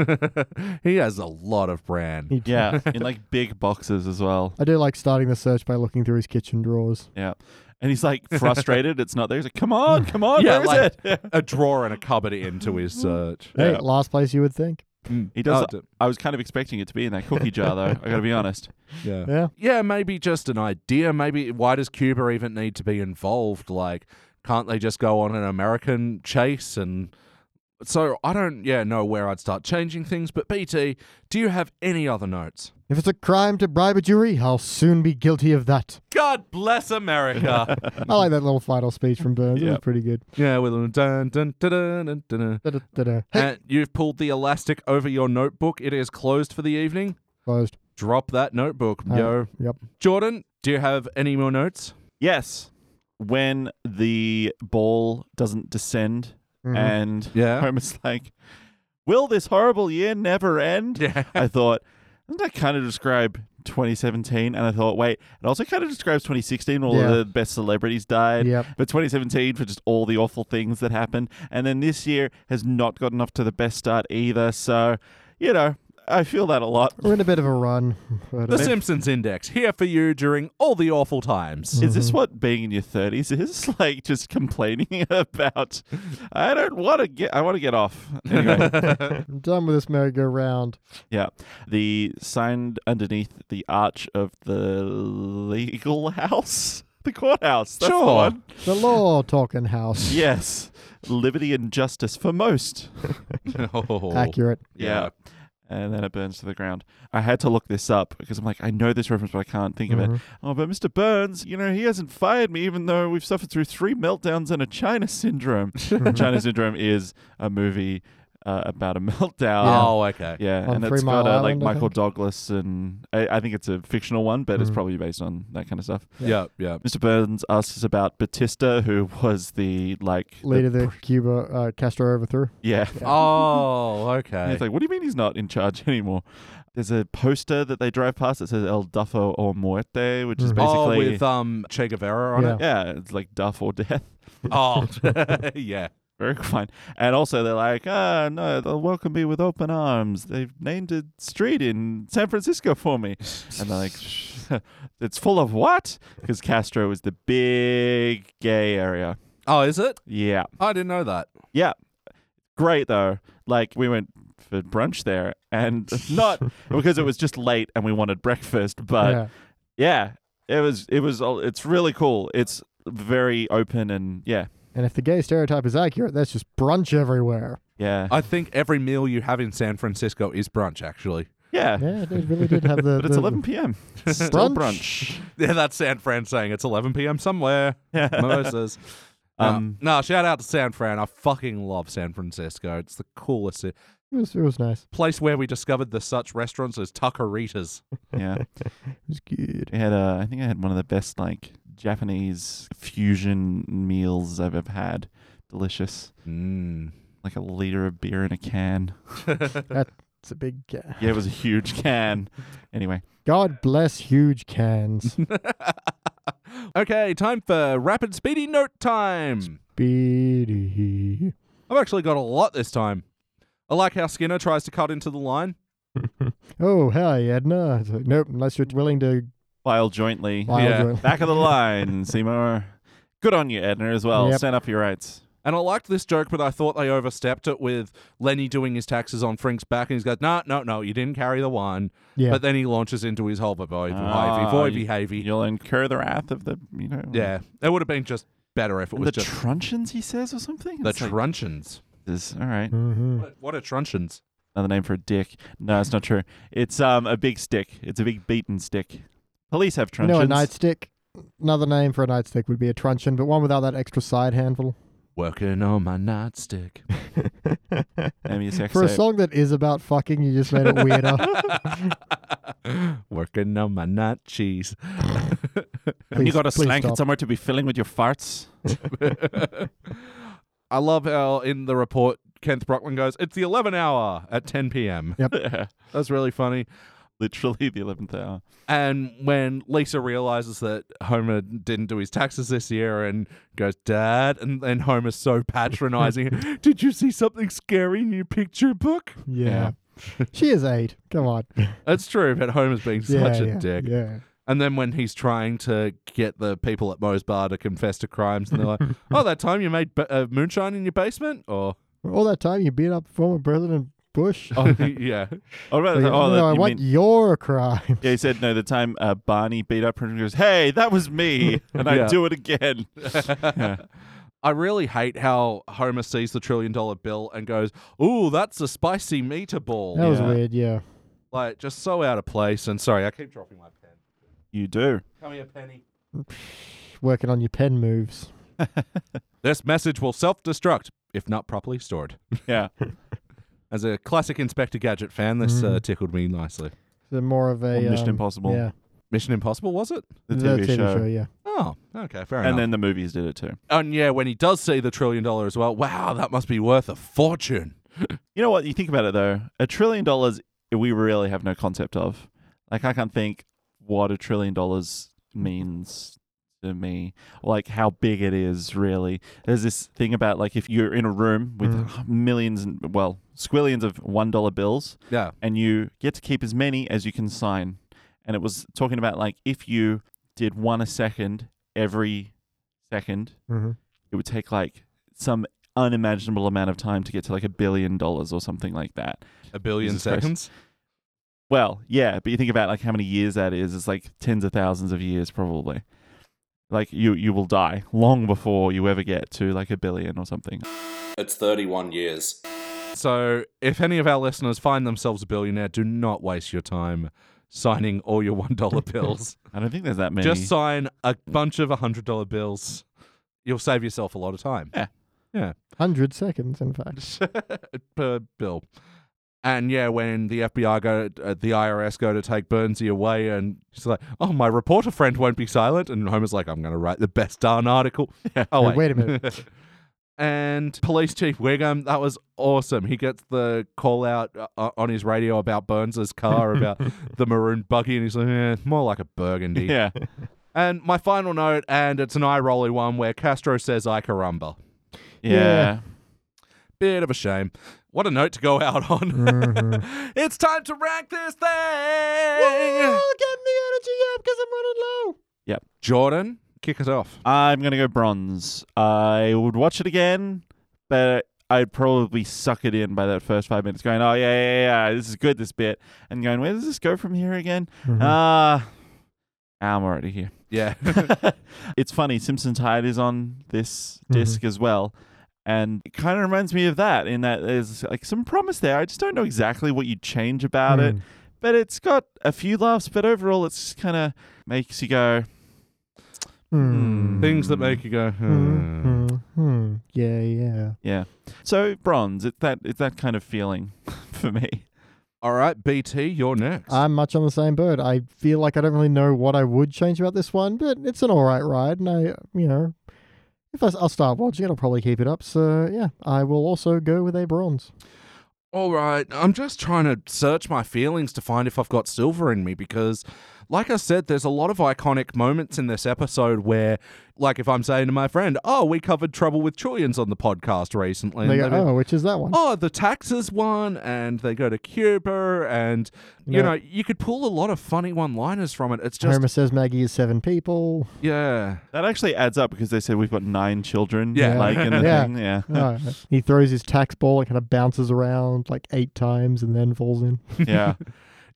he has a lot of brand. He Yeah. In like big boxes as well. I do like starting the search by looking through his kitchen drawers. Yeah. And he's like frustrated. It's not there. He's like, come on, come on. Yeah, where is like- it? a drawer and a cupboard into his search. Hey, Yeah. last place you would think. He does- Oh, d- Uh, I was kind of expecting it to be in that cookie jar, though. I got to be honest. yeah. Yeah. yeah, maybe just an idea. Maybe why does Cuba even need to be involved? Like, can't they just go on an American chase? And so I don't, yeah, know where I'd start changing things. But BT, do you have any other notes? If it's a crime to bribe a jury, I'll soon be guilty of that. God bless America. I like that little final speech from Burns. It was Yep. pretty good. yeah, with a dun dun dun dun dun. dun. Da-da-da-da. Hey, And you've pulled the elastic over your notebook. It is closed for the evening. closed. Drop that notebook, Uh, yo. Yep. Jordan, do you have any more notes? Yes. When the ball doesn't descend Mhm. and Yeah. Homer's like, will this horrible year never end? Yeah. I thought, doesn't that kind of describe 2017? And I thought, wait, it also kind of describes 2016. All Yeah. of the best celebrities died. Yep. But 2017 for just all the awful things that happened. And then this year has not gotten off to the best start either. So, you know, I feel that a lot. We're in a bit of a run. but, The uh, Simpsons Index, here for you during all the awful times. Is this what being in your thirties is like? Just complaining about, I don't want to get. I want to get off. Anyway, I'm done with this merry-go-round. yeah. The sign underneath the arch of the legal house, the courthouse. That's The Sure. one. The law talking house. Yes, liberty and justice for most. Oh. Accurate. Yeah. And then it burns to the ground. I had to look this up because I'm like, I know this reference, but I can't think of Mm-hmm. it. Oh, but Mr. Burns, you know, he hasn't fired me, even though we've suffered through three meltdowns and a China syndrome. China syndrome is a movie uh, about a meltdown. Oh, okay. Yeah, On and Three it's got Mile uh, like Island, I Michael think. Mm. Douglas, and I, I think it's a fictional one, but it's probably based on that kind of stuff. Yeah, yeah. Mr. Burns asks us about Batista, who was the like the Later, the Cuba uh, Castro overthrew. yeah. Ah, Oh, And okay. he's like, what do you mean he's not in charge anymore? There's a poster that they drive past that says El Duffo or Muerte, which is Mhm. oh, basically. with um Che Guevara on it. yeah, it's like Duff or Death. Oh, yeah. Very fine. And also, they're like, ah, no, they'll welcome me with open arms. They've named a street in San Francisco for me. And they're like, it's full of what? Because Castro is the big gay area. Oh, is it? Yeah. I didn't know that. Yeah. Great though. Like we went for brunch there and not because it was just late and we wanted breakfast, but yeah. it was it was all- it's really cool. It's very open and yeah. And if the gay stereotype is accurate, that's just brunch everywhere. Yeah. I think every meal you have in San Francisco is brunch, actually. yeah. Yeah, they really did have the. But it's the- 11 p.m. Still Brunch. brunch. Yeah, that's San Fran saying it's 11 p.m. somewhere. Mimosas. Um, Um, no, shout out to San Fran. I fucking love San Francisco. It's the coolest ci- It was, it was nice. place where we discovered the such restaurants as Tuckeritas. Yeah. It was good. We had uh, I think I had one of the best like Japanese fusion meals I've ever had. Delicious. Hmm. Mm. Like a liter of beer in a can. It's a big. Uh, Yeah, it was a huge can. Anyway. God bless huge cans. Okay, time for rapid speedy note time. Speedy. I've actually got a lot this time. I like how Skinner tries to cut into the line. Oh, hi, Edna. It's like, nope, unless you're willing to File jointly. file Yeah. join. Back of the line, Seymour. Good on you, Edna, as well. Yep. Stand up for your rights. And I liked this joke, but I thought they overstepped it with Lenny doing his taxes on Frink's back, and he's goes, "No, no, no, you didn't carry the wine." Yeah. But then he launches into his Holber boy, Ah, Ivy, Voivy, Havy. You'll incur the wrath of the, you know. Yeah, it would have been just better if it And was the just truncheons, he says, or something? the It's like, truncheons. this- all right. Mm-hmm. What- What are truncheons? Another name for a dick. No, it's not true. It's um a big stick. It's a big beaten stick. Police have You truncheons. know, a nightstick. Another name for a nightstick would be a truncheon, but one without that extra side handle. Working on my nightstick. Name of your sex For a tape. song that is about fucking, you just made it weirder. Working on my nut cheese. Have you Please- got a please slank stop. somewhere to be filling with your farts? I love how in the report Kenneth Brockman goes, "It's the 11 hour at 10 p.m." That's really funny. Literally the 11th hour. And when Lisa realizes that Homer didn't do his taxes this year and goes, Dad, and then Homer's so patronizing, did you see something scary in your picture book? Yeah. she is eight. Come on. It's true, but Homer's being yeah, such a yeah, dick. Yeah. And then when he's trying to get the people at Moe's Bar to confess to crimes, and they're like, oh, that time you made ba- uh, moonshine in your basement? Or, All that time you beat up former President Bush. oh, yeah. Oh, right, Like, no, oh, that- I you want mean- your crime. Yeah, he said no. The time uh, Barney beat up her and goes, "Hey, that was me," and I Yeah. do it again. I really hate how Homer sees the trillion dollar bill and goes, ooh, that's a spicy meatball. ball. That was Yeah. weird, yeah. like just so out of place and sorry i keep dropping my pen You do. come here penny Working on your pen moves. this message will self-destruct if not properly stored Yeah. as a classic inspector gadget fan this Mm-hmm. uh, tickled me nicely So more of a Or Mission um, Impossible. Yeah. mission impossible was it The The TV, show. yeah. oh okay fair And enough then the movies did it too. and yeah when he does see the trillion dollar as well wow that must be worth a fortune You know what? You think about it though. A trillion dollars, we really have no concept of. Like, I can't think what a trillion dollars means to me like how big it is really there's this thing about like if you're in a room with millions and well squillions of one dollar bills Yeah. and you get to keep as many as you can sign and it was talking about like if you did one a second every second Mm-hmm. it would take like some unimaginable amount of time to get to like a billion dollars or something like that A billion Jesus Christ. seconds. well, yeah, but you think about like how many years that is. It's like tens of thousands of years, probably. Like you, you will die long before you ever get to like a billion or something. It's 31 years. So, if any of our listeners find themselves a billionaire, do not waste your time signing all your $1 bills. I don't think there's that many. Just sign a bunch of $100 bills. You'll save yourself a lot of time Hundred seconds, in fact. per bill. And yeah, when the FBI go, uh, the IRS go to take Bernsey away, and she's like, "Oh, my reporter friend won't be silent," and Homer's like, "I'm going to write the best darn article." Oh Yeah, wait a minute. and Police Chief Wiggum, that was awesome. He gets the call out uh, on his radio about Burns's car, about the maroon buggy, and he's like, eh, "More like a burgundy." yeah, And my final note, and it's an eye rolly one, where Castro says, "I caramba." yeah. Bit of a shame. What a note to go out on. Mm-hmm. it's time to rank this thing. get the energy up because I'm running low. Jordan, kick it off. I'm gonna go bronze. I would watch it again, but I'd probably suck it in by that first five minutes, going, "Oh yeah, yeah, yeah, this is good, this bit," and going, "Where does this go from here again?" Mm-hmm. Ah, I'm already here. Yeah. it's funny, Simpson Tide is on this Mm-hmm. disc as well. And it kind of reminds me of that in that there's like some promise there. I just don't know exactly what you'd change about Mm. it. But it's got a few laughs, but overall it's just kind of makes you go, Things that make you go, Mm. hmm. Mm-hmm. Yeah, yeah. yeah. So bronze, it's that it's that kind of feeling for me. All right, BT, you're next. I'm much on the same bird. I feel like I don't really know what I would change about this one, but it's an all right ride, and I, you know, if I, will start watching it, I'll probably keep it up. So yeah, I will also go with a bronze. All right, I'm just trying to search my feelings to find if I've got silver in me because, like I said, there's a lot of iconic moments in this episode where, like, if I'm saying to my friend, oh, we covered trouble with trillions on the podcast recently. They and go, they'll be- oh, which is that one? oh, the taxes one, and they go to Cuba, and you Yeah. know, you could pull a lot of funny one-liners from it. It's just, Homer says Maggie is seven people. yeah, That actually adds up because they said we've got nine children. Yeah. Like in the Yeah. thing. Yeah. Oh, he throws his tax ball. It kind of bounces around like eight times and then falls in. Yeah.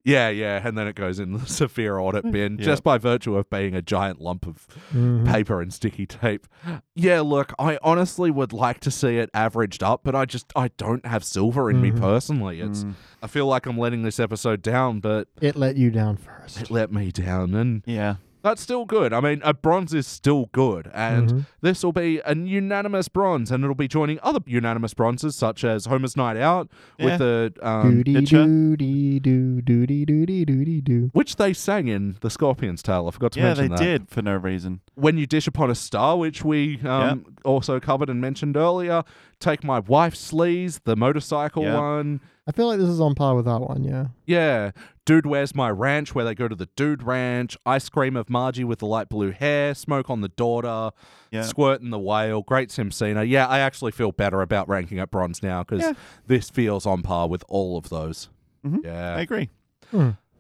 yeah, yeah, and then it goes in the severe audit bin Yeah. just by virtue of being a giant lump of Mm-hmm. paper and sticky tape. Yeah, look, I honestly would like to see it averaged up, but I just I don't have silver in Mm-hmm. me personally. It's Mm. I feel like I'm letting this episode down, but It let you down first. it let me down, and Yeah. that's still good. I mean, a bronze is still good, and Mm-hmm. this will be a unanimous bronze, and it'll be joining other unanimous bronzes such as Homer's Night Out Yeah. with the um, Doody Ditcher. doody doo doody doody doody doo. which they sang in the Scorpion's Tale. I forgot to Yeah, mention they that. did for no reason. When you dish upon a star, which we um, also covered and mentioned earlier. Take my wife sleaze, the motorcycle Yeah. one. I feel like this is on par with that one. Yeah. Yeah, dude, where's my ranch? Where they go to the dude ranch. Ice cream of Margie with the light blue hair. Smoke on the daughter. Yeah. Squirt in the whale. Great Simpsina. Yeah, I actually feel better about ranking at bronze now because Yeah. this feels on par with all of those. Mhm. Yeah. I agree. Hmm.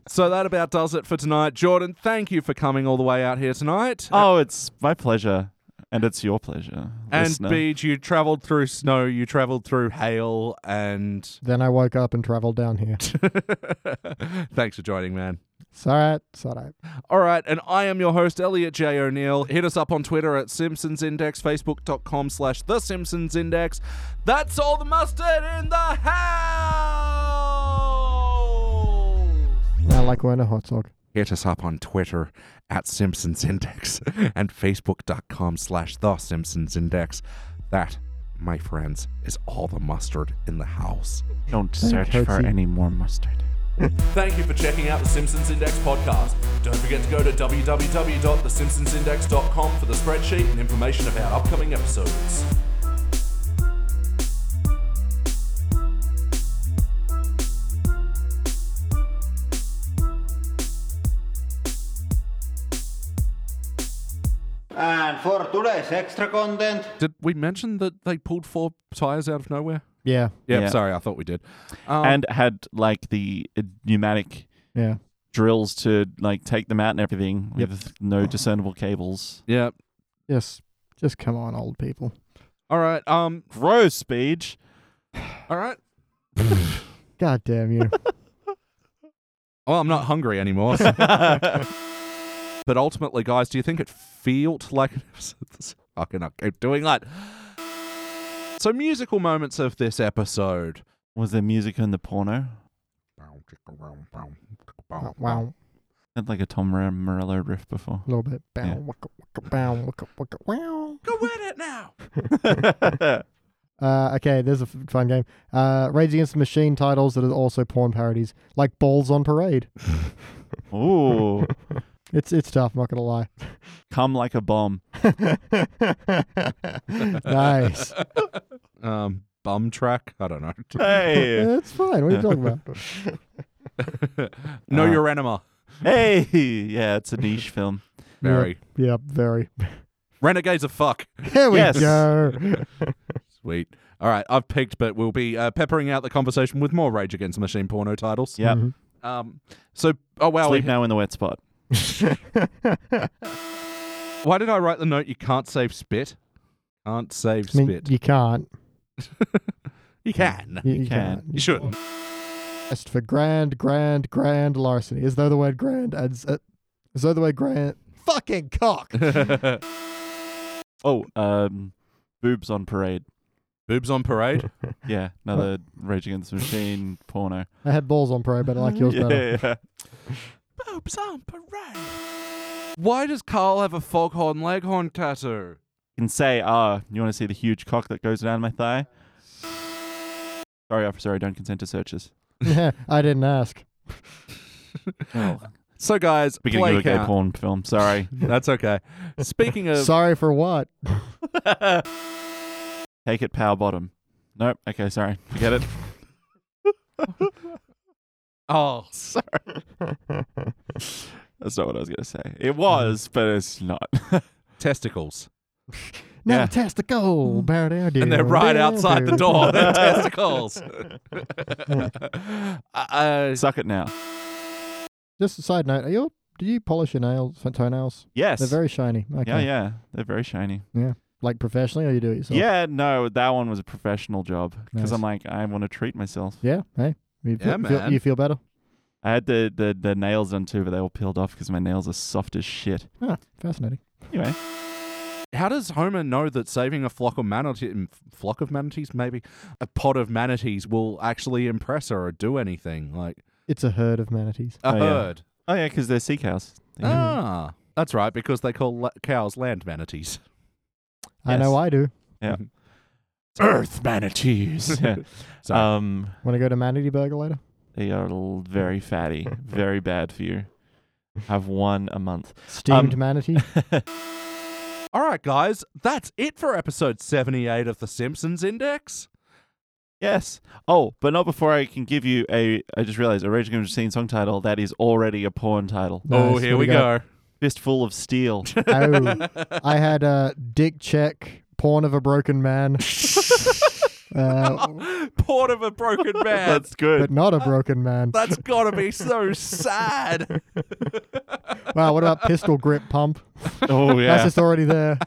So that about does it for tonight, Jordan. Thank you for coming all the way out here tonight. Oh, it's my pleasure. And it's your pleasure. and listener. Beej, you traveled through snow, you traveled through hail, and Then I woke up and traveled down here. thanks for joining, man. it's all right. It's all right. All right, and I am your host, Elliot J. O'Neill. Hit us up on Twitter at Simpsons Index, Facebook.com slash The Simpsons Index. That's all the mustard in the house! Now, like wearing a hot dog. Hit us up on Twitter at Simpsons Index and Facebook.com slash The Simpsons Index. That, my friends, is all the mustard in the house. Don't search for Tootsie. any more mustard. Thank you for checking out the Simpsons Index podcast. Don't forget to go to www.thesimpsonsindex.com for the spreadsheet and information about upcoming episodes. And for today's extra content, Did we mention that they pulled four tires out of nowhere? Yeah, Yeah, Yeah. sorry, I thought we did. Um, and had like the uh, pneumatic yeah. drills to like take them out and everything Yep. with no discernible cables. yeah, Just, just come on, old people. all right, um, Gross speech. all right. God damn you. Well, I'm not hungry anymore. so- but ultimately, guys, do you think it felt like I cannot keep doing that? So, musical moments of this episode. Was there music in the porno? wow, wow, Had like a Tom Morello riff before. a little bit. Bow, Yeah. waka, waka, bow, waka, waka, wow. Go with it now. Uh, okay, there's a f- fun game. Uh, Rage Against the Machine titles that are also porn parodies, like Balls on Parade. Ooh, It's it's tough. I'm not gonna lie. come like a bomb. nice. Um, bum track. I don't know. Hey, That's fine. What are you talking about? know Uh, your enema. hey, yeah, it's a niche film. Very. Yep, very. Renegades are fuck. Here we Yes. go. Sweet. All right, I've picked, but we'll be uh, peppering out the conversation with more Rage Against the Machine porno titles. Yep. Mhm. Um. So, oh wow, we Sleep now in the wet spot. Why did I write the note? You can't save spit. Can't save I mean, spit. You, you can't. can. You, You can't. can. You shouldn't. Asked for grand, grand, grand larceny, as though the word grand adds, uh, as though the word grand fucking cock. Oh, um, boobs on parade. Boobs on parade. Yeah, another Rage Against the Machine porno. I had balls on parade, but I like yours Yeah, better. yeah. Boobs on parade. Why does Carl have a foghorn leghorn tattoo? You can say, "Ah, you want to see the huge cock that goes down my thigh?" Sorry, officer, I don't consent to searches. Yeah, I didn't ask. So guys, Beginning of play a gay count. porn film. Sorry. That's okay. Speaking of Sorry for what? Take it, power bottom. Nope. Okay, sorry. Forget it. oh, so- That's not what I was gonna say. It was, but it's not. testicles, No Yeah. testicle. Bow down, Mm. and they're right dear, outside the dear. door. They're testicles. uh, Suck it now. Just a side note: Are you? Do you polish your nails, toenails? Yes. They're very shiny. Okay. Yeah, yeah. They're very shiny. Like professionally, or you do it yourself? Yeah, no, that one was a professional job because Nice. I'm like, I want to treat myself. Yeah. Hey. You Yeah, feel, man. you feel better? I had the, the, the nails done too, but they were peeled off because my nails are soft as shit. Ah, fascinating. Anyway, How does Homer know that saving a flock of manatees, flock of manatees, maybe a pod of manatees will actually impress her or do anything? Like It's a herd of manatees. a Oh, yeah. herd. oh yeah, because they're sea cows. They- Ah, that's right, because they call la- cows land manatees. I know Yes. I do. Earth manatees. yeah. Sorry. Um, Want to go to Manatee Burger later? they are l- very fatty, very bad for you. Have one a month. Steamed Um, manatee. All right, guys, that's it for episode seventy-eight of the Simpsons Index. Yes. Oh, but not before I can give you a. I just realized a Rage Against the Machine song title that is already a porn title. oh, Nice, here what we do you got? go. Fistful of Steel. Oh, I had uh, dick check porn of a broken man, uh, Port of a broken man. That's good. but not a broken man. that's gotta be so sad. Wow, what about pistol grip pump? oh yeah. That's just already there.